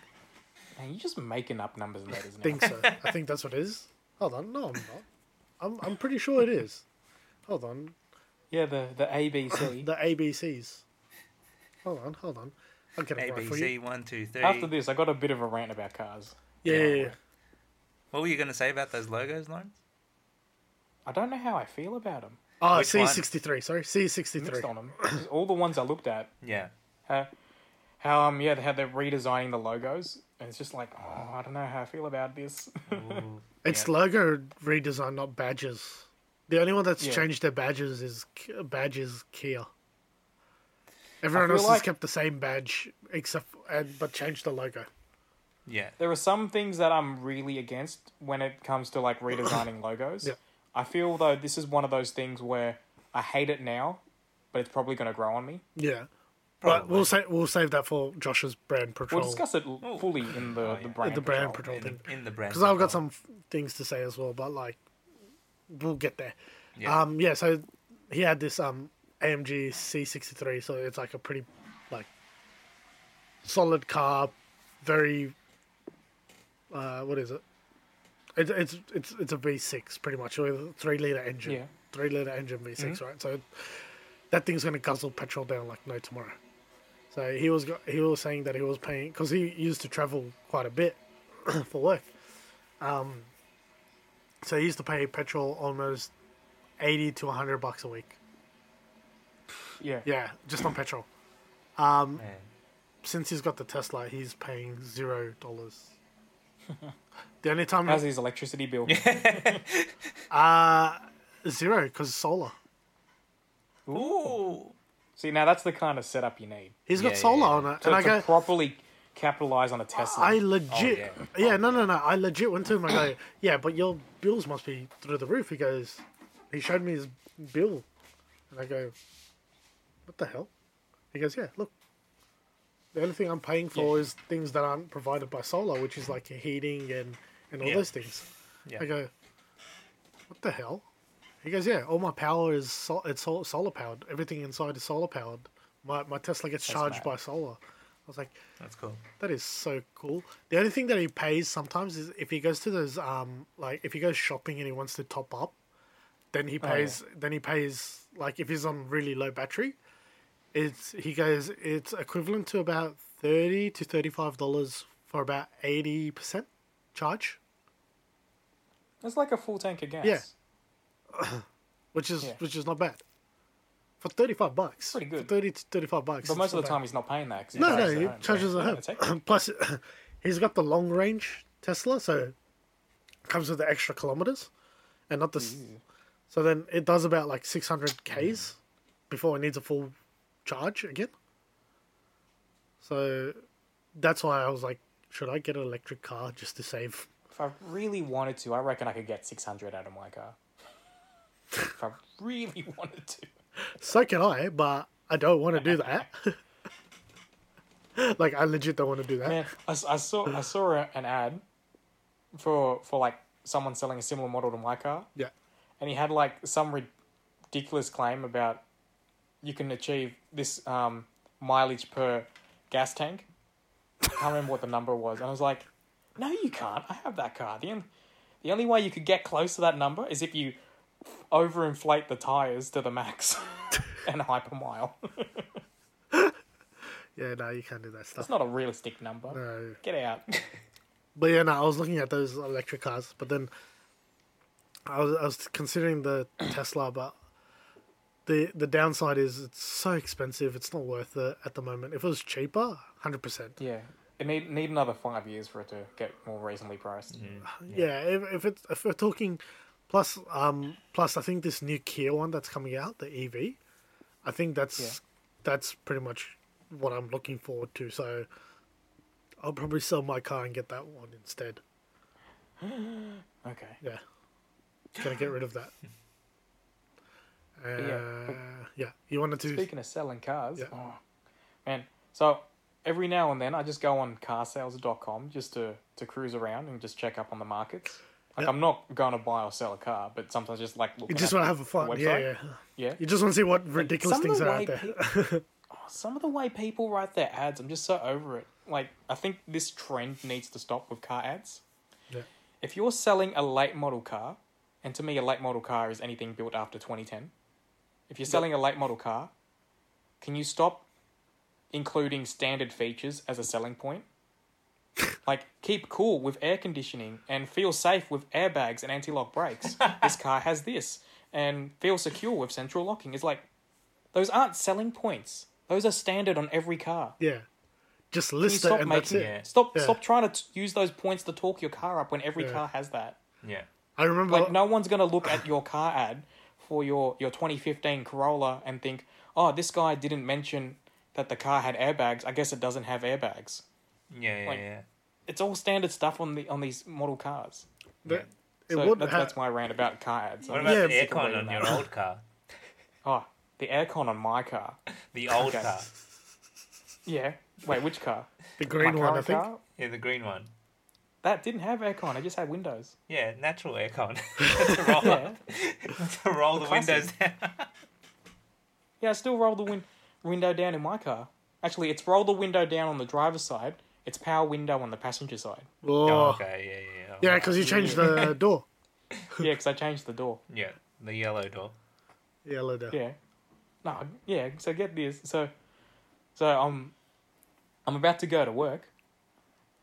[SPEAKER 3] Man, you're just making up numbers and letters now.
[SPEAKER 1] think so I think that's what it is. Hold on, no, I'm not. I'm I'm pretty sure it is. Hold on,
[SPEAKER 3] Yeah, the the ABC.
[SPEAKER 1] the ABCs. Hold on, hold on. I'll get it right for you.
[SPEAKER 4] ABC one two three.
[SPEAKER 3] After this, I got a bit of a rant about cars.
[SPEAKER 1] Yeah, yeah, yeah.
[SPEAKER 4] What were you going to say about those logos, Lawrence?
[SPEAKER 3] I don't know how I feel about them.
[SPEAKER 1] Oh,
[SPEAKER 4] Which
[SPEAKER 1] C
[SPEAKER 4] one?
[SPEAKER 1] sixty three. Sorry, C sixty three.
[SPEAKER 3] Mixed on them. All the ones I looked at,
[SPEAKER 4] Yeah.
[SPEAKER 3] how, how um yeah, how they're redesigning the logos, and it's just like, oh, I don't know how I feel about this.
[SPEAKER 1] It's logo redesign, not badges. The only one that's
[SPEAKER 3] Yeah.
[SPEAKER 1] changed their badges is K- badges Kia. Everyone else
[SPEAKER 3] feel
[SPEAKER 1] has
[SPEAKER 3] like-
[SPEAKER 1] kept the same badge except and but changed the logo.
[SPEAKER 4] Yeah.
[SPEAKER 3] there are some things that I'm really against when it comes to like redesigning logos.
[SPEAKER 1] Yeah.
[SPEAKER 3] I feel though this is one of those things where I hate it now, but it's probably going to grow on me.
[SPEAKER 1] Yeah, but we'll say we'll save that for Josh's brand patrol.
[SPEAKER 3] We'll discuss it l- fully in the the brand.
[SPEAKER 1] the brand patrol
[SPEAKER 3] patrol.
[SPEAKER 4] In,
[SPEAKER 1] thing.
[SPEAKER 4] the- in the brand.
[SPEAKER 1] because I've got
[SPEAKER 4] control.
[SPEAKER 1] some f- things to say as well, but like we'll get there.
[SPEAKER 4] Yeah.
[SPEAKER 1] Um, yeah. So he had this um AMG C63, so it's like a pretty like solid car, very uh, what is it? It's it's it's it's a V6 pretty much with a three liter engine,
[SPEAKER 3] Yeah.
[SPEAKER 1] three liter engine V6,
[SPEAKER 4] Mm-hmm.
[SPEAKER 1] right? So that thing's gonna guzzle petrol down like no tomorrow. So he was go- he was saying that he was paying because he used to travel quite a bit for work. Um, so he used to pay petrol almost eighty to hundred bucks a week.
[SPEAKER 3] Yeah.
[SPEAKER 1] Yeah, just on petrol. Um,
[SPEAKER 4] Man.
[SPEAKER 1] Since he's got the Tesla, he's paying zero dollars. the only time
[SPEAKER 3] How's his electricity bill?
[SPEAKER 1] zero because solar.
[SPEAKER 4] Ooh.
[SPEAKER 3] See, now that's the kind of setup you need.
[SPEAKER 1] He's got solar on it,
[SPEAKER 3] To,
[SPEAKER 1] and I
[SPEAKER 3] to
[SPEAKER 1] go-
[SPEAKER 3] properly capitalize on a Tesla.
[SPEAKER 1] I
[SPEAKER 3] Oh,
[SPEAKER 1] legit,
[SPEAKER 3] yeah.
[SPEAKER 1] yeah. no, no, no. I legit went to him. I go, yeah, but your bills must be through the roof. He goes, he showed me his bill, and I go, what the hell? He goes, yeah, look. The only thing I'm paying for is things that aren't provided by solar, which is like your heating and and all
[SPEAKER 4] Yeah.
[SPEAKER 1] those things.
[SPEAKER 4] Yeah.
[SPEAKER 1] I go, what the hell? He goes, yeah, all my power is sol- it's sol- solar powered. Everything inside is solar powered. My my Tesla gets charged by solar. I was like,
[SPEAKER 4] That's cool.
[SPEAKER 1] that is so cool. The only thing that he pays sometimes is if he goes to those um like if he goes shopping and he wants to top up, then he
[SPEAKER 3] Oh, yeah.
[SPEAKER 1] pays then he pays like if he's on really low battery, it's he goes it's equivalent to about thirty to thirty five dollars for about eighty percent charge,
[SPEAKER 3] That's like a full tank of gas.
[SPEAKER 1] Yeah. which is
[SPEAKER 3] Yeah.
[SPEAKER 1] which is not bad. For thirty five bucks,
[SPEAKER 3] Pretty good.
[SPEAKER 1] For thirty to thirty five bucks.
[SPEAKER 3] But
[SPEAKER 1] it's
[SPEAKER 3] most of
[SPEAKER 1] not
[SPEAKER 3] the
[SPEAKER 1] bad.
[SPEAKER 3] time he's not paying that. 'cause
[SPEAKER 1] No, no,
[SPEAKER 3] drives
[SPEAKER 1] he
[SPEAKER 3] home.
[SPEAKER 1] charges
[SPEAKER 3] Yeah,
[SPEAKER 1] at
[SPEAKER 3] that's it.
[SPEAKER 1] home. Plus, he's got the long range Tesla, so comes with the extra kilometers, and not the. s So then it does about like six hundred
[SPEAKER 3] Mm.
[SPEAKER 1] k's before it needs a full charge again. So that's why I was like, should I get an electric car just to save?
[SPEAKER 3] If I really wanted to, I reckon I could get 600 out of my car. if I really wanted to.
[SPEAKER 1] So can I, but I don't want to do that. like I legit don't want to do that.
[SPEAKER 3] Man, I, s- I saw I saw a- an ad for for like someone selling a similar model to my car,
[SPEAKER 1] Yeah.
[SPEAKER 3] and he had like some ridiculous claim about you can achieve this um, mileage per gas tank. I can't remember what the number was, and I was like, "No, you can't. I have that car. The only, the only way you could get close to that number is if you overinflate the tires to the max and hypermile.
[SPEAKER 1] Yeah, no, you can't do that stuff.
[SPEAKER 3] That's not a realistic number.
[SPEAKER 1] No.
[SPEAKER 3] Get out."
[SPEAKER 1] But yeah, no, I was looking at those electric cars, but then I was I was considering the Tesla, but the the downside is it's so expensive. It's not worth it at the moment. If it was cheaper, hundred percent.
[SPEAKER 3] Yeah, it need need another five years for it to get more reasonably priced.
[SPEAKER 1] Mm. Yeah, if if it's if we're talking, plus um plus I think this new Kia one that's coming out, the EV, I think that's that's pretty much what I'm looking forward to. So I'll probably sell my car and get that one instead.
[SPEAKER 3] Okay.
[SPEAKER 1] Yeah. Gonna get rid of that. Uh,
[SPEAKER 3] yeah,
[SPEAKER 1] yeah, You wanted to.
[SPEAKER 3] Speaking of selling cars,
[SPEAKER 1] Yeah.
[SPEAKER 3] oh, man. So every now and then I just go on carsales.com just to to cruise around and just check up on the markets. Like I'm not going to buy or sell a car, but sometimes just like
[SPEAKER 1] You
[SPEAKER 3] looking
[SPEAKER 1] just
[SPEAKER 3] at
[SPEAKER 1] want to have a fun.
[SPEAKER 3] the
[SPEAKER 1] Yeah, yeah.
[SPEAKER 3] website. yeah.
[SPEAKER 1] You just want to see what ridiculous
[SPEAKER 3] some of
[SPEAKER 1] things
[SPEAKER 3] the
[SPEAKER 1] are out
[SPEAKER 3] way
[SPEAKER 1] there.
[SPEAKER 3] peop- Oh, some of the way people write their ads, I'm just so over it. Like, I think this trend needs to stop with car ads.
[SPEAKER 1] Yeah.
[SPEAKER 3] If you're selling a late model car, and to me, a late model car is anything built after 2010. If you're selling a late model car, can you stop including standard features as a selling point? Like, keep cool with air conditioning and feel safe with airbags and anti lock brakes. this car has this. And feel secure with central locking. It's like, those aren't selling points. Those are standard on every car.
[SPEAKER 1] yeah. Just
[SPEAKER 3] You
[SPEAKER 1] list it
[SPEAKER 3] stop
[SPEAKER 1] and that's
[SPEAKER 3] making
[SPEAKER 1] it.
[SPEAKER 4] Yeah.
[SPEAKER 3] stop
[SPEAKER 1] Yeah.
[SPEAKER 3] stop trying to t- use those points to talk your car up when every car has that.
[SPEAKER 4] Yeah.
[SPEAKER 1] I remember.
[SPEAKER 3] Like no one's gonna look at your car ad for your your 2015 Corolla and think, oh, this guy didn't mention that the car had airbags. I guess it doesn't have airbags.
[SPEAKER 4] Yeah, yeah,
[SPEAKER 3] Like-
[SPEAKER 4] yeah.
[SPEAKER 3] It's all standard stuff on the on these model cars.
[SPEAKER 1] that- It
[SPEAKER 3] So
[SPEAKER 1] would
[SPEAKER 3] that's,
[SPEAKER 1] ha-
[SPEAKER 3] that's my rant about car ads.
[SPEAKER 4] What about
[SPEAKER 1] Yeah,
[SPEAKER 4] the
[SPEAKER 1] it's-
[SPEAKER 4] aircon on your old car?
[SPEAKER 3] Oh, the aircon on my car.
[SPEAKER 4] The old
[SPEAKER 3] Okay.
[SPEAKER 4] car.
[SPEAKER 3] Yeah. Wait, which car?
[SPEAKER 1] the green
[SPEAKER 3] my
[SPEAKER 1] one, I
[SPEAKER 3] current
[SPEAKER 1] think.
[SPEAKER 3] car?
[SPEAKER 4] Yeah, the green one.
[SPEAKER 3] That didn't have aircon. It just had windows.
[SPEAKER 4] Yeah, natural aircon. to roll,
[SPEAKER 3] Yeah.
[SPEAKER 4] to roll the windows down.
[SPEAKER 3] Yeah, I still roll the win- window down in my car. Actually, it's roll the window down on the driver's side. It's power window on the passenger side.
[SPEAKER 1] Oh.
[SPEAKER 4] Oh, okay, yeah, yeah, yeah.
[SPEAKER 1] Yeah, because you changed the door.
[SPEAKER 3] Yeah, because I changed the door.
[SPEAKER 4] Yeah, the yellow door.
[SPEAKER 1] Yellow door.
[SPEAKER 3] Yeah. No, yeah. So get this. So, so I'm, I'm about to go to work.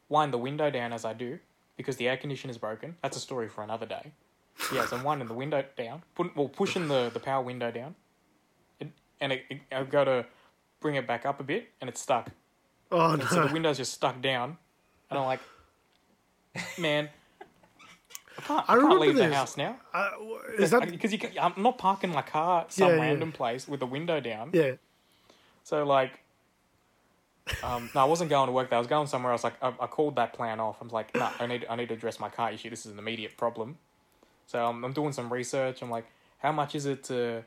[SPEAKER 3] Wind the window down as I do because the air conditioner is broken. That's a story for another day. Yeah, so I'm winding the window down. Put, well, pushing the the power window down, it, and it, it, I've got to bring it back up a bit, and it's stuck.
[SPEAKER 1] Oh
[SPEAKER 3] And so
[SPEAKER 1] no.
[SPEAKER 3] the window's just stuck down, and I'm like, man, I can't, I can't
[SPEAKER 1] remember
[SPEAKER 3] leave the
[SPEAKER 1] this.
[SPEAKER 3] house now
[SPEAKER 1] Uh, is that?
[SPEAKER 3] because you can, I'm not parking my car some
[SPEAKER 1] Yeah, yeah.
[SPEAKER 3] random place with the window down.
[SPEAKER 1] Yeah.
[SPEAKER 3] So like, um, no, I wasn't going to work. There. I was going somewhere else. Like I, I called that plan off. I'm like, nah, I need I need to address my car issue. This is an immediate problem. So I'm I'm doing some research. I'm like, how much is it to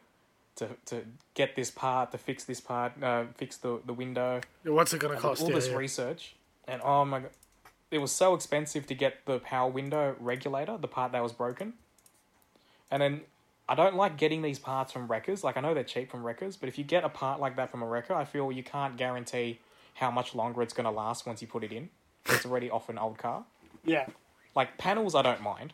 [SPEAKER 3] to to get this part to fix this part, uh, fix the the window?
[SPEAKER 1] Yeah, what's it gonna
[SPEAKER 3] I did
[SPEAKER 1] cost?
[SPEAKER 3] All
[SPEAKER 1] Yeah,
[SPEAKER 3] this
[SPEAKER 1] yeah.
[SPEAKER 3] research, and oh my god, it was so expensive to get the power window regulator, the part that was broken. And then I don't like getting these parts from wreckers. Like I know they're cheap from wreckers, but if you get a part like that from a wrecker, I feel you can't guarantee how much longer it's gonna last once you put it in. It's already off an old car.
[SPEAKER 1] Yeah,
[SPEAKER 3] Like panels, I don't mind,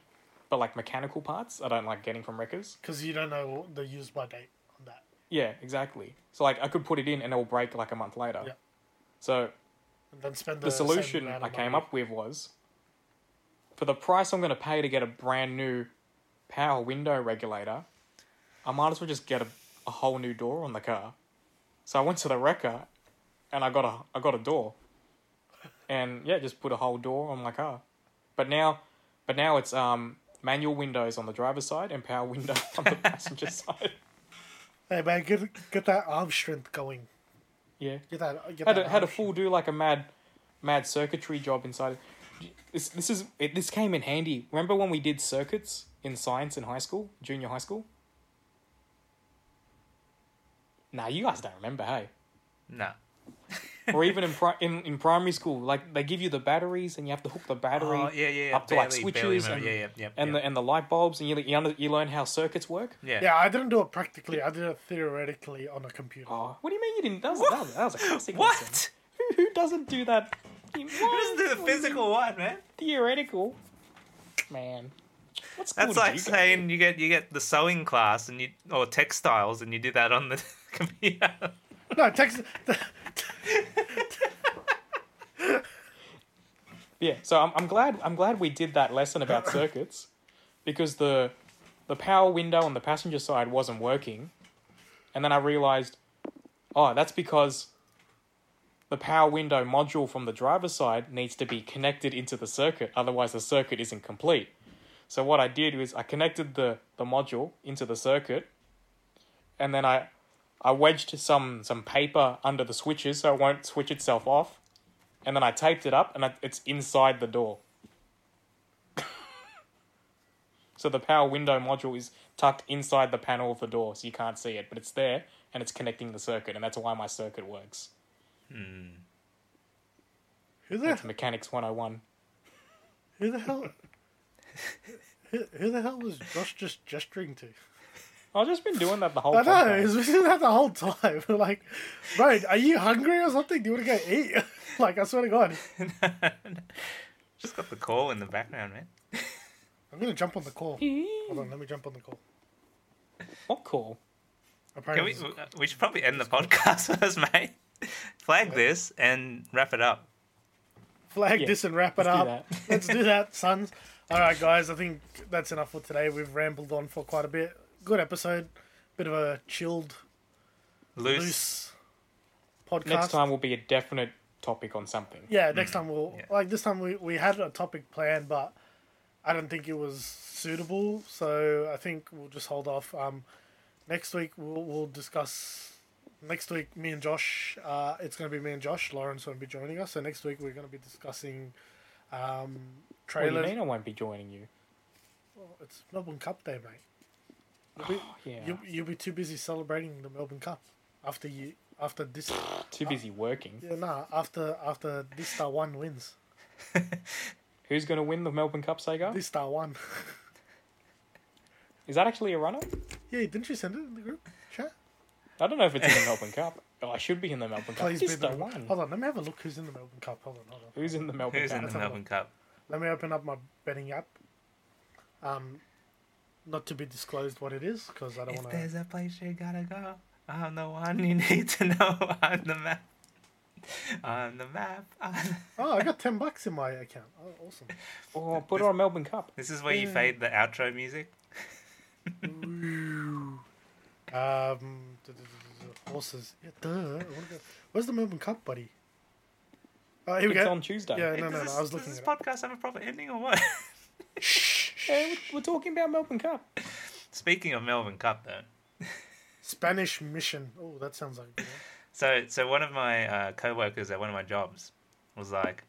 [SPEAKER 3] but like mechanical parts, I don't like getting from wreckers.
[SPEAKER 1] because you don't know the use by date on that.
[SPEAKER 3] Yeah, exactly. So like I could put it in and it will break like a month later.
[SPEAKER 1] Yeah.
[SPEAKER 3] So
[SPEAKER 1] And then spend the,
[SPEAKER 3] the
[SPEAKER 1] same
[SPEAKER 3] solution
[SPEAKER 1] amount
[SPEAKER 3] I
[SPEAKER 1] of
[SPEAKER 3] came
[SPEAKER 1] money.
[SPEAKER 3] up with was for the price I'm going to pay to get a brand new power window regulator, I might as well just get a, a whole new door on the car. So I went to the wrecker and I got a I got a door. And yeah, just put a whole door on my car. But now but now it's um manual windows on the driver's side and power window on the passenger side.
[SPEAKER 1] Hey man, get get that arm strength going.
[SPEAKER 3] Yeah.
[SPEAKER 1] Get that. Get
[SPEAKER 3] had
[SPEAKER 1] that
[SPEAKER 3] a, had
[SPEAKER 1] arm
[SPEAKER 3] a fool do like a mad mad circuitry job inside this this is it, this came in handy remember when we did circuits in science in high school junior high school nah you guys don't remember hey
[SPEAKER 4] No.
[SPEAKER 3] or even in, pri- in in primary school like they give you the batteries and you have to hook the battery
[SPEAKER 4] Oh, yeah, yeah, yeah,
[SPEAKER 3] up to like
[SPEAKER 4] barely- barely
[SPEAKER 3] switches
[SPEAKER 4] remember.
[SPEAKER 3] and,
[SPEAKER 4] Yeah, yeah, yeah,
[SPEAKER 3] and
[SPEAKER 4] yeah.
[SPEAKER 3] the and the light bulbs and you you, under, you learn how circuits work
[SPEAKER 4] Yeah.
[SPEAKER 1] Yeah, I didn't do it practically. I did it theoretically on a computer.
[SPEAKER 3] oh what do you mean you didn't that was, that was, that was a classic lesson.
[SPEAKER 4] What?
[SPEAKER 3] Who- who doesn't do that You-
[SPEAKER 4] Just do the physical one, man.
[SPEAKER 3] theoretical. Man, what's
[SPEAKER 4] That's like saying you get you get the sewing class and you or textiles and you do that on the computer.
[SPEAKER 1] No, Texas.
[SPEAKER 3] yeah. So I'm, I'm glad I'm glad we did that lesson about circuits, because the the power window on the passenger side wasn't working, and then I realized, oh, that's because the power window module from the driver's side needs to be connected into the circuit, otherwise the circuit isn't complete. So what I did was I connected the, the module into the circuit, and then I I wedged some some paper under the switches so it won't switch itself off, and then I taped it up, and I, it's inside the door. so the power window module is tucked inside the panel of the door, so you can't see it, but it's there and it's connecting the circuit, and that's why my circuit works.
[SPEAKER 1] Who the
[SPEAKER 3] It's mechanics one hundred and one.
[SPEAKER 1] who the hell? Who, who the hell was Josh just gesturing to?
[SPEAKER 3] I've just been doing that the whole
[SPEAKER 1] I
[SPEAKER 3] time.
[SPEAKER 1] know, he's been doing that the whole time. like, bro, are you hungry or something? Do you want to go eat? like, I swear to God,
[SPEAKER 4] Just got the call in the background, man.
[SPEAKER 1] I'm gonna jump on the call. Hold on, let me jump on the call.
[SPEAKER 3] What call?
[SPEAKER 4] Can
[SPEAKER 1] Apparently,
[SPEAKER 4] we, we should probably end the podcast first, mate. Flag this and wrap it up.
[SPEAKER 1] flag
[SPEAKER 3] Yeah,
[SPEAKER 1] this and wrap it
[SPEAKER 3] let's do
[SPEAKER 1] up.
[SPEAKER 3] that.
[SPEAKER 1] let's do that, sons. All right, guys, I think that's enough for today. We've rambled on for quite a bit. Good episode. Bit of a chilled,
[SPEAKER 4] Loose.
[SPEAKER 1] loose podcast.
[SPEAKER 3] Next time will be a definite topic on something.
[SPEAKER 1] Yeah, next time we'll like this time we, we had a topic planned, but I don't think it was suitable. So I think we'll just hold off. Um, next week we'll we'll discuss. Next week, me and Josh. Uh, it's gonna be me and Josh. Lawrence won't be joining us. So next week we're gonna be discussing, um,
[SPEAKER 3] What do you
[SPEAKER 1] trailers.
[SPEAKER 3] mean I won't be joining you?
[SPEAKER 1] It's Melbourne Cup Day, mate. You'll be,
[SPEAKER 3] Oh, Yeah.
[SPEAKER 1] you, you'll be too busy celebrating the Melbourne Cup after you after this.
[SPEAKER 3] Too busy working.
[SPEAKER 1] yeah, nah, after after this star one wins.
[SPEAKER 3] Who's going to win the Melbourne Cup, Sega?
[SPEAKER 1] This star one.
[SPEAKER 3] Is that actually a runner?
[SPEAKER 1] yeah, didn't you send it in the group chat?
[SPEAKER 3] I don't know if it's in the Melbourne Cup. Oh, I should be in the Melbourne Cup.
[SPEAKER 1] Please
[SPEAKER 3] This
[SPEAKER 1] be
[SPEAKER 3] the
[SPEAKER 1] the
[SPEAKER 3] one.
[SPEAKER 1] Hold on, let me have a look who's in the Melbourne Cup. Hold on, hold on.
[SPEAKER 3] Who's in the Melbourne
[SPEAKER 4] Who's
[SPEAKER 3] Cup?
[SPEAKER 4] in the
[SPEAKER 1] have a
[SPEAKER 4] Melbourne Cup?
[SPEAKER 1] Let me open up my betting app. Um, not to be disclosed what it is because I don't
[SPEAKER 4] If
[SPEAKER 1] want to.
[SPEAKER 4] there's a place you gotta go, I'm the one you need to know. I'm the map. I'm the map. I'm...
[SPEAKER 1] Oh, I got ten bucks in my account. Oh, awesome.
[SPEAKER 3] Oh, put on Melbourne Cup.
[SPEAKER 4] This is where you fade the outro music.
[SPEAKER 1] Um, duh, duh, duh, duh, duh, horses. Yeah, duh. I wanna go- Where's the Melbourne Cup, buddy? Oh, here we
[SPEAKER 3] It's
[SPEAKER 1] go.
[SPEAKER 3] on Tuesday.
[SPEAKER 1] Yeah, no, no,
[SPEAKER 4] Does
[SPEAKER 1] no.
[SPEAKER 4] this,
[SPEAKER 1] I was
[SPEAKER 4] does
[SPEAKER 1] looking
[SPEAKER 4] this
[SPEAKER 1] at it.
[SPEAKER 4] podcast have a proper ending or what?
[SPEAKER 3] Hey, we're, we're talking about Melbourne Cup.
[SPEAKER 4] Speaking of Melbourne Cup, though,
[SPEAKER 1] Spanish Mission. Oh, that sounds like a good one.
[SPEAKER 4] So, so one of my uh, coworkers at one of my jobs was like,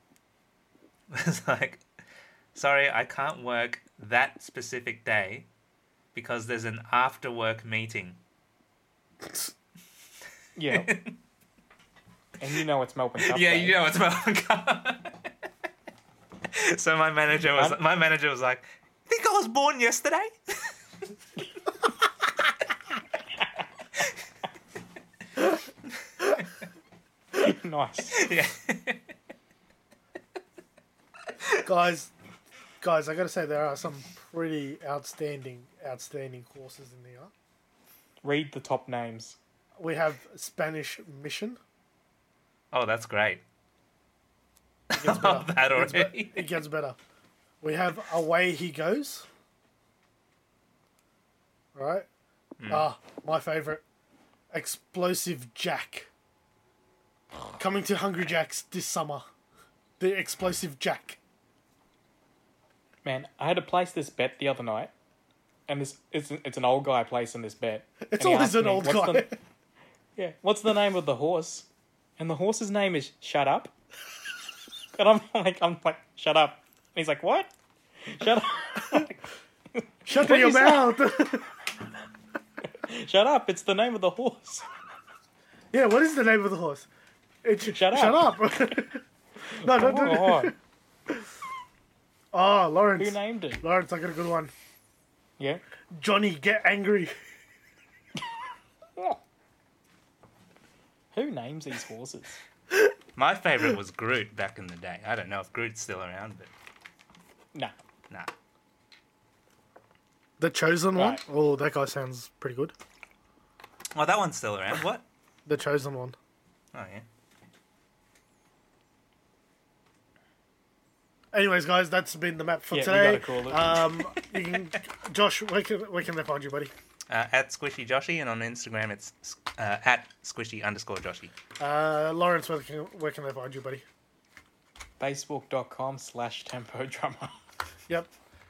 [SPEAKER 4] was like, sorry, I can't work that specific day because there's an after work meeting.
[SPEAKER 3] Yeah. and you know it's Melbourne Cup.
[SPEAKER 4] yeah,
[SPEAKER 3] day.
[SPEAKER 4] you know it's Melbourne Cup. so my manager was
[SPEAKER 3] Pardon?
[SPEAKER 4] my manager was like, think I was born yesterday?
[SPEAKER 3] nice.
[SPEAKER 4] yeah.
[SPEAKER 1] guys, guys, I gotta say there are some pretty outstanding, outstanding courses in there.
[SPEAKER 3] Read the top names.
[SPEAKER 1] We have Spanish Mission.
[SPEAKER 4] Oh, that's great.
[SPEAKER 1] It gets better.
[SPEAKER 4] That
[SPEAKER 1] It gets be-
[SPEAKER 4] already.
[SPEAKER 1] it gets better. We have Away He Goes. Right?
[SPEAKER 3] Hmm.
[SPEAKER 1] Ah, my favorite. Explosive Jack. Coming to Hungry Jack's this summer. The Explosive Jack.
[SPEAKER 3] Man, I had to place this bet the other night, and this it's an, it's an old guy placing this bet. and
[SPEAKER 1] It's
[SPEAKER 3] he
[SPEAKER 1] always
[SPEAKER 3] asked
[SPEAKER 1] an
[SPEAKER 3] me,
[SPEAKER 1] old
[SPEAKER 3] "What's
[SPEAKER 1] guy.
[SPEAKER 3] the- yeah, what's the name of the horse? And the horse's name is Shut Up. And I'm like, I'm like, shut up. And he's like, what? Shut up.
[SPEAKER 1] Shut
[SPEAKER 3] What
[SPEAKER 1] your
[SPEAKER 3] is that?
[SPEAKER 1] mouth!
[SPEAKER 3] Shut up. It's the name of the horse.
[SPEAKER 1] yeah, what is the name of the horse? It's,
[SPEAKER 3] Shut up.
[SPEAKER 1] Shut up! no, don't do
[SPEAKER 3] Come
[SPEAKER 1] it.
[SPEAKER 3] on.
[SPEAKER 1] Oh,
[SPEAKER 3] Who
[SPEAKER 1] Lawrence.
[SPEAKER 3] named it?
[SPEAKER 1] Lawrence, I got a good one.
[SPEAKER 3] Yeah.
[SPEAKER 1] Johnny, get angry.
[SPEAKER 3] Who names these horses?
[SPEAKER 4] My favorite was Groot back in the day. I don't know if Groot's still around, but
[SPEAKER 3] Nah.
[SPEAKER 4] nah.
[SPEAKER 1] The Chosen
[SPEAKER 3] Right.
[SPEAKER 1] One? Oh, that guy sounds pretty good.
[SPEAKER 4] Well, Oh, that one's still around. What?
[SPEAKER 1] The Chosen One.
[SPEAKER 4] Oh yeah.
[SPEAKER 1] Anyways, guys, that's been the map for
[SPEAKER 3] Yeah, you
[SPEAKER 1] today.
[SPEAKER 3] gotta call it.
[SPEAKER 1] Um, you can, Josh, where can, where can they find you, buddy?
[SPEAKER 4] Uh, at Squishy Joshy, and on Instagram it's uh, at Squishy underscore Joshy.
[SPEAKER 1] Uh, Lawrence, where can, where can they find you, buddy?
[SPEAKER 3] Facebook.com slash tempo drummer.
[SPEAKER 1] Yep.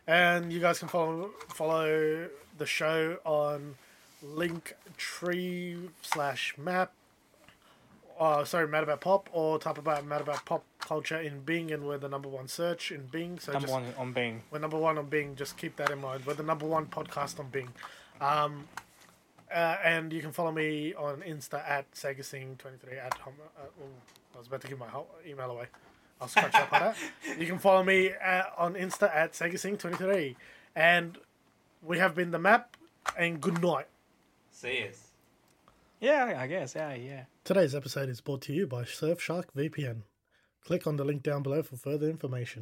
[SPEAKER 1] And you guys can follow follow the show on Linktree slash map. Uh, sorry, Mad About Pop or type about Mad About Pop Culture in Bing, and we're the number one search in Bing. So
[SPEAKER 3] Number
[SPEAKER 1] just,
[SPEAKER 3] one on Bing.
[SPEAKER 1] We're number one on Bing. Just keep that in mind. We're the number one podcast on Bing. Um, uh, and you can follow me on Insta at SegaSing23 at home. Uh, ooh, I was about to give my whole email away. I'll scratch up on that. You can follow me at, on Insta at SegaSing23. And we have been the map. And good night.
[SPEAKER 4] See yous.
[SPEAKER 3] Yeah, I guess. Yeah, yeah.
[SPEAKER 1] Today's episode is brought to you by Surfshark VPN. Click on the link down below for further information.